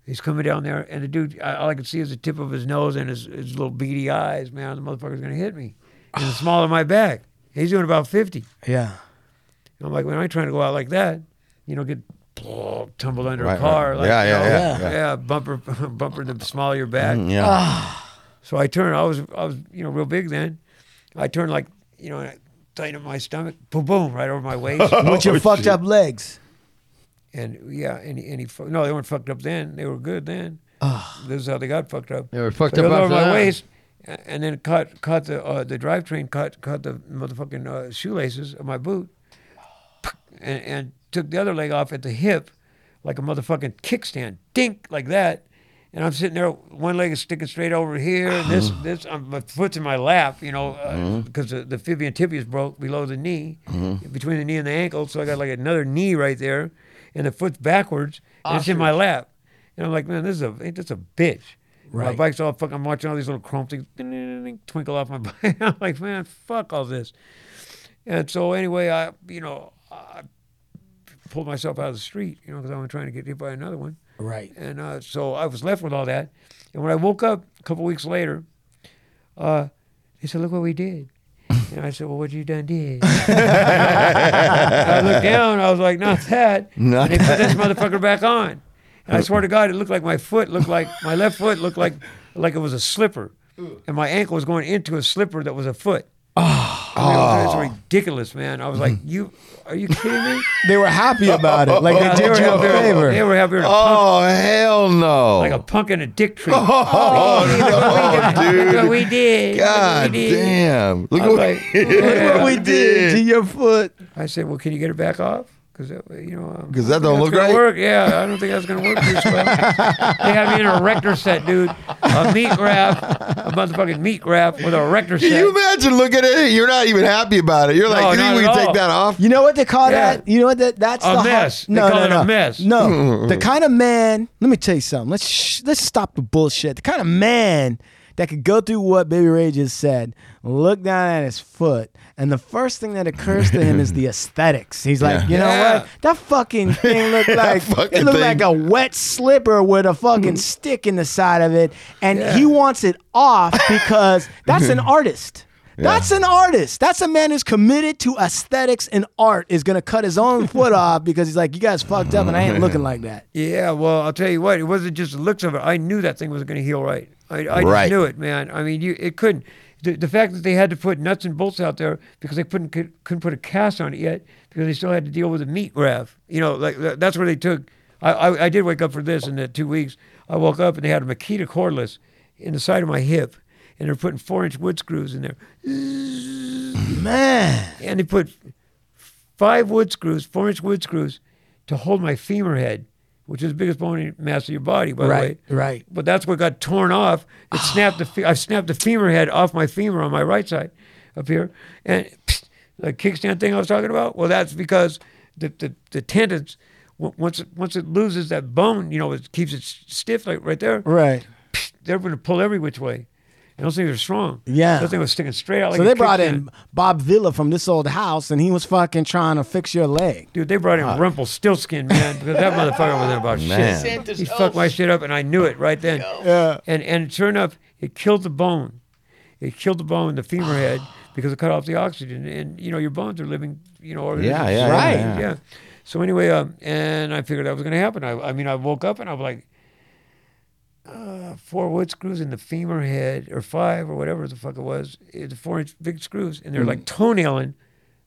Speaker 5: He's coming down there, and the dude, I- all I could see is the tip of his nose and his, his little beady eyes. Man, the motherfucker's gonna hit me in the small of my back. He's doing about fifty.
Speaker 2: Yeah.
Speaker 5: And I'm like, man, I ain't trying to go out like that. You know, get tumbled under
Speaker 3: Right,
Speaker 5: a car.
Speaker 3: right.
Speaker 5: Like,
Speaker 3: Yeah,
Speaker 5: you
Speaker 3: yeah,
Speaker 5: know,
Speaker 3: yeah, yeah.
Speaker 5: bumper, [LAUGHS] bumper the small of your back.
Speaker 3: Yeah.
Speaker 5: So I turned. I was, I was, you know, real big then. I turned like, you know, and I tightened up my stomach. Boom, boom, right over my
Speaker 3: [LAUGHS]
Speaker 5: waist.
Speaker 2: With your
Speaker 3: Oh,
Speaker 2: fucked
Speaker 3: shit.
Speaker 2: up legs.
Speaker 5: and yeah, and he, and he, fu- no, they weren't fucked up then. They were good then. This is how they got fucked up.
Speaker 1: They were fucked
Speaker 5: So
Speaker 1: up
Speaker 5: held
Speaker 1: after
Speaker 5: over my
Speaker 1: that.
Speaker 5: waist, a- and then caught caught the uh, the drivetrain caught caught the motherfucking uh, shoelaces of my boot, and, and took the other leg off at the hip, like a motherfucking kickstand, dink like that. And I'm sitting there, one leg is sticking straight over here. and This, this, um, my foot's in my lap, you know, uh, because the, the fibia and tibia is broke below the knee, between the knee and the ankle. So I got like another knee right there, and the foot's backwards, and it's in my lap. And I'm like, man, this is a ain't this a bitch. My
Speaker 2: Right.
Speaker 5: bike's all fucking. I'm watching all these little chrome things ding, ding, ding, [LAUGHS] twinkle off my [LAUGHS] bike. I'm like, man, fuck all this. And so anyway, I you know I pulled myself out of the street, you know, because I was trying to get hit by another one.
Speaker 2: Right.
Speaker 5: And uh, so I was left with all that. And when I woke up a couple weeks later, uh, they said, "Look what we did." And I said, "Well, what you done did?" I looked down. I was like, "Not that."
Speaker 3: Not
Speaker 5: and they put this motherfucker back on. And I swear to God, it looked like my foot looked like my left foot looked like like it was a slipper, and my ankle was going into a slipper that was a foot.
Speaker 3: Ah.
Speaker 5: Oh, it was ridiculous, man! I was like,
Speaker 3: Hmm.
Speaker 5: "You are you kidding
Speaker 3: [LAUGHS]
Speaker 5: me?"
Speaker 2: They were happy about it.
Speaker 5: [LAUGHS]
Speaker 2: Like
Speaker 5: Yeah,
Speaker 2: they did you
Speaker 5: out
Speaker 2: a
Speaker 5: there- They
Speaker 2: favor.
Speaker 5: were out there in a punk
Speaker 3: Oh hell no!
Speaker 5: like a punk in a dick tree.
Speaker 3: oh no, dude!
Speaker 5: Look what we did. Look what
Speaker 3: God
Speaker 5: we did.
Speaker 3: damn! [LAUGHS] Look
Speaker 5: I was
Speaker 3: what
Speaker 5: like,
Speaker 2: Look what we did to your foot.
Speaker 5: I said, well, can you get it back off? Because you know, um,
Speaker 3: 'Cause that
Speaker 5: I
Speaker 3: don't
Speaker 5: think
Speaker 3: look
Speaker 5: that's
Speaker 3: right.
Speaker 5: gonna Work. Yeah, I don't think that's gonna work. Too
Speaker 3: [LAUGHS]
Speaker 5: well. they had me in a rector set, dude. A meat wrap, a motherfucking meat wrap with a rector set.
Speaker 3: Can you imagine looking at it? You're not even happy about it. You're like,
Speaker 5: No,
Speaker 3: you think
Speaker 5: not
Speaker 3: we
Speaker 5: at
Speaker 3: can take
Speaker 5: all.
Speaker 3: that off?
Speaker 2: You know what they call
Speaker 5: Yeah.
Speaker 2: that? You know what that that's
Speaker 5: A
Speaker 2: the har-
Speaker 5: mess. They
Speaker 2: No,
Speaker 5: call
Speaker 2: no,
Speaker 5: it a
Speaker 2: no.
Speaker 5: mess. Mm-hmm.
Speaker 2: No. the kind of man, let me tell you something. Let's sh- let's stop the bullshit. The kind of man that could go through what Baby Ray just said, look down at his foot, and the first thing that occurs to him is
Speaker 5: [LAUGHS]
Speaker 2: the aesthetics. He's like,
Speaker 3: Yeah.
Speaker 2: you know
Speaker 5: Yeah.
Speaker 2: what? That fucking thing
Speaker 5: [LAUGHS]
Speaker 2: looked like
Speaker 3: fucking
Speaker 2: it looked
Speaker 3: thing.
Speaker 2: like
Speaker 3: Mm.
Speaker 2: a wet slipper with a fucking stick in the side of it, and he wants it
Speaker 3: [LAUGHS]
Speaker 2: off because that's an artist. That's an artist. That's a man who's committed to aesthetics and art. Is gonna cut his
Speaker 3: [LAUGHS]
Speaker 2: own foot off because he's like, you guys fucked up, and I
Speaker 3: Mm.
Speaker 2: ain't looking like that.
Speaker 5: Yeah, well, I'll tell you what, it wasn't just the looks of it. I knew that thing wasn't going to heal right. I, I
Speaker 3: Right.
Speaker 5: just knew it, man. I mean, you it couldn't. The, the fact that they had to put nuts and bolts out there because they couldn't could, couldn't put a cast on it yet because they still had to deal with a meat graft. You know, like tha- that's where they took. I, I, I did wake up for this in the two weeks. I woke up and they had a Makita cordless in the side of my hip, and they're putting four inch wood screws in there,
Speaker 2: Man,
Speaker 5: and they put five wood screws, four inch wood screws, to hold my femur head, which is the biggest bone mass of your body, by
Speaker 2: right,
Speaker 5: the way.
Speaker 2: right.
Speaker 5: But that's what got torn off.
Speaker 2: [SIGHS]
Speaker 5: It snapped the fe- I snapped the femur head off my femur on my right side, up here, and the kickstand thing I was talking about. Well, that's because the the, the tendons. w- Once it, once it loses that bone, you know it keeps it s- stiff like right there.
Speaker 2: Right.
Speaker 5: They're going to pull every which way. And those things are strong.
Speaker 2: Yeah.
Speaker 5: those things was sticking straight out. Like
Speaker 2: So
Speaker 5: a
Speaker 2: they brought
Speaker 5: kickstand.
Speaker 2: in Bob Villa from this old house, and he was fucking trying to fix your leg.
Speaker 5: Dude, they brought in Rumpelstiltskin, man, because
Speaker 3: [LAUGHS]
Speaker 5: that motherfucker wasn't about
Speaker 3: Man.
Speaker 5: shit.
Speaker 1: Santa's
Speaker 5: He fucked my shit up, and I knew it right then.
Speaker 2: Yeah.
Speaker 5: And and sure enough, it killed the bone. It killed the bone, the
Speaker 3: [SIGHS]
Speaker 5: femur head, because it cut off the oxygen. And you know, your bones are living, you know, organisms.
Speaker 3: Yeah, yeah,
Speaker 2: Right.
Speaker 3: yeah, yeah.
Speaker 5: So anyway, um, and I figured that was gonna happen. I, I mean, I woke up and I'm like, uh, four wood screws in the femur head, or five, or whatever the fuck it was, eh, the four inch big screws, and they're like
Speaker 3: Mm.
Speaker 5: toenailing,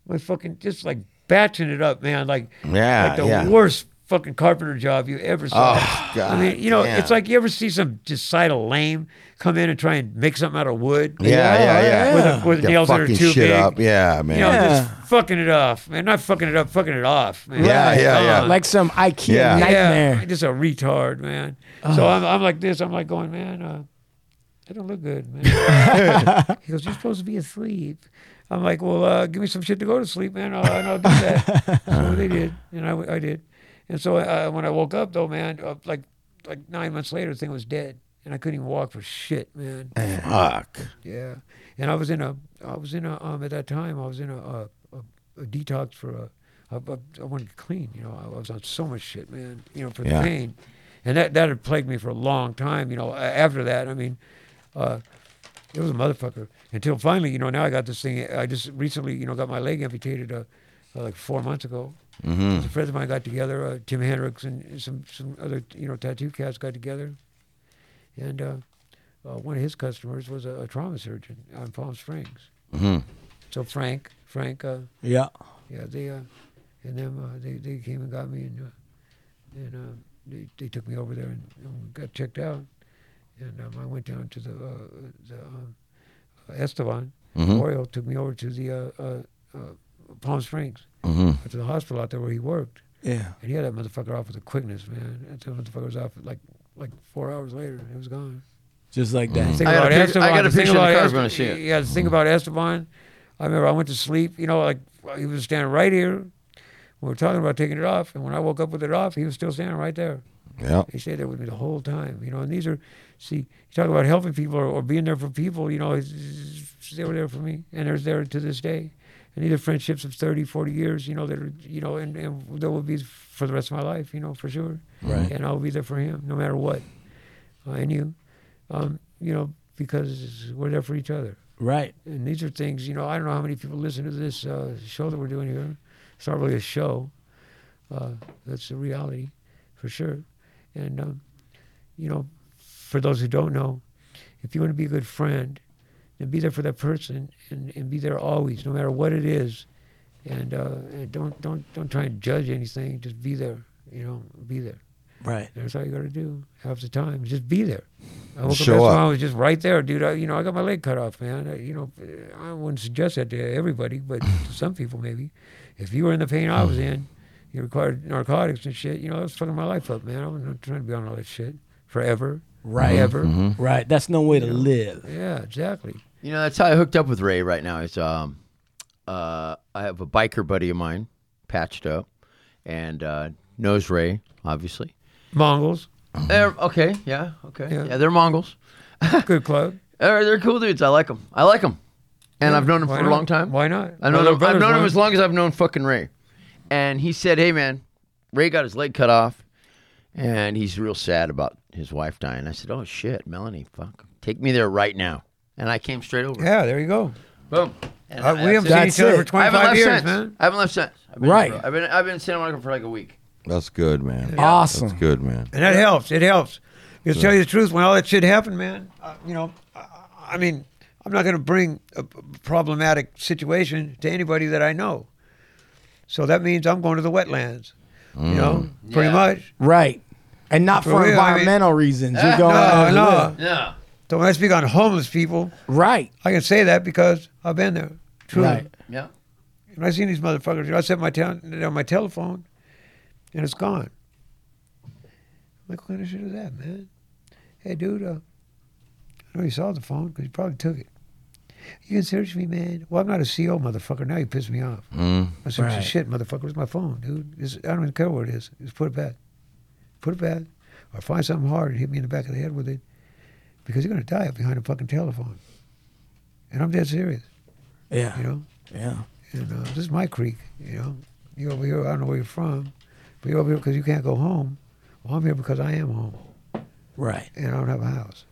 Speaker 5: my fucking just like batching it up, man, like
Speaker 3: Yeah,
Speaker 5: like the
Speaker 3: yeah.
Speaker 5: worst fucking carpenter job you ever saw.
Speaker 3: Oh,
Speaker 5: I mean, you know,
Speaker 3: God
Speaker 5: it's like you ever see some societal lame come in and try and make something out of wood.
Speaker 3: Yeah, yeah, yeah.
Speaker 5: With, a, with
Speaker 3: Get
Speaker 5: nails that are
Speaker 3: fucking
Speaker 5: too
Speaker 3: shit
Speaker 5: big.
Speaker 3: up. Yeah, man.
Speaker 5: You know,
Speaker 2: Yeah.
Speaker 5: just fucking it off, man. Not fucking it up, fucking it off, man.
Speaker 3: Yeah,
Speaker 5: Come
Speaker 3: yeah, yeah.
Speaker 5: on.
Speaker 2: Uh, Like some IKEA
Speaker 3: Yeah.
Speaker 5: Yeah,
Speaker 2: nightmare.
Speaker 5: just a retard, man. So I'm, I'm like this. I'm like going, man. Uh, I don't look good, man. he goes, you're supposed to be asleep. I'm like, well, uh, give me some shit to go to sleep, man, I'll, and I'll do that. so they did, and I, I did. And so uh, when I woke up, though, man, uh, like like nine months later, the thing was dead, and I couldn't even walk for shit, man.
Speaker 3: Fuck.
Speaker 5: Yeah, and I was in a, I was in a, um, at that time, I was in a, a, a, a detox for a, I, I, I wanted to clean, you know, I was on so much shit, man, you know, for
Speaker 3: Yeah.
Speaker 5: the pain, and that that had plagued me for a long time, you know. a- After that, I mean, uh, it was a motherfucker until finally, you know, now I got this thing. I just recently, you know, got my leg amputated uh, uh, like four months ago. mm Some friends of mine got together. Uh, Tim Hendricks and some some other you know tattoo cats got together, and uh, uh, one of his customers was a, a trauma surgeon out in Palm Springs.
Speaker 3: Mhm.
Speaker 5: So Frank, Frank, uh,
Speaker 2: Yeah.
Speaker 5: yeah, they uh, and them uh, they they came and got me and uh, and uh, they they took me over there and, and got checked out, and um, I went down to the uh, the um, Esteban
Speaker 3: Mhm.
Speaker 5: Oriole took me over to the uh, uh, uh, Palm Springs uh,
Speaker 3: Mhm.
Speaker 5: to the hospital out there where he worked,
Speaker 2: Yeah.
Speaker 5: and he had that motherfucker off with a quickness, man. That motherfucker was off like like four hours later, it was gone.
Speaker 2: Just like that.
Speaker 3: Mm-hmm.
Speaker 5: Think
Speaker 1: I got a
Speaker 5: about
Speaker 1: picture- I
Speaker 5: Esteban,
Speaker 1: got a
Speaker 5: the thing
Speaker 1: picture in the
Speaker 5: about
Speaker 1: car,
Speaker 5: Est-
Speaker 1: I'm gonna see it.
Speaker 5: Yeah, the thing about Esteban, I remember I went to sleep. You know, like he was standing right here. We were talking about taking it off, and when I woke up with it off, he was still standing right there.
Speaker 3: Yeah.
Speaker 5: He stayed there with me the whole time. You know, and these are, see, you talk about helping people or, or being there for people. You know, it's- it's- they were there for me, and they're there to this day. And these are friendships of 30, 40 years. You know, that are, you know, and, and they will be for the rest of my life. You know, for sure.
Speaker 2: Right.
Speaker 5: And I'll be there for him, no matter what. Uh, and you, um, you know, because we're there for each other.
Speaker 2: Right.
Speaker 5: And these are things, you know, I don't know how many people listen to this uh, show that we're doing here. It's not really a show. Uh, that's the reality, for sure. And, um, you know, for those who don't know, if you want to be a good friend, then be there for that person and, and be there always, no matter what it is. And, uh, and don't, don't, don't try and judge anything. Just be there, you know, be there.
Speaker 2: Right.
Speaker 5: That's all you got to do half the time. Just be there. I woke
Speaker 3: Show
Speaker 5: up. That's
Speaker 3: up.
Speaker 5: why I was just right there, dude. I, you know, I got my leg cut off, man. I, you know, I wouldn't suggest that to everybody, but
Speaker 1: [COUGHS]
Speaker 5: to some people maybe. If you were in the pain I was in, you required narcotics and shit. You know, that was fucking my life up, man. I'm not trying to be on all that shit forever.
Speaker 2: Right.
Speaker 5: Ever.
Speaker 1: Mm-hmm.
Speaker 3: Mm-hmm.
Speaker 2: Right. That's no way to live.
Speaker 5: Yeah, exactly.
Speaker 1: You know, that's how I hooked up with Ray right now. Is um, uh, I have a biker buddy of mine, patched up, and uh, knows Ray obviously.
Speaker 5: Mongols,
Speaker 1: They're, okay, yeah, okay, yeah.
Speaker 5: Yeah.
Speaker 1: they're Mongols.
Speaker 5: good club.
Speaker 1: They're, they're cool dudes. I like them. I like them, and I've known them
Speaker 5: Why
Speaker 1: for a
Speaker 5: not?
Speaker 1: long time.
Speaker 5: Why not?
Speaker 1: I've
Speaker 5: My
Speaker 1: known,
Speaker 5: little
Speaker 1: him, I've
Speaker 5: brother's
Speaker 1: known him
Speaker 5: one.
Speaker 1: as long as I've known fucking Ray. And he said, Hey, man, Ray got his leg cut off and he's real sad about his wife dying. I said, Oh, shit, Melanie, fuck. Take me there right now. And I came straight over.
Speaker 5: Yeah, there you go.
Speaker 1: Boom. And
Speaker 5: Uh,
Speaker 1: I-
Speaker 5: we haven't
Speaker 1: that's it.
Speaker 5: seen
Speaker 2: That's
Speaker 5: each other
Speaker 2: it.
Speaker 5: for
Speaker 1: I haven't
Speaker 5: 25
Speaker 1: left
Speaker 5: years,
Speaker 1: since.
Speaker 5: man.
Speaker 1: I haven't left since. I've been
Speaker 2: Right.
Speaker 1: I've been, I've been in Santa Monica for like a week.
Speaker 3: That's good, man.
Speaker 2: Awesome.
Speaker 3: That's good, man.
Speaker 5: And that helps. It helps. Because tell you the truth, when all that shit happened, man, uh, you know, I, I mean, I'm not going to bring a p- problematic situation to anybody that I know. So that means I'm going to the wetlands, you know, pretty
Speaker 1: Yeah.
Speaker 5: much.
Speaker 2: Right. And not
Speaker 5: For
Speaker 2: for
Speaker 5: real, I mean- eh,
Speaker 2: environmental reasons. You're going
Speaker 5: No,
Speaker 2: out to
Speaker 5: no.
Speaker 2: live.
Speaker 1: Oh, Yeah.
Speaker 5: So when I speak on homeless people,
Speaker 2: Right.
Speaker 5: I can say that because I've been there. Truly.
Speaker 2: Right.
Speaker 1: Yeah.
Speaker 5: And I've seen these motherfuckers. You know, I set my, tel- down my telephone and it's gone. I'm like, what kind of shit is that, man? Hey, dude, uh, I know you saw the phone because you probably took it. You can search me, man. Well, I'm not a CO, motherfucker. Now you piss me off.
Speaker 3: Mm.
Speaker 5: I said,
Speaker 2: Right.
Speaker 5: shit, motherfucker, it's my phone, dude. It's, I don't even care where it is. Just put it back. Put it back. Or find something hard and hit me in the back of the head with it because you're going to die up behind a fucking telephone. And I'm dead serious,
Speaker 2: Yeah.
Speaker 5: you know?
Speaker 2: Yeah.
Speaker 5: and uh, this is my creek, you know. You're over here, I don't know where you're from, but you're over here because you can't go home. Well, I'm here because I am home,
Speaker 2: Right.
Speaker 5: and I don't have a house.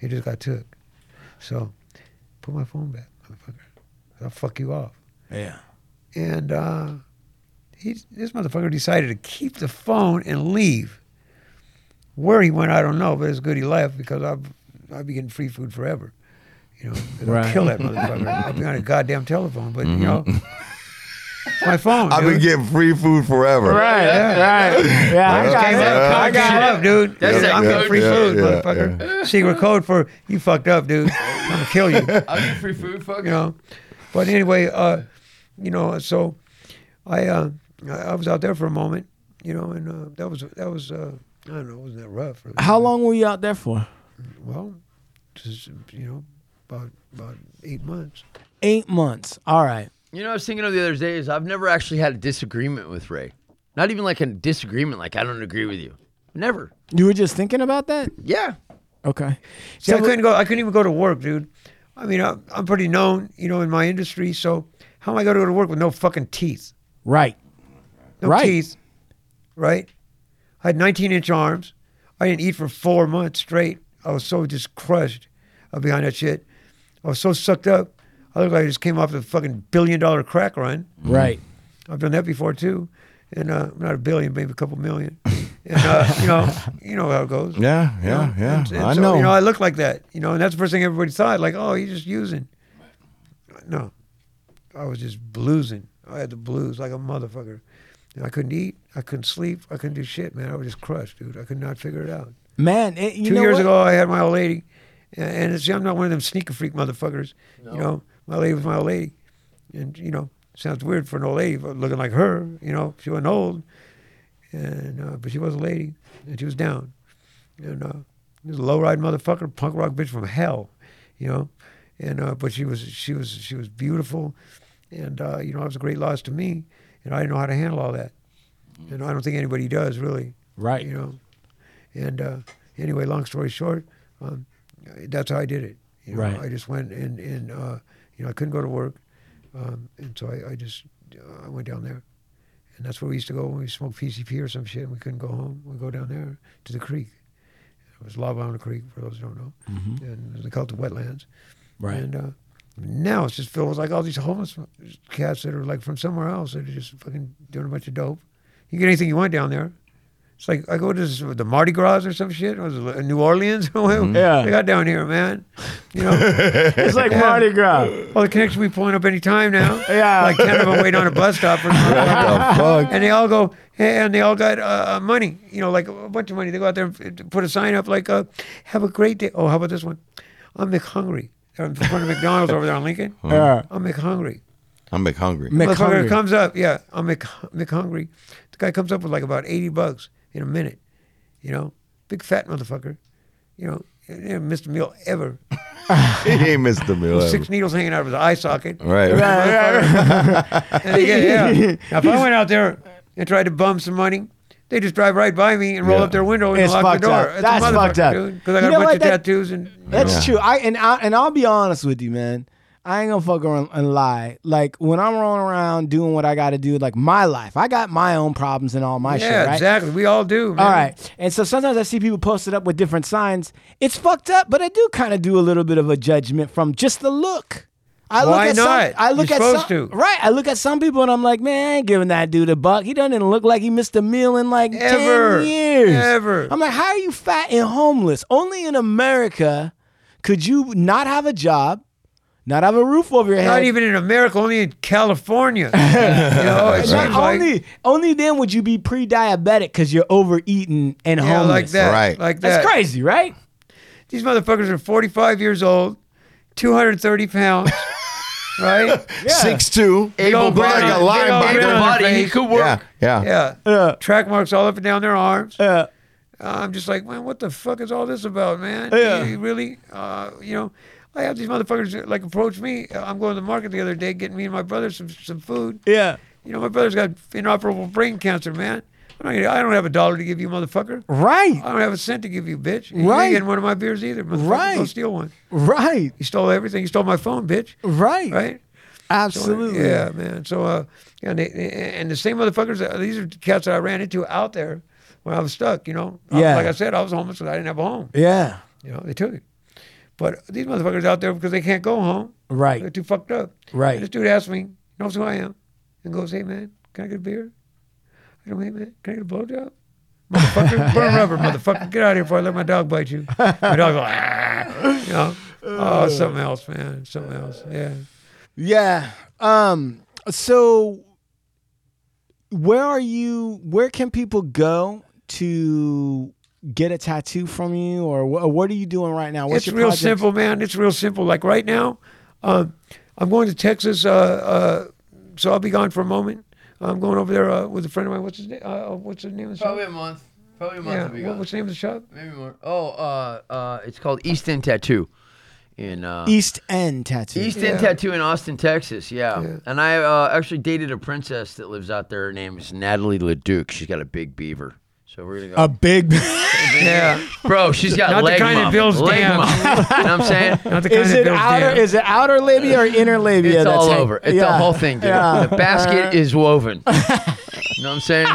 Speaker 5: It just got took. So, put my phone back, motherfucker. I'll fuck you off.
Speaker 2: Yeah.
Speaker 5: And uh, he, this motherfucker decided to keep the phone and leave. Where he went, I don't know, but it's good he left because I've, I'd be getting free food forever. You know, 'cause I'd
Speaker 2: Right.
Speaker 5: kill that motherfucker. I'd be on a goddamn telephone, but you know, it's my phone.
Speaker 3: I've
Speaker 5: dude.
Speaker 3: been getting free food forever.
Speaker 2: Right. Right. Yeah. I got
Speaker 5: Came
Speaker 2: it.
Speaker 5: up,
Speaker 2: I got
Speaker 5: up, dude.
Speaker 1: That's
Speaker 5: Yeah,
Speaker 1: that
Speaker 5: I'm
Speaker 1: code.
Speaker 5: getting free
Speaker 3: Yeah,
Speaker 5: food,
Speaker 3: yeah,
Speaker 5: motherfucker. Secret code for you fucked up, dude. I'm gonna kill [LAUGHS] you.
Speaker 1: I'll get free food. Fuck
Speaker 5: You know. But anyway, uh, you know, so I uh, I I was out there for a moment, you know, and uh, that was that was uh, I don't know, it wasn't that rough. really.
Speaker 2: it. How long were you out there for?
Speaker 5: Well, just, you know, about about eight months.
Speaker 2: Eight months. All right.
Speaker 1: You know, I was thinking of the other day is I've never actually had a disagreement with Ray. Not even like a disagreement, like I don't agree with you. Never.
Speaker 2: You were just thinking about that?
Speaker 1: Yeah.
Speaker 2: Okay.
Speaker 5: See, I couldn't go. I couldn't even go to work, dude. I mean, I'm, I'm pretty known, you know, in my industry. So how am I going to go to work with no fucking teeth?
Speaker 2: Right.
Speaker 5: No
Speaker 2: Right.
Speaker 5: teeth. Right. I had 19 inch arms. I didn't eat for four months straight. I was so just crushed uh, behind that shit. I was so sucked up. I looked like I just came off the fucking billion dollar crack run.
Speaker 2: Right.
Speaker 5: I've done that before too, and uh, not a billion, maybe a couple million. And uh, you know, you know how it goes.
Speaker 3: Yeah, yeah,
Speaker 5: know?
Speaker 3: Oh, yeah.
Speaker 5: And- and
Speaker 3: I
Speaker 5: so,
Speaker 3: know.
Speaker 5: You know, I look like that. You know, and that's the first thing everybody thought. Like, oh, he's just using. No, I was just bluesing. I had the blues like a motherfucker. And I couldn't eat. I couldn't sleep. I couldn't do shit, man. I was just crushed, dude. I could not figure it out.
Speaker 2: Man, it, you
Speaker 5: Two
Speaker 2: know
Speaker 5: years
Speaker 2: what?
Speaker 5: ago, I had my old lady, and, and it's, I'm not one of them sneaker freak motherfuckers. You know, my lady was my old lady, and you know, sounds weird for an old lady but looking like her. You know, she wasn't old, and uh, but she was a lady, and she was down, and uh, she was a low ride motherfucker, punk rock bitch from hell, you know, and uh, but she was she was she was beautiful, and uh, you know, it was a great loss to me, and I didn't know how to handle all that, and I don't think anybody does really.
Speaker 2: Right.
Speaker 5: You know, and uh, anyway, long story short, um, that's how I did it. You know,
Speaker 2: Right.
Speaker 5: I just went and, and uh, you know I couldn't go to work, um, and so I, I just uh, I went down there, and that's where we used to go when we smoked PCP or some shit, and we couldn't go home. We go down there to the creek. It was lava on the creek for those who don't know, and it was the cult of wetlands.
Speaker 2: Mm-hmm. Right.
Speaker 5: And uh, now it's just filled with like all these homeless cats that are like from somewhere else that are just fucking doing a bunch of dope. You get anything you want down there. It's like I go to this, the Mardi Gras or some shit. Was it New Orleans? [LAUGHS]
Speaker 2: Mm-hmm. Yeah.
Speaker 5: they got down here, man.
Speaker 2: [LAUGHS]
Speaker 5: You know,
Speaker 2: It's like
Speaker 5: Yeah.
Speaker 2: Mardi Gras.
Speaker 5: all the connections be pulling up any time now.
Speaker 2: Yeah.
Speaker 5: like ten of them wait on a bus stop or something.
Speaker 3: fuck?
Speaker 5: And they all go, hey, and they all got uh, uh, money. You know, like a bunch of money. They go out there and f- put a sign up like, uh, "Have a great day." Oh, how about this one? I'm McHungry. They're in front of McDonald's over there on Lincoln.
Speaker 2: Yeah.
Speaker 5: I'm McHungry.
Speaker 3: I'm
Speaker 2: [LAUGHS]
Speaker 3: like hungry.
Speaker 5: [LAUGHS] Motherfucker
Speaker 2: McHungry.
Speaker 5: comes up, yeah, I'm Mc, McHungry. The guy comes up with like about 80 bucks in a minute, you know, big fat motherfucker, you know, he didn't miss a meal ever.
Speaker 3: he ain't missed the meal. ever.
Speaker 5: Six needles hanging out of his eye socket.
Speaker 3: Right.
Speaker 5: [LAUGHS] And he get- yeah. Now, if I went out there and tried to bum some money, they just drive right by me and roll
Speaker 3: Yeah.
Speaker 5: up their window and
Speaker 2: It's
Speaker 5: lock
Speaker 2: fucked
Speaker 5: the door.
Speaker 2: up. That's fucked up.
Speaker 5: Because I got
Speaker 2: You
Speaker 5: a
Speaker 2: know
Speaker 5: bunch
Speaker 2: what?
Speaker 5: of
Speaker 2: That-
Speaker 5: tattoos and
Speaker 2: That's
Speaker 3: Yeah.
Speaker 2: true. I and I and I'll be honest with you, man. I ain't gonna fuck around and lie. Like when I'm rolling around doing what I got to do, like my life, I got my own problems and all my shit.
Speaker 5: yeah,
Speaker 2: right?
Speaker 5: exactly. We all do. Man.
Speaker 2: All right. And so sometimes I see people posted up with different signs. It's fucked up, but I do kind of do a little bit of a judgment from just the look. I
Speaker 5: Why
Speaker 2: look at
Speaker 5: not?
Speaker 2: Some, I look
Speaker 5: You're
Speaker 2: at
Speaker 5: supposed
Speaker 2: some,
Speaker 5: to.
Speaker 2: right. I look at some people and I'm like, man, I ain't giving that dude a buck. He doesn't look like he missed a meal in like
Speaker 5: Ever.
Speaker 2: ten years.
Speaker 5: Ever.
Speaker 2: I'm like, how are you fat and homeless? Only in America could you not have a job, not have a roof over your head.
Speaker 5: Not even in America, only in
Speaker 2: [LAUGHS]
Speaker 5: California. you know, it
Speaker 2: And not
Speaker 5: seems like-
Speaker 2: only, only then would you be pre-diabetic because you're overeating and
Speaker 5: Yeah,
Speaker 2: homeless.
Speaker 5: like that.
Speaker 3: Right.
Speaker 5: Like that.
Speaker 2: That's crazy, right?
Speaker 5: These motherfuckers are 45 years old,
Speaker 3: [LAUGHS]
Speaker 5: 230 pounds, right?
Speaker 3: Six two.
Speaker 1: Able
Speaker 5: Big old
Speaker 1: body.
Speaker 5: brain
Speaker 3: Like a
Speaker 5: on- big old
Speaker 3: linebacker.
Speaker 5: brain
Speaker 1: Able
Speaker 5: on
Speaker 1: body.
Speaker 5: their
Speaker 1: He
Speaker 5: face.
Speaker 1: could work.
Speaker 3: Yeah, yeah.
Speaker 5: Yeah.
Speaker 2: Yeah.
Speaker 5: Track marks all up and down their arms.
Speaker 2: Yeah.
Speaker 5: I'm just like, man, what the fuck is all this about, man?
Speaker 2: Yeah.
Speaker 5: You- you really? Uh, you know, I have these motherfuckers that, like approach me. I'm going to the market the other day, getting me and my brother some some food.
Speaker 2: Yeah.
Speaker 5: You know, my brother's got inoperable brain cancer, man. I'm not gonna, I don't have a dollar to give you, motherfucker.
Speaker 2: Right.
Speaker 5: I don't have a cent to give you, bitch. And You
Speaker 2: Right.
Speaker 5: ain't getting one of my beers either. motherfucker.
Speaker 2: Right.
Speaker 5: Go steal one.
Speaker 2: Right.
Speaker 5: He stole everything. He stole my phone, bitch.
Speaker 2: Right.
Speaker 5: Right? So,
Speaker 2: Absolutely.
Speaker 5: yeah, man. So, uh, yeah, and, they, they- and the same motherfuckers, uh, these are cats that I ran into out there when I was stuck, you know? I-
Speaker 2: Yeah.
Speaker 5: like I said, I was homeless and I didn't have a home.
Speaker 2: Yeah.
Speaker 5: You know, they took it. But these motherfuckers out there because they can't go home.
Speaker 2: Right.
Speaker 5: They're too fucked up.
Speaker 2: Right.
Speaker 5: This dude asked me, knows who I am, and goes, hey, man, can I get a beer? I go, hey, man, can I get a blowjob?
Speaker 2: [LAUGHS]
Speaker 5: Motherfucker, burn rubber, motherfucker. Get out of here before I let my dog bite you. My dog go, ah. You know? Oh, something else, man. Something else. Yeah.
Speaker 2: Yeah. Um so where are you where can people go to get a tattoo from you or wh- what are you doing right now? What's
Speaker 5: it's
Speaker 2: your
Speaker 5: real
Speaker 2: project?
Speaker 5: simple, man. It's real simple. Like right now, um, I'm going to Texas, uh, uh, so I'll be gone for a moment. I'm going over there uh, with a friend of mine. What's his name? Uh, uh, what's the name of the shop?
Speaker 1: Probably a month. Probably a month
Speaker 5: Yeah.
Speaker 1: will be
Speaker 5: What,
Speaker 1: gone.
Speaker 5: what's the name of the shop?
Speaker 1: Maybe more. Oh, uh, uh, it's called East End Tattoo. in uh,
Speaker 2: East End tattoo.
Speaker 1: East End Tattoo in Austin, Texas. Yeah. And I uh, actually dated a princess that lives out there. Her name is Natalie LeDuc. She's got a big beaver. So we're gonna go.
Speaker 2: a big. [LAUGHS]
Speaker 5: Yeah.
Speaker 1: Bro, she's got
Speaker 5: Not the
Speaker 1: leg
Speaker 5: kind that
Speaker 1: muff,
Speaker 5: builds
Speaker 1: leg
Speaker 5: dams.
Speaker 1: muff. you know what I'm saying?
Speaker 5: Not the kind
Speaker 2: is
Speaker 5: that
Speaker 2: it
Speaker 5: builds
Speaker 2: outer?
Speaker 5: dams.
Speaker 2: Is it outer labia or inner labia?
Speaker 1: It's
Speaker 2: that's
Speaker 1: all
Speaker 2: hang-
Speaker 1: over. It's the
Speaker 2: Yeah.
Speaker 1: whole thing, dude.
Speaker 2: Yeah. Uh-huh.
Speaker 1: The basket is woven. you know what I'm
Speaker 2: [LAUGHS]
Speaker 1: saying?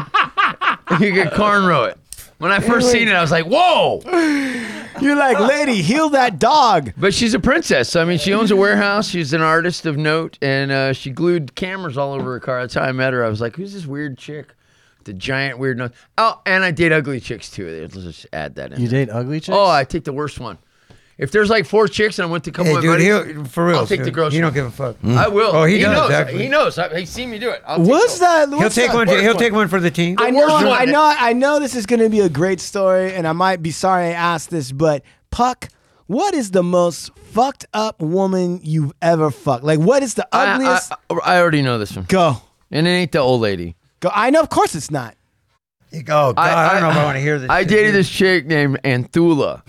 Speaker 1: You could cornrow it. When I first seen it, I was like, "Whoa!"
Speaker 2: You're like, lady, heal that dog.
Speaker 1: But she's a princess. So, I mean, she owns a warehouse. She's an artist of note, and uh, she glued cameras all over her car. That's how I met her. I was like, "Who's this weird chick?" The giant weird nose. Oh, and I date ugly chicks too. Let's just add that in.
Speaker 4: You date ugly chicks?
Speaker 1: Oh, I take the worst one. If there's like four chicks and I went to come
Speaker 5: Hey,
Speaker 1: with
Speaker 5: dude,
Speaker 1: buddies-
Speaker 5: he'll, for real.
Speaker 1: I'll take the
Speaker 5: dude.
Speaker 1: grocery.
Speaker 5: He don't give a fuck.
Speaker 1: I will.
Speaker 5: Oh, he does,
Speaker 1: knows.
Speaker 5: actually.
Speaker 1: He knows. I, he's seen me do it. I'll take
Speaker 2: What's
Speaker 1: the-
Speaker 2: that?
Speaker 5: He'll
Speaker 2: what's
Speaker 5: take
Speaker 2: that?
Speaker 5: one. He'll take one for the team.
Speaker 2: I know,
Speaker 1: worst one.
Speaker 2: I know, I know. This is going to be a great story, and I might be sorry I asked this, but Puck, what is the most fucked up woman you've ever fucked? Like, what is the
Speaker 1: I-
Speaker 2: ugliest?
Speaker 1: I, I already know this one,
Speaker 2: go,
Speaker 1: and it ain't the old lady.
Speaker 2: go. I know, of course, it's not.
Speaker 5: oh God, I, don't know if I want to hear this.
Speaker 1: I
Speaker 5: shit,
Speaker 1: dated
Speaker 5: dude.
Speaker 1: this chick named Anthula.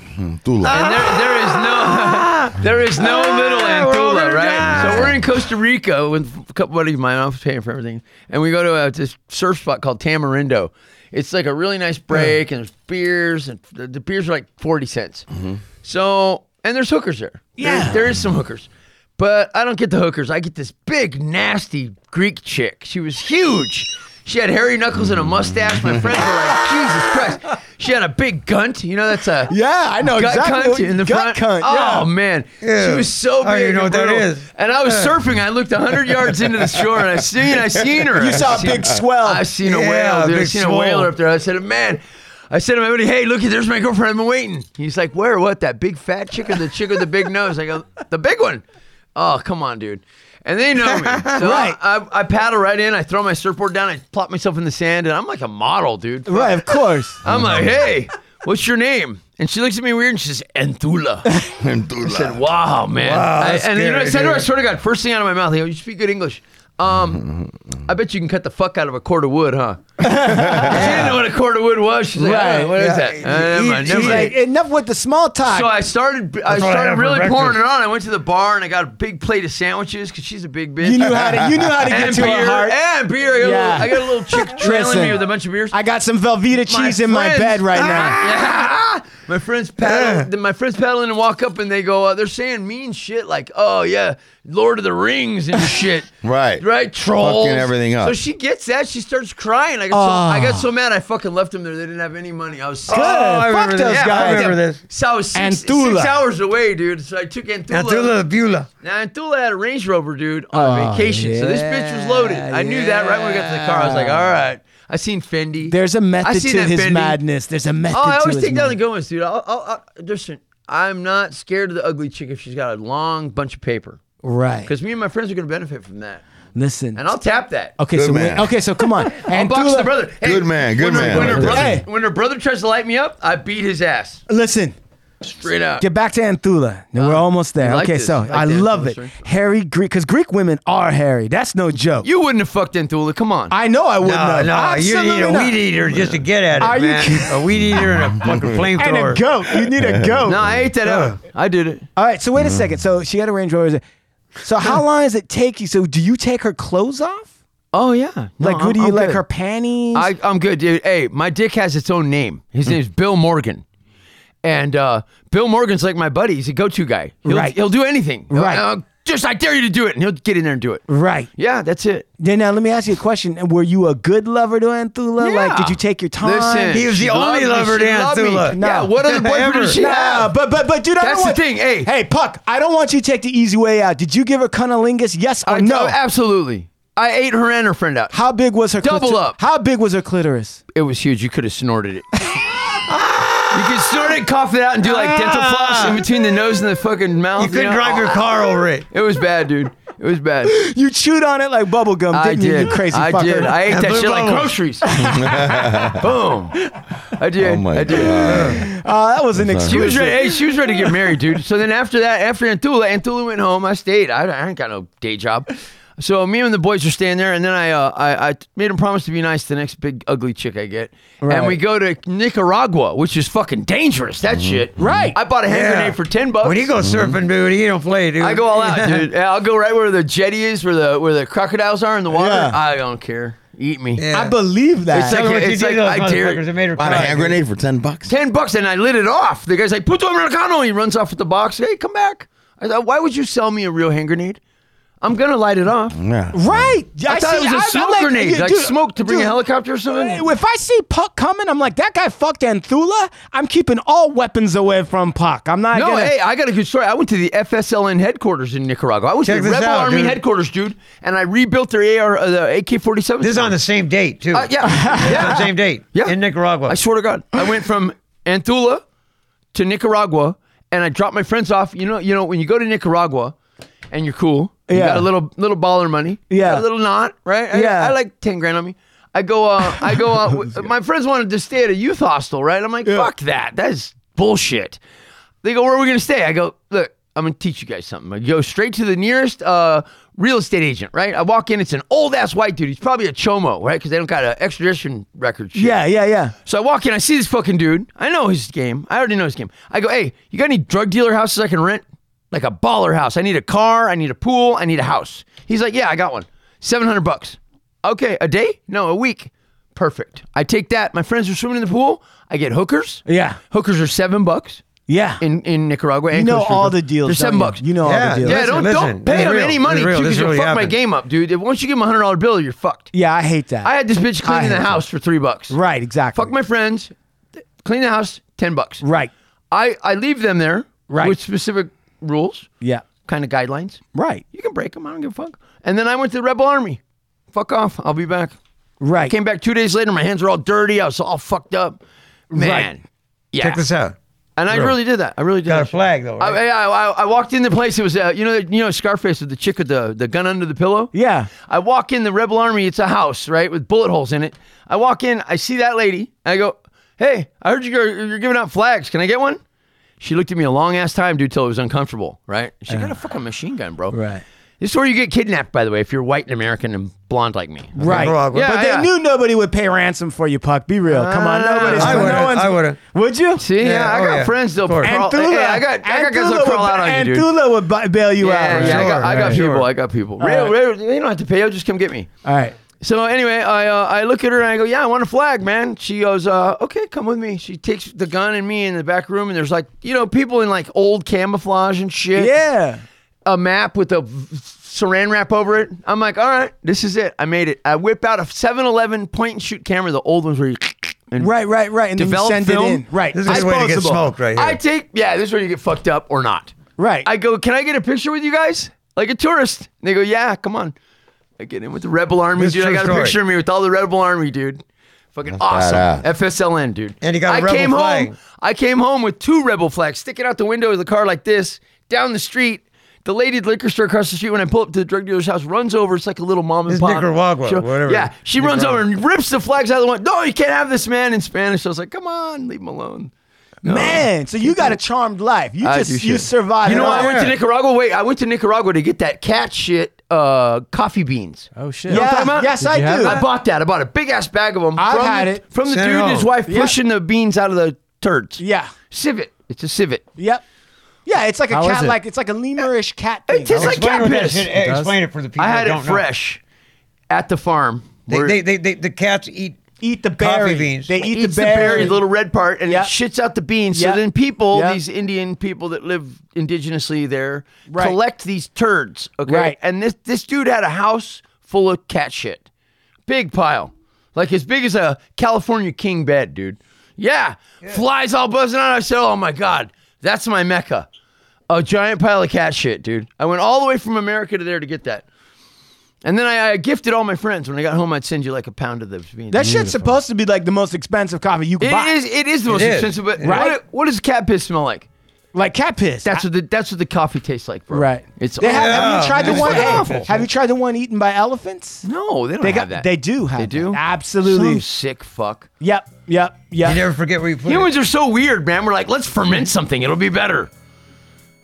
Speaker 3: Dula.
Speaker 1: And there, there is
Speaker 5: [LAUGHS]
Speaker 1: no, there is no
Speaker 2: Ah,
Speaker 1: little Antula, right? So we're in Costa Rica with a couple buddies of mine. I was paying for everything, and we go to uh this surf spot called Tamarindo. It's like a really nice break, and there's beers, and the, the beers are like forty cents.
Speaker 2: Mm-hmm.
Speaker 1: So, and there's hookers there. Yeah, there is some hookers, but I don't get the hookers. I get this big, nasty Greek chick. She was huge. She had hairy knuckles and a mustache. My friends were
Speaker 2: [LAUGHS]
Speaker 1: like, "Jesus Christ!" She had a big gunt. You know, that's a
Speaker 2: Yeah, I know
Speaker 1: gut
Speaker 2: exactly. what-
Speaker 1: cunt in the
Speaker 2: gut
Speaker 1: front.
Speaker 2: Cunt, yeah.
Speaker 1: Oh man, she
Speaker 5: Ew.
Speaker 1: was so
Speaker 5: I don't
Speaker 1: big.
Speaker 5: even Oh, know
Speaker 1: and
Speaker 5: what that
Speaker 1: brutal.
Speaker 5: is.
Speaker 1: And I was surfing. I looked hundred yards into the shore, and I seen, I seen her.
Speaker 2: You saw a
Speaker 1: I seen-
Speaker 2: big swell.
Speaker 1: I seen a
Speaker 5: Yeah,
Speaker 1: whale. Dude. I
Speaker 5: big
Speaker 1: seen a
Speaker 5: swell.
Speaker 1: whaler up there. I said, man. I said to my buddy, "Hey, look, there's my girlfriend. I've been waiting." He's like, "Where? What? That big fat chick or the chick with the big nose?" I go, "The big one." Oh, come on, dude. And they know
Speaker 5: [LAUGHS]
Speaker 1: me, so
Speaker 2: Right.
Speaker 1: I, I, I paddle right in. I throw my surfboard down. I plop myself in the sand, and I'm like a model, dude.
Speaker 2: Right, of course.
Speaker 1: [LAUGHS] I'm like, "Hey, what's your name?" And she looks at me weird, and she says,
Speaker 2: [LAUGHS]
Speaker 1: "Antula."
Speaker 3: Dula.
Speaker 1: I said, "Wow, man!"
Speaker 5: Wow,
Speaker 1: I,
Speaker 5: that's
Speaker 1: and you know, what I
Speaker 5: scary,
Speaker 1: said to her, I
Speaker 5: dude.
Speaker 1: swear to God, first thing out of my mouth, I go, "You speak good English." Um, I bet you can cut the fuck out of a cord of wood, huh? [LAUGHS] She didn't know what a cord of wood was. She's like,
Speaker 2: Right,
Speaker 1: "Oh, "What is
Speaker 5: yeah.
Speaker 1: that?" Uh, never mind,
Speaker 5: She's
Speaker 1: never
Speaker 2: She's
Speaker 1: mind.
Speaker 2: like, enough with the small talk.
Speaker 1: so I started, I
Speaker 5: what I
Speaker 1: started
Speaker 5: had for
Speaker 1: really
Speaker 5: breakfast.
Speaker 1: pouring it on. I went to the bar and I got a big plate of sandwiches because she's a big bitch.
Speaker 2: you knew how to. You
Speaker 1: [LAUGHS]
Speaker 2: knew how to
Speaker 1: and
Speaker 2: get to
Speaker 1: beer,
Speaker 2: her heart.
Speaker 1: and beer. I got,
Speaker 2: Yeah.
Speaker 1: a, little, I got a little
Speaker 2: [LAUGHS]
Speaker 1: chick trailing
Speaker 2: Listen.
Speaker 1: me with a bunch of beers.
Speaker 2: I got some Velveeta cheese in my
Speaker 1: friends-
Speaker 2: bed right now.
Speaker 1: Ah! my friends paddle. then My friends paddling and walk up, and they go. Uh, they're saying mean shit like, "Oh yeah, Lord of the Rings and
Speaker 2: [LAUGHS]
Speaker 1: shit."
Speaker 3: Right.
Speaker 1: Right. Trolls.
Speaker 3: Fucking everything up.
Speaker 1: So she gets that. She starts crying. I got, so, I got so mad. I fucking left them there. They didn't have any money. I was sick.
Speaker 2: Ah. Good.
Speaker 5: I
Speaker 2: Fuck
Speaker 5: remember
Speaker 2: those
Speaker 5: this. Yeah, I
Speaker 2: guys.
Speaker 5: remember this.
Speaker 1: So I was six,
Speaker 2: Antula.
Speaker 1: six hours away, dude. So I took Antula.
Speaker 5: Antula Beulah.
Speaker 1: Now Antula had a Range Rover, dude, on
Speaker 2: Oh,
Speaker 1: vacation. So this bitch was loaded. I knew that right when we got to the car. I was like, all right. I seen Fendi.
Speaker 2: There's a
Speaker 1: I
Speaker 2: method
Speaker 1: seen
Speaker 2: to
Speaker 1: that
Speaker 2: his
Speaker 1: Fendi.
Speaker 2: madness. There's a method
Speaker 1: Oh, I
Speaker 2: to
Speaker 1: always
Speaker 2: his
Speaker 1: take down the
Speaker 2: madness.
Speaker 1: good ones, dude. I'll, I'll, I'll, listen, I'm not scared of the ugly chick if she's got a long bunch of paper.
Speaker 2: Right.
Speaker 1: Because me and my friends are going to benefit from that.
Speaker 2: Listen.
Speaker 1: And I'll tap that.
Speaker 2: Okay,
Speaker 3: Good
Speaker 2: so
Speaker 3: man.
Speaker 2: when- okay, so come
Speaker 1: [LAUGHS]
Speaker 2: on.
Speaker 1: I'll
Speaker 2: And
Speaker 1: box
Speaker 2: Dula-
Speaker 1: the brother. Hey,
Speaker 3: Good man, good
Speaker 1: when her-
Speaker 3: man.
Speaker 1: When her, brother,
Speaker 2: Hey.
Speaker 1: when her brother tries to light me up, I beat his ass.
Speaker 2: Listen,
Speaker 1: Straight out.
Speaker 2: get back to Anthula. Now, We're
Speaker 1: Uh,
Speaker 2: almost there.
Speaker 1: I like
Speaker 2: okay,
Speaker 1: this.
Speaker 2: so
Speaker 1: I like
Speaker 2: I
Speaker 1: the
Speaker 2: love
Speaker 1: Anthula
Speaker 2: it.
Speaker 1: story.
Speaker 2: Hairy Greek, because Greek women are hairy. That's no joke.
Speaker 1: You wouldn't have fucked Antula. Come on.
Speaker 2: I know I wouldn't
Speaker 5: No,
Speaker 2: have.
Speaker 5: no, you
Speaker 2: Absolutely
Speaker 5: need a
Speaker 2: not.
Speaker 5: weed eater just to get at it,
Speaker 2: Are you
Speaker 5: man.
Speaker 2: kidding?
Speaker 5: a weed eater and a fucking
Speaker 2: And a
Speaker 5: flamethrower.
Speaker 2: goat. You need a goat.
Speaker 1: no, I Mm. ate that up. I did it.
Speaker 2: All right, so wait a second. So she got a Range Rover. So how long does it take you? So do you take her clothes off?
Speaker 1: Oh, yeah. No,
Speaker 2: Like, what
Speaker 1: I'm-
Speaker 2: do you
Speaker 1: I'm
Speaker 2: like
Speaker 1: good.
Speaker 2: her panties?
Speaker 1: I, I'm good, dude. Hey, my dick has its own name. His name's Bill Morgan. And uh, Bill Morgan's like my buddy. He's a go to guy. He'll,
Speaker 2: Right.
Speaker 1: He'll do anything. He'll-
Speaker 2: Right.
Speaker 1: uh, just, I dare you to do it. And he'll get in there and do it.
Speaker 2: right.
Speaker 1: Yeah, that's it.
Speaker 2: Then now let me ask you a question. Were you a good lover to Anthula? Like, did you take your time?
Speaker 1: Listen,
Speaker 5: He was the
Speaker 1: she
Speaker 5: only
Speaker 1: loved me.
Speaker 5: lover to
Speaker 1: She loved me.
Speaker 5: Antula.
Speaker 2: No.
Speaker 1: Yeah,
Speaker 5: [LAUGHS]
Speaker 1: what other boyfriend did she
Speaker 2: Nah,
Speaker 1: have?
Speaker 2: but but but dude, I
Speaker 1: That's
Speaker 2: don't
Speaker 1: the thing,
Speaker 2: want,
Speaker 1: hey.
Speaker 2: hey, Puck, I don't want you to take the easy way out. Did you give her cunnilingus? Yes or
Speaker 1: I-
Speaker 2: no?
Speaker 1: oh, absolutely. I ate her and her friend out.
Speaker 2: How big was her?
Speaker 1: Double
Speaker 2: clitor-
Speaker 1: up.
Speaker 2: How big was her clitoris?
Speaker 1: It was huge. You could have snorted it. you could snort it, cough it out, and do like dental floss in between the nose and the fucking mouth.
Speaker 5: Ah. You couldn't
Speaker 1: know?
Speaker 5: drive your car over it.
Speaker 1: It was bad, dude. It was bad.
Speaker 2: You chewed on it like bubble gum,
Speaker 1: I
Speaker 2: didn't you,
Speaker 1: did.
Speaker 2: you? Crazy
Speaker 1: I
Speaker 2: fucker.
Speaker 1: did. I ate that
Speaker 5: blue
Speaker 1: shit like
Speaker 5: bubble.
Speaker 1: groceries. [LAUGHS] Boom. I did.
Speaker 3: Oh my
Speaker 1: I did.
Speaker 3: god.
Speaker 2: Oh, that was an
Speaker 1: She was
Speaker 2: excuse.
Speaker 1: ready. Hey, she was ready to get married, dude. So then after that, after Antula, Antula went home. I stayed. I, I ain't got no day job. So me and the boys are staying there, and then I uh, I, I made him promise to be nice to the next big ugly chick I get,
Speaker 2: Right.
Speaker 1: and we go to Nicaragua, which is fucking dangerous. That
Speaker 3: Mm-hmm.
Speaker 1: shit.
Speaker 2: Right.
Speaker 1: I bought a hand
Speaker 5: Yeah.
Speaker 1: grenade for ten bucks.
Speaker 5: When you go surfing, dude, you don't play, dude.
Speaker 1: I go all out,
Speaker 5: [LAUGHS]
Speaker 1: dude. Yeah, I'll go right where the jetty is, where the where the crocodiles are in the water.
Speaker 2: Yeah.
Speaker 1: I don't care. Eat me.
Speaker 5: Yeah.
Speaker 2: I believe that.
Speaker 1: It's
Speaker 5: Tell her
Speaker 1: like-
Speaker 5: what you
Speaker 1: it's
Speaker 5: did
Speaker 1: like
Speaker 5: to
Speaker 1: I
Speaker 5: those
Speaker 1: dare-
Speaker 5: motherfuckers that made her
Speaker 3: Bought a
Speaker 5: cry,
Speaker 3: hand
Speaker 5: dude.
Speaker 3: grenade for ten bucks.
Speaker 1: Ten bucks, and I lit it off. The guy's like, "Put on americano." He runs off with the box. Hey, come back. I thought, why would you sell me a real hand grenade? I'm gonna light it off.
Speaker 3: Yeah.
Speaker 2: right.
Speaker 1: I, thought it was
Speaker 2: a
Speaker 1: a smoke grenade, like smoke to bring a helicopter or something.
Speaker 2: If I see Puck coming, I'm like, that guy fucked Anthula. I'm keeping all weapons away from Puck. I'm not
Speaker 1: No,
Speaker 2: gonna.
Speaker 1: hey, I got a good story. I went to the FSLN headquarters in Nicaragua. I was
Speaker 5: Check
Speaker 1: at
Speaker 5: this
Speaker 1: Rebel
Speaker 5: out,
Speaker 1: Army
Speaker 5: dude.
Speaker 1: headquarters, dude, and I rebuilt their AR, uh, the AK-47.
Speaker 5: This is on the same date too.
Speaker 1: Uh, yeah,
Speaker 5: [LAUGHS] It's on
Speaker 1: yeah,
Speaker 5: the same date.
Speaker 1: Yeah.
Speaker 5: in Nicaragua.
Speaker 1: I swear to God, I went from Antula to Nicaragua, and I dropped my friends off. You know, you know, when you go to Nicaragua, and you're cool, you
Speaker 2: Yeah.
Speaker 1: got a little little baller money, you
Speaker 2: Yeah.
Speaker 1: got a little knot, right? I,
Speaker 2: Yeah.
Speaker 1: I like ten grand on me. I go, uh, I go.
Speaker 2: [LAUGHS]
Speaker 1: Uh, w- my friends wanted to stay at a youth hostel, right? I'm like, fuck that, that is bullshit. They go, where are we gonna stay? I go, look, I'm gonna teach you guys something. I go straight to the nearest uh, real estate agent, right? I walk in, it's an old ass white dude. He's probably a chomo, right? Because they don't got an extradition record. Shit.
Speaker 2: yeah, yeah, yeah.
Speaker 1: So I walk in, I see this fucking dude. I know his game. I already know his game. I go, hey, you got any drug dealer houses I can rent? Like a baller house. I need a car. I need a pool. I need a house. He's like, yeah, I got one. 700 bucks. Okay, a day? No, a week. Perfect. I take that. My friends are swimming in the pool. I get hookers.
Speaker 2: Yeah.
Speaker 1: Hookers are seven bucks
Speaker 2: Yeah.
Speaker 1: in, in Nicaragua.
Speaker 2: you
Speaker 1: and
Speaker 2: know
Speaker 1: Costa
Speaker 2: all
Speaker 1: Rica.
Speaker 2: the deals.
Speaker 1: They're seven
Speaker 2: don't you?
Speaker 1: bucks.
Speaker 2: You know all
Speaker 5: Yeah,
Speaker 2: the deals.
Speaker 1: yeah,
Speaker 5: Listen,
Speaker 1: don't,
Speaker 5: listen.
Speaker 1: don't pay
Speaker 5: This is
Speaker 1: them
Speaker 5: real.
Speaker 1: any
Speaker 5: This is
Speaker 1: money too
Speaker 5: real. This
Speaker 1: because you'll
Speaker 5: really
Speaker 1: fuck my
Speaker 5: happened.
Speaker 1: game up, dude. If- Once you give them a $100 bill, you're fucked.
Speaker 2: Yeah, I hate that.
Speaker 1: I had this bitch cleaning
Speaker 2: hate
Speaker 1: the
Speaker 2: that.
Speaker 1: house for three bucks.
Speaker 2: right, exactly.
Speaker 1: Fuck my friends. th- Clean the house. Ten bucks.
Speaker 2: Right.
Speaker 1: I I leave them there.
Speaker 2: Right.
Speaker 1: With specific rules,
Speaker 2: Yeah.
Speaker 1: kind of guidelines.
Speaker 2: Right.
Speaker 1: You can break them. I don't give a fuck. And then I went to the Rebel Army. Fuck off. I'll be back.
Speaker 2: Right.
Speaker 1: Came back two days later. My hands were all dirty. I was all fucked up. Man. Yeah.
Speaker 5: Check this out.
Speaker 1: And I really did that. I really did.
Speaker 5: Got a
Speaker 1: that shit.
Speaker 5: flag though. right?
Speaker 1: I, I, I, I walked in the place. It was uh, you know you know Scarface with the chick with the, the gun under the pillow.
Speaker 2: Yeah.
Speaker 1: I walk in the Rebel Army. It's a house right with bullet holes in it. I walk in. I see that lady. I go, hey, I heard you go, you're giving out flags. Can I get one? She looked at me a long ass time, dude, till it was uncomfortable. Right? She
Speaker 5: Uh-huh.
Speaker 1: got a fucking machine gun, bro.
Speaker 2: Right.
Speaker 1: This is where you get kidnapped, by the way, if you're white and American and blonde like me. Okay?
Speaker 2: Right.
Speaker 5: Nicaragua.
Speaker 1: Yeah,
Speaker 2: but they
Speaker 1: yeah.
Speaker 2: knew nobody would pay ransom for you, Puck. Be real. Come on.
Speaker 1: Ah,
Speaker 2: Nobody's
Speaker 1: I
Speaker 2: no
Speaker 5: would've,
Speaker 2: one's-
Speaker 5: I would've.
Speaker 2: Would you?
Speaker 1: See, yeah, I
Speaker 5: oh,
Speaker 1: got
Speaker 5: yeah.
Speaker 1: friends that'll
Speaker 5: Of course.
Speaker 1: crawl.
Speaker 2: Anthula-
Speaker 1: Hey, I got, I got guys that'll
Speaker 2: Anthula
Speaker 1: crawl
Speaker 2: would,
Speaker 1: out on you, dude.
Speaker 2: Anthula would bu- bail you out.
Speaker 1: Yeah,
Speaker 2: right?
Speaker 1: yeah, I got, I got
Speaker 5: Right. Sure.
Speaker 1: people. I got people. Real, real, you don't have to pay. I'll just come get me.
Speaker 2: All right.
Speaker 1: So anyway, I uh, I look at her and I go, "Yeah, I want a flag, man." She goes, uh, "Okay, come with me." She takes the gun and me in the back room, and there's like you know people in like old camouflage and shit.
Speaker 2: Yeah.
Speaker 1: A map with a v- saran wrap over it. I'm like, "All right, this is it. I made it." I whip out a 7-Eleven point and shoot camera, the old ones where you [SNIFFS] and
Speaker 2: Right, right, right. And
Speaker 1: Develop
Speaker 2: then you send
Speaker 1: film?
Speaker 2: it in. Right.
Speaker 5: This is the way to get
Speaker 1: Disposable.
Speaker 5: smoked right here.
Speaker 1: I take yeah, this is where you get fucked up or not.
Speaker 2: right.
Speaker 1: I go, "Can I get a picture with you guys?" Like a tourist. And they go, "Yeah, come on." I get in with the Rebel Army,
Speaker 5: This
Speaker 1: dude.
Speaker 5: is
Speaker 1: I
Speaker 5: true
Speaker 1: got a
Speaker 5: story.
Speaker 1: picture of me with all the Rebel Army, dude. Fucking awesome.
Speaker 3: badass.
Speaker 1: FSLN, dude.
Speaker 5: And you got a
Speaker 1: I
Speaker 5: rebel
Speaker 1: came
Speaker 5: flag.
Speaker 1: home. I came home with two Rebel flags sticking out the window of the car like this down the street. The lady at the liquor store across the street, when I pull up to the drug dealer's house, runs over. It's like a little mom and
Speaker 5: It's
Speaker 1: pop.
Speaker 5: Nicaragua,
Speaker 1: She-
Speaker 5: whatever.
Speaker 1: Yeah, she runs over
Speaker 5: Nicaragua.
Speaker 1: and rips the flags out of the window. No, you can't have this man in Spanish. I was like, come on, leave him alone. No.
Speaker 2: Man, so you got a charmed life. You
Speaker 1: I do
Speaker 2: just you
Speaker 1: shit.
Speaker 2: survived.
Speaker 1: You know,
Speaker 2: it
Speaker 1: I
Speaker 2: all.
Speaker 1: went to Nicaragua. Wait, I went to Nicaragua to get that cat shit uh, coffee beans.
Speaker 4: Oh shit.
Speaker 1: know what I'm
Speaker 2: Yeah.
Speaker 1: talking about?
Speaker 2: Yes,
Speaker 1: Did
Speaker 2: I
Speaker 4: you have
Speaker 2: do.
Speaker 1: I bought that. I bought a big ass bag of them.
Speaker 2: I've
Speaker 1: from
Speaker 2: had
Speaker 1: the,
Speaker 2: it.
Speaker 1: from the
Speaker 5: Send it
Speaker 1: dude and his
Speaker 5: home.
Speaker 1: wife
Speaker 2: Yeah.
Speaker 1: pushing the beans out of the turds.
Speaker 2: Yeah.
Speaker 1: civet. It's a civet.
Speaker 2: Yep. Yeah, it's like a
Speaker 4: How is
Speaker 2: cat
Speaker 4: it?
Speaker 2: like it's like a lemurish cat thing.
Speaker 1: It tastes like
Speaker 5: Explain
Speaker 1: cat
Speaker 5: what that
Speaker 1: piss.
Speaker 5: shit-
Speaker 1: I
Speaker 4: does.
Speaker 5: Explain it for the people.
Speaker 1: had
Speaker 5: that don't
Speaker 1: it fresh at the farm.
Speaker 5: Know.
Speaker 1: Where
Speaker 5: They, they, they, they, the cats eat.
Speaker 2: eat the
Speaker 5: Coffee
Speaker 2: berry.
Speaker 5: beans.
Speaker 2: They
Speaker 1: it
Speaker 2: eat
Speaker 1: eats
Speaker 2: the berry.
Speaker 1: little red part, and
Speaker 2: Yeah.
Speaker 1: it shits out the beans.
Speaker 2: Yeah.
Speaker 1: So then people,
Speaker 2: Yeah.
Speaker 1: these Indian people that live indigenously there,
Speaker 2: Right.
Speaker 1: collect these turds. Okay,
Speaker 2: Right.
Speaker 1: and this this dude had a house full of cat shit, big pile, like as big as a California king bed, dude. Yeah, flies all buzzing out. I said, "Oh my god, that's my mecca." A giant pile of cat shit, dude. I went all the way from America to there to get that. And then I, I gifted all my friends. When I got home, I'd send you like a pound of those beans.
Speaker 2: That shit's supposed to be like the most expensive coffee you can
Speaker 1: It
Speaker 2: buy.
Speaker 1: is. It is the most
Speaker 5: It is.
Speaker 1: expensive. But
Speaker 5: It
Speaker 2: Right?
Speaker 1: what, what does cat piss smell like?
Speaker 2: Like cat piss.
Speaker 1: That's what the that's what the coffee tastes like, bro.
Speaker 2: right.
Speaker 1: It's
Speaker 2: They have,
Speaker 1: awful.
Speaker 2: have you
Speaker 5: Yeah,
Speaker 2: tried the
Speaker 5: it's
Speaker 2: one?
Speaker 5: fucking
Speaker 2: hey,
Speaker 5: awful.
Speaker 2: have you tried the one eaten by elephants?
Speaker 1: no. They don't
Speaker 2: They
Speaker 1: have
Speaker 2: got.
Speaker 1: that.
Speaker 2: They do have.
Speaker 1: They do.
Speaker 2: that. Absolutely.
Speaker 1: Some sick fuck.
Speaker 2: Yep. Yep.
Speaker 5: You
Speaker 2: Yep.
Speaker 5: never forget where you put
Speaker 1: Humans
Speaker 5: it.
Speaker 1: are so weird, man. We're like, let's ferment something. It'll be better.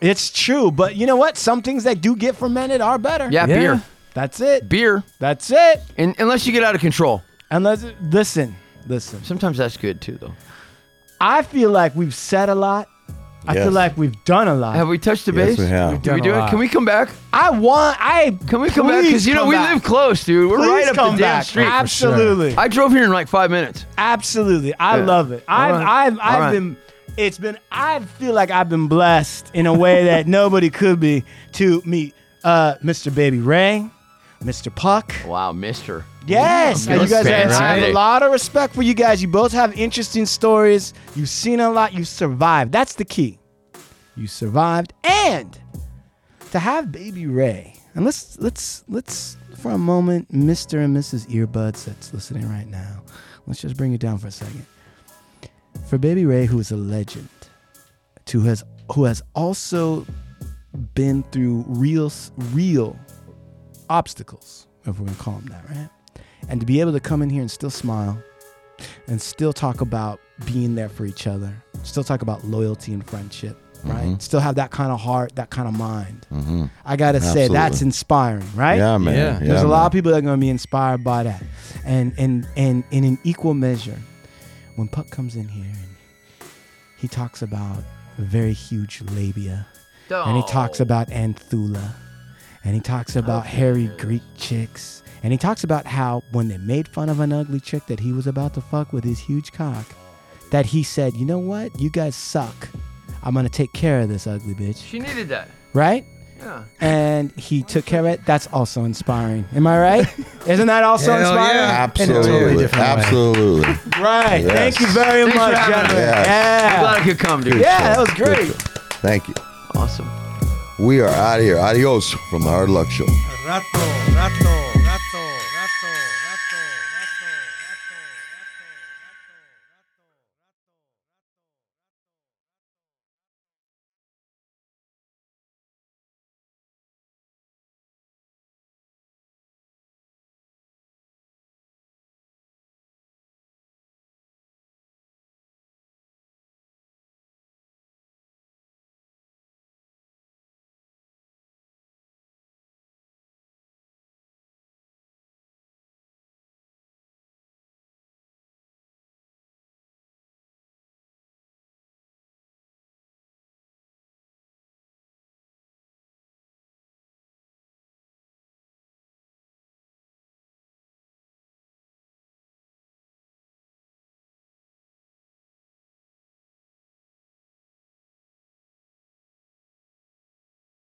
Speaker 2: It's true, but you know what? Some things that do get fermented are better.
Speaker 1: Yeah,
Speaker 4: Yeah.
Speaker 1: beer.
Speaker 2: That's it.
Speaker 1: Beer,
Speaker 2: That's it.
Speaker 1: and unless you get out of control.
Speaker 2: Unless listen, listen.
Speaker 1: Sometimes that's good too, though.
Speaker 2: I feel like we've said a lot. I
Speaker 3: Yes.
Speaker 2: feel like we've done a lot.
Speaker 1: Have we touched the
Speaker 3: Yes,
Speaker 1: base?
Speaker 3: we have.
Speaker 1: Did we
Speaker 4: Done a
Speaker 1: do it?
Speaker 4: lot.
Speaker 1: Can we come back?
Speaker 2: I want. I
Speaker 1: Can we come back?
Speaker 2: please
Speaker 1: Because you know
Speaker 2: come
Speaker 1: we
Speaker 2: back.
Speaker 1: live close, dude. We're
Speaker 2: Please
Speaker 1: right up
Speaker 2: come
Speaker 1: the damn
Speaker 2: back.
Speaker 1: street.
Speaker 2: Absolutely,
Speaker 1: I drove here in like five minutes.
Speaker 2: absolutely. I
Speaker 1: Yeah.
Speaker 2: love it. I've,
Speaker 1: right.
Speaker 2: I've,
Speaker 1: All
Speaker 2: I've
Speaker 1: right.
Speaker 2: been. It's been. I feel like I've been blessed in a way that [LAUGHS] nobody could be to meet uh, Mr. Baby Ray, Mr. Puck.
Speaker 1: Wow, Mister.
Speaker 2: Yes, and you
Speaker 1: Mister
Speaker 2: guys.
Speaker 1: Ray.
Speaker 2: I have a lot of respect for you guys. You both have interesting stories. You've seen a lot. You've survived. That's the key. You survived, and to have baby Ray. And let's let's let's for a moment, Mr. and Mrs. Earbuds that's listening right now. Let's just bring it down for a second. For baby Ray, who is a legend, to has who has also been through real s- real obstacles, if we're gonna call them that, right? And to be able to come in here and still smile, and still talk about being there for each other, still talk about loyalty and friendship, right?
Speaker 3: Mm-hmm.
Speaker 2: Still have that kind of heart, that kind of mind. I gotta say,
Speaker 3: Absolutely.
Speaker 2: that's inspiring, right?
Speaker 3: Yeah, man.
Speaker 4: Yeah.
Speaker 2: There's
Speaker 3: Yeah,
Speaker 2: a lot
Speaker 3: man.
Speaker 2: of people that are going to be inspired by that, and and and in an equal measure, when Puck comes in here and he talks about a very huge labia, and he talks about Anthula, and he talks about hairy Greek chicks, and he talks about how when they made fun of an ugly chick that he was about to fuck with his huge cock, that he said, you know what, you guys suck. I'm gonna take care of this ugly bitch,
Speaker 1: She needed that.
Speaker 2: right?
Speaker 1: Yeah.
Speaker 2: and he took care of it. That's also inspiring. Am I right?
Speaker 1: [LAUGHS]
Speaker 2: Isn't that also
Speaker 5: Hell
Speaker 2: inspiring?
Speaker 5: yeah.
Speaker 3: Absolutely.
Speaker 4: totally different way.
Speaker 3: Absolutely.
Speaker 2: Right.
Speaker 3: Yes.
Speaker 2: Thank you very
Speaker 1: Thanks for
Speaker 2: much,
Speaker 1: having
Speaker 2: gentlemen.
Speaker 3: us.
Speaker 1: I'm glad I
Speaker 2: Yeah.
Speaker 1: could come, dude.
Speaker 2: Yeah, that was great.
Speaker 3: Thank you.
Speaker 1: Awesome.
Speaker 3: We are out of here. Adios from the Hard Luck Show.
Speaker 5: Rato, rato.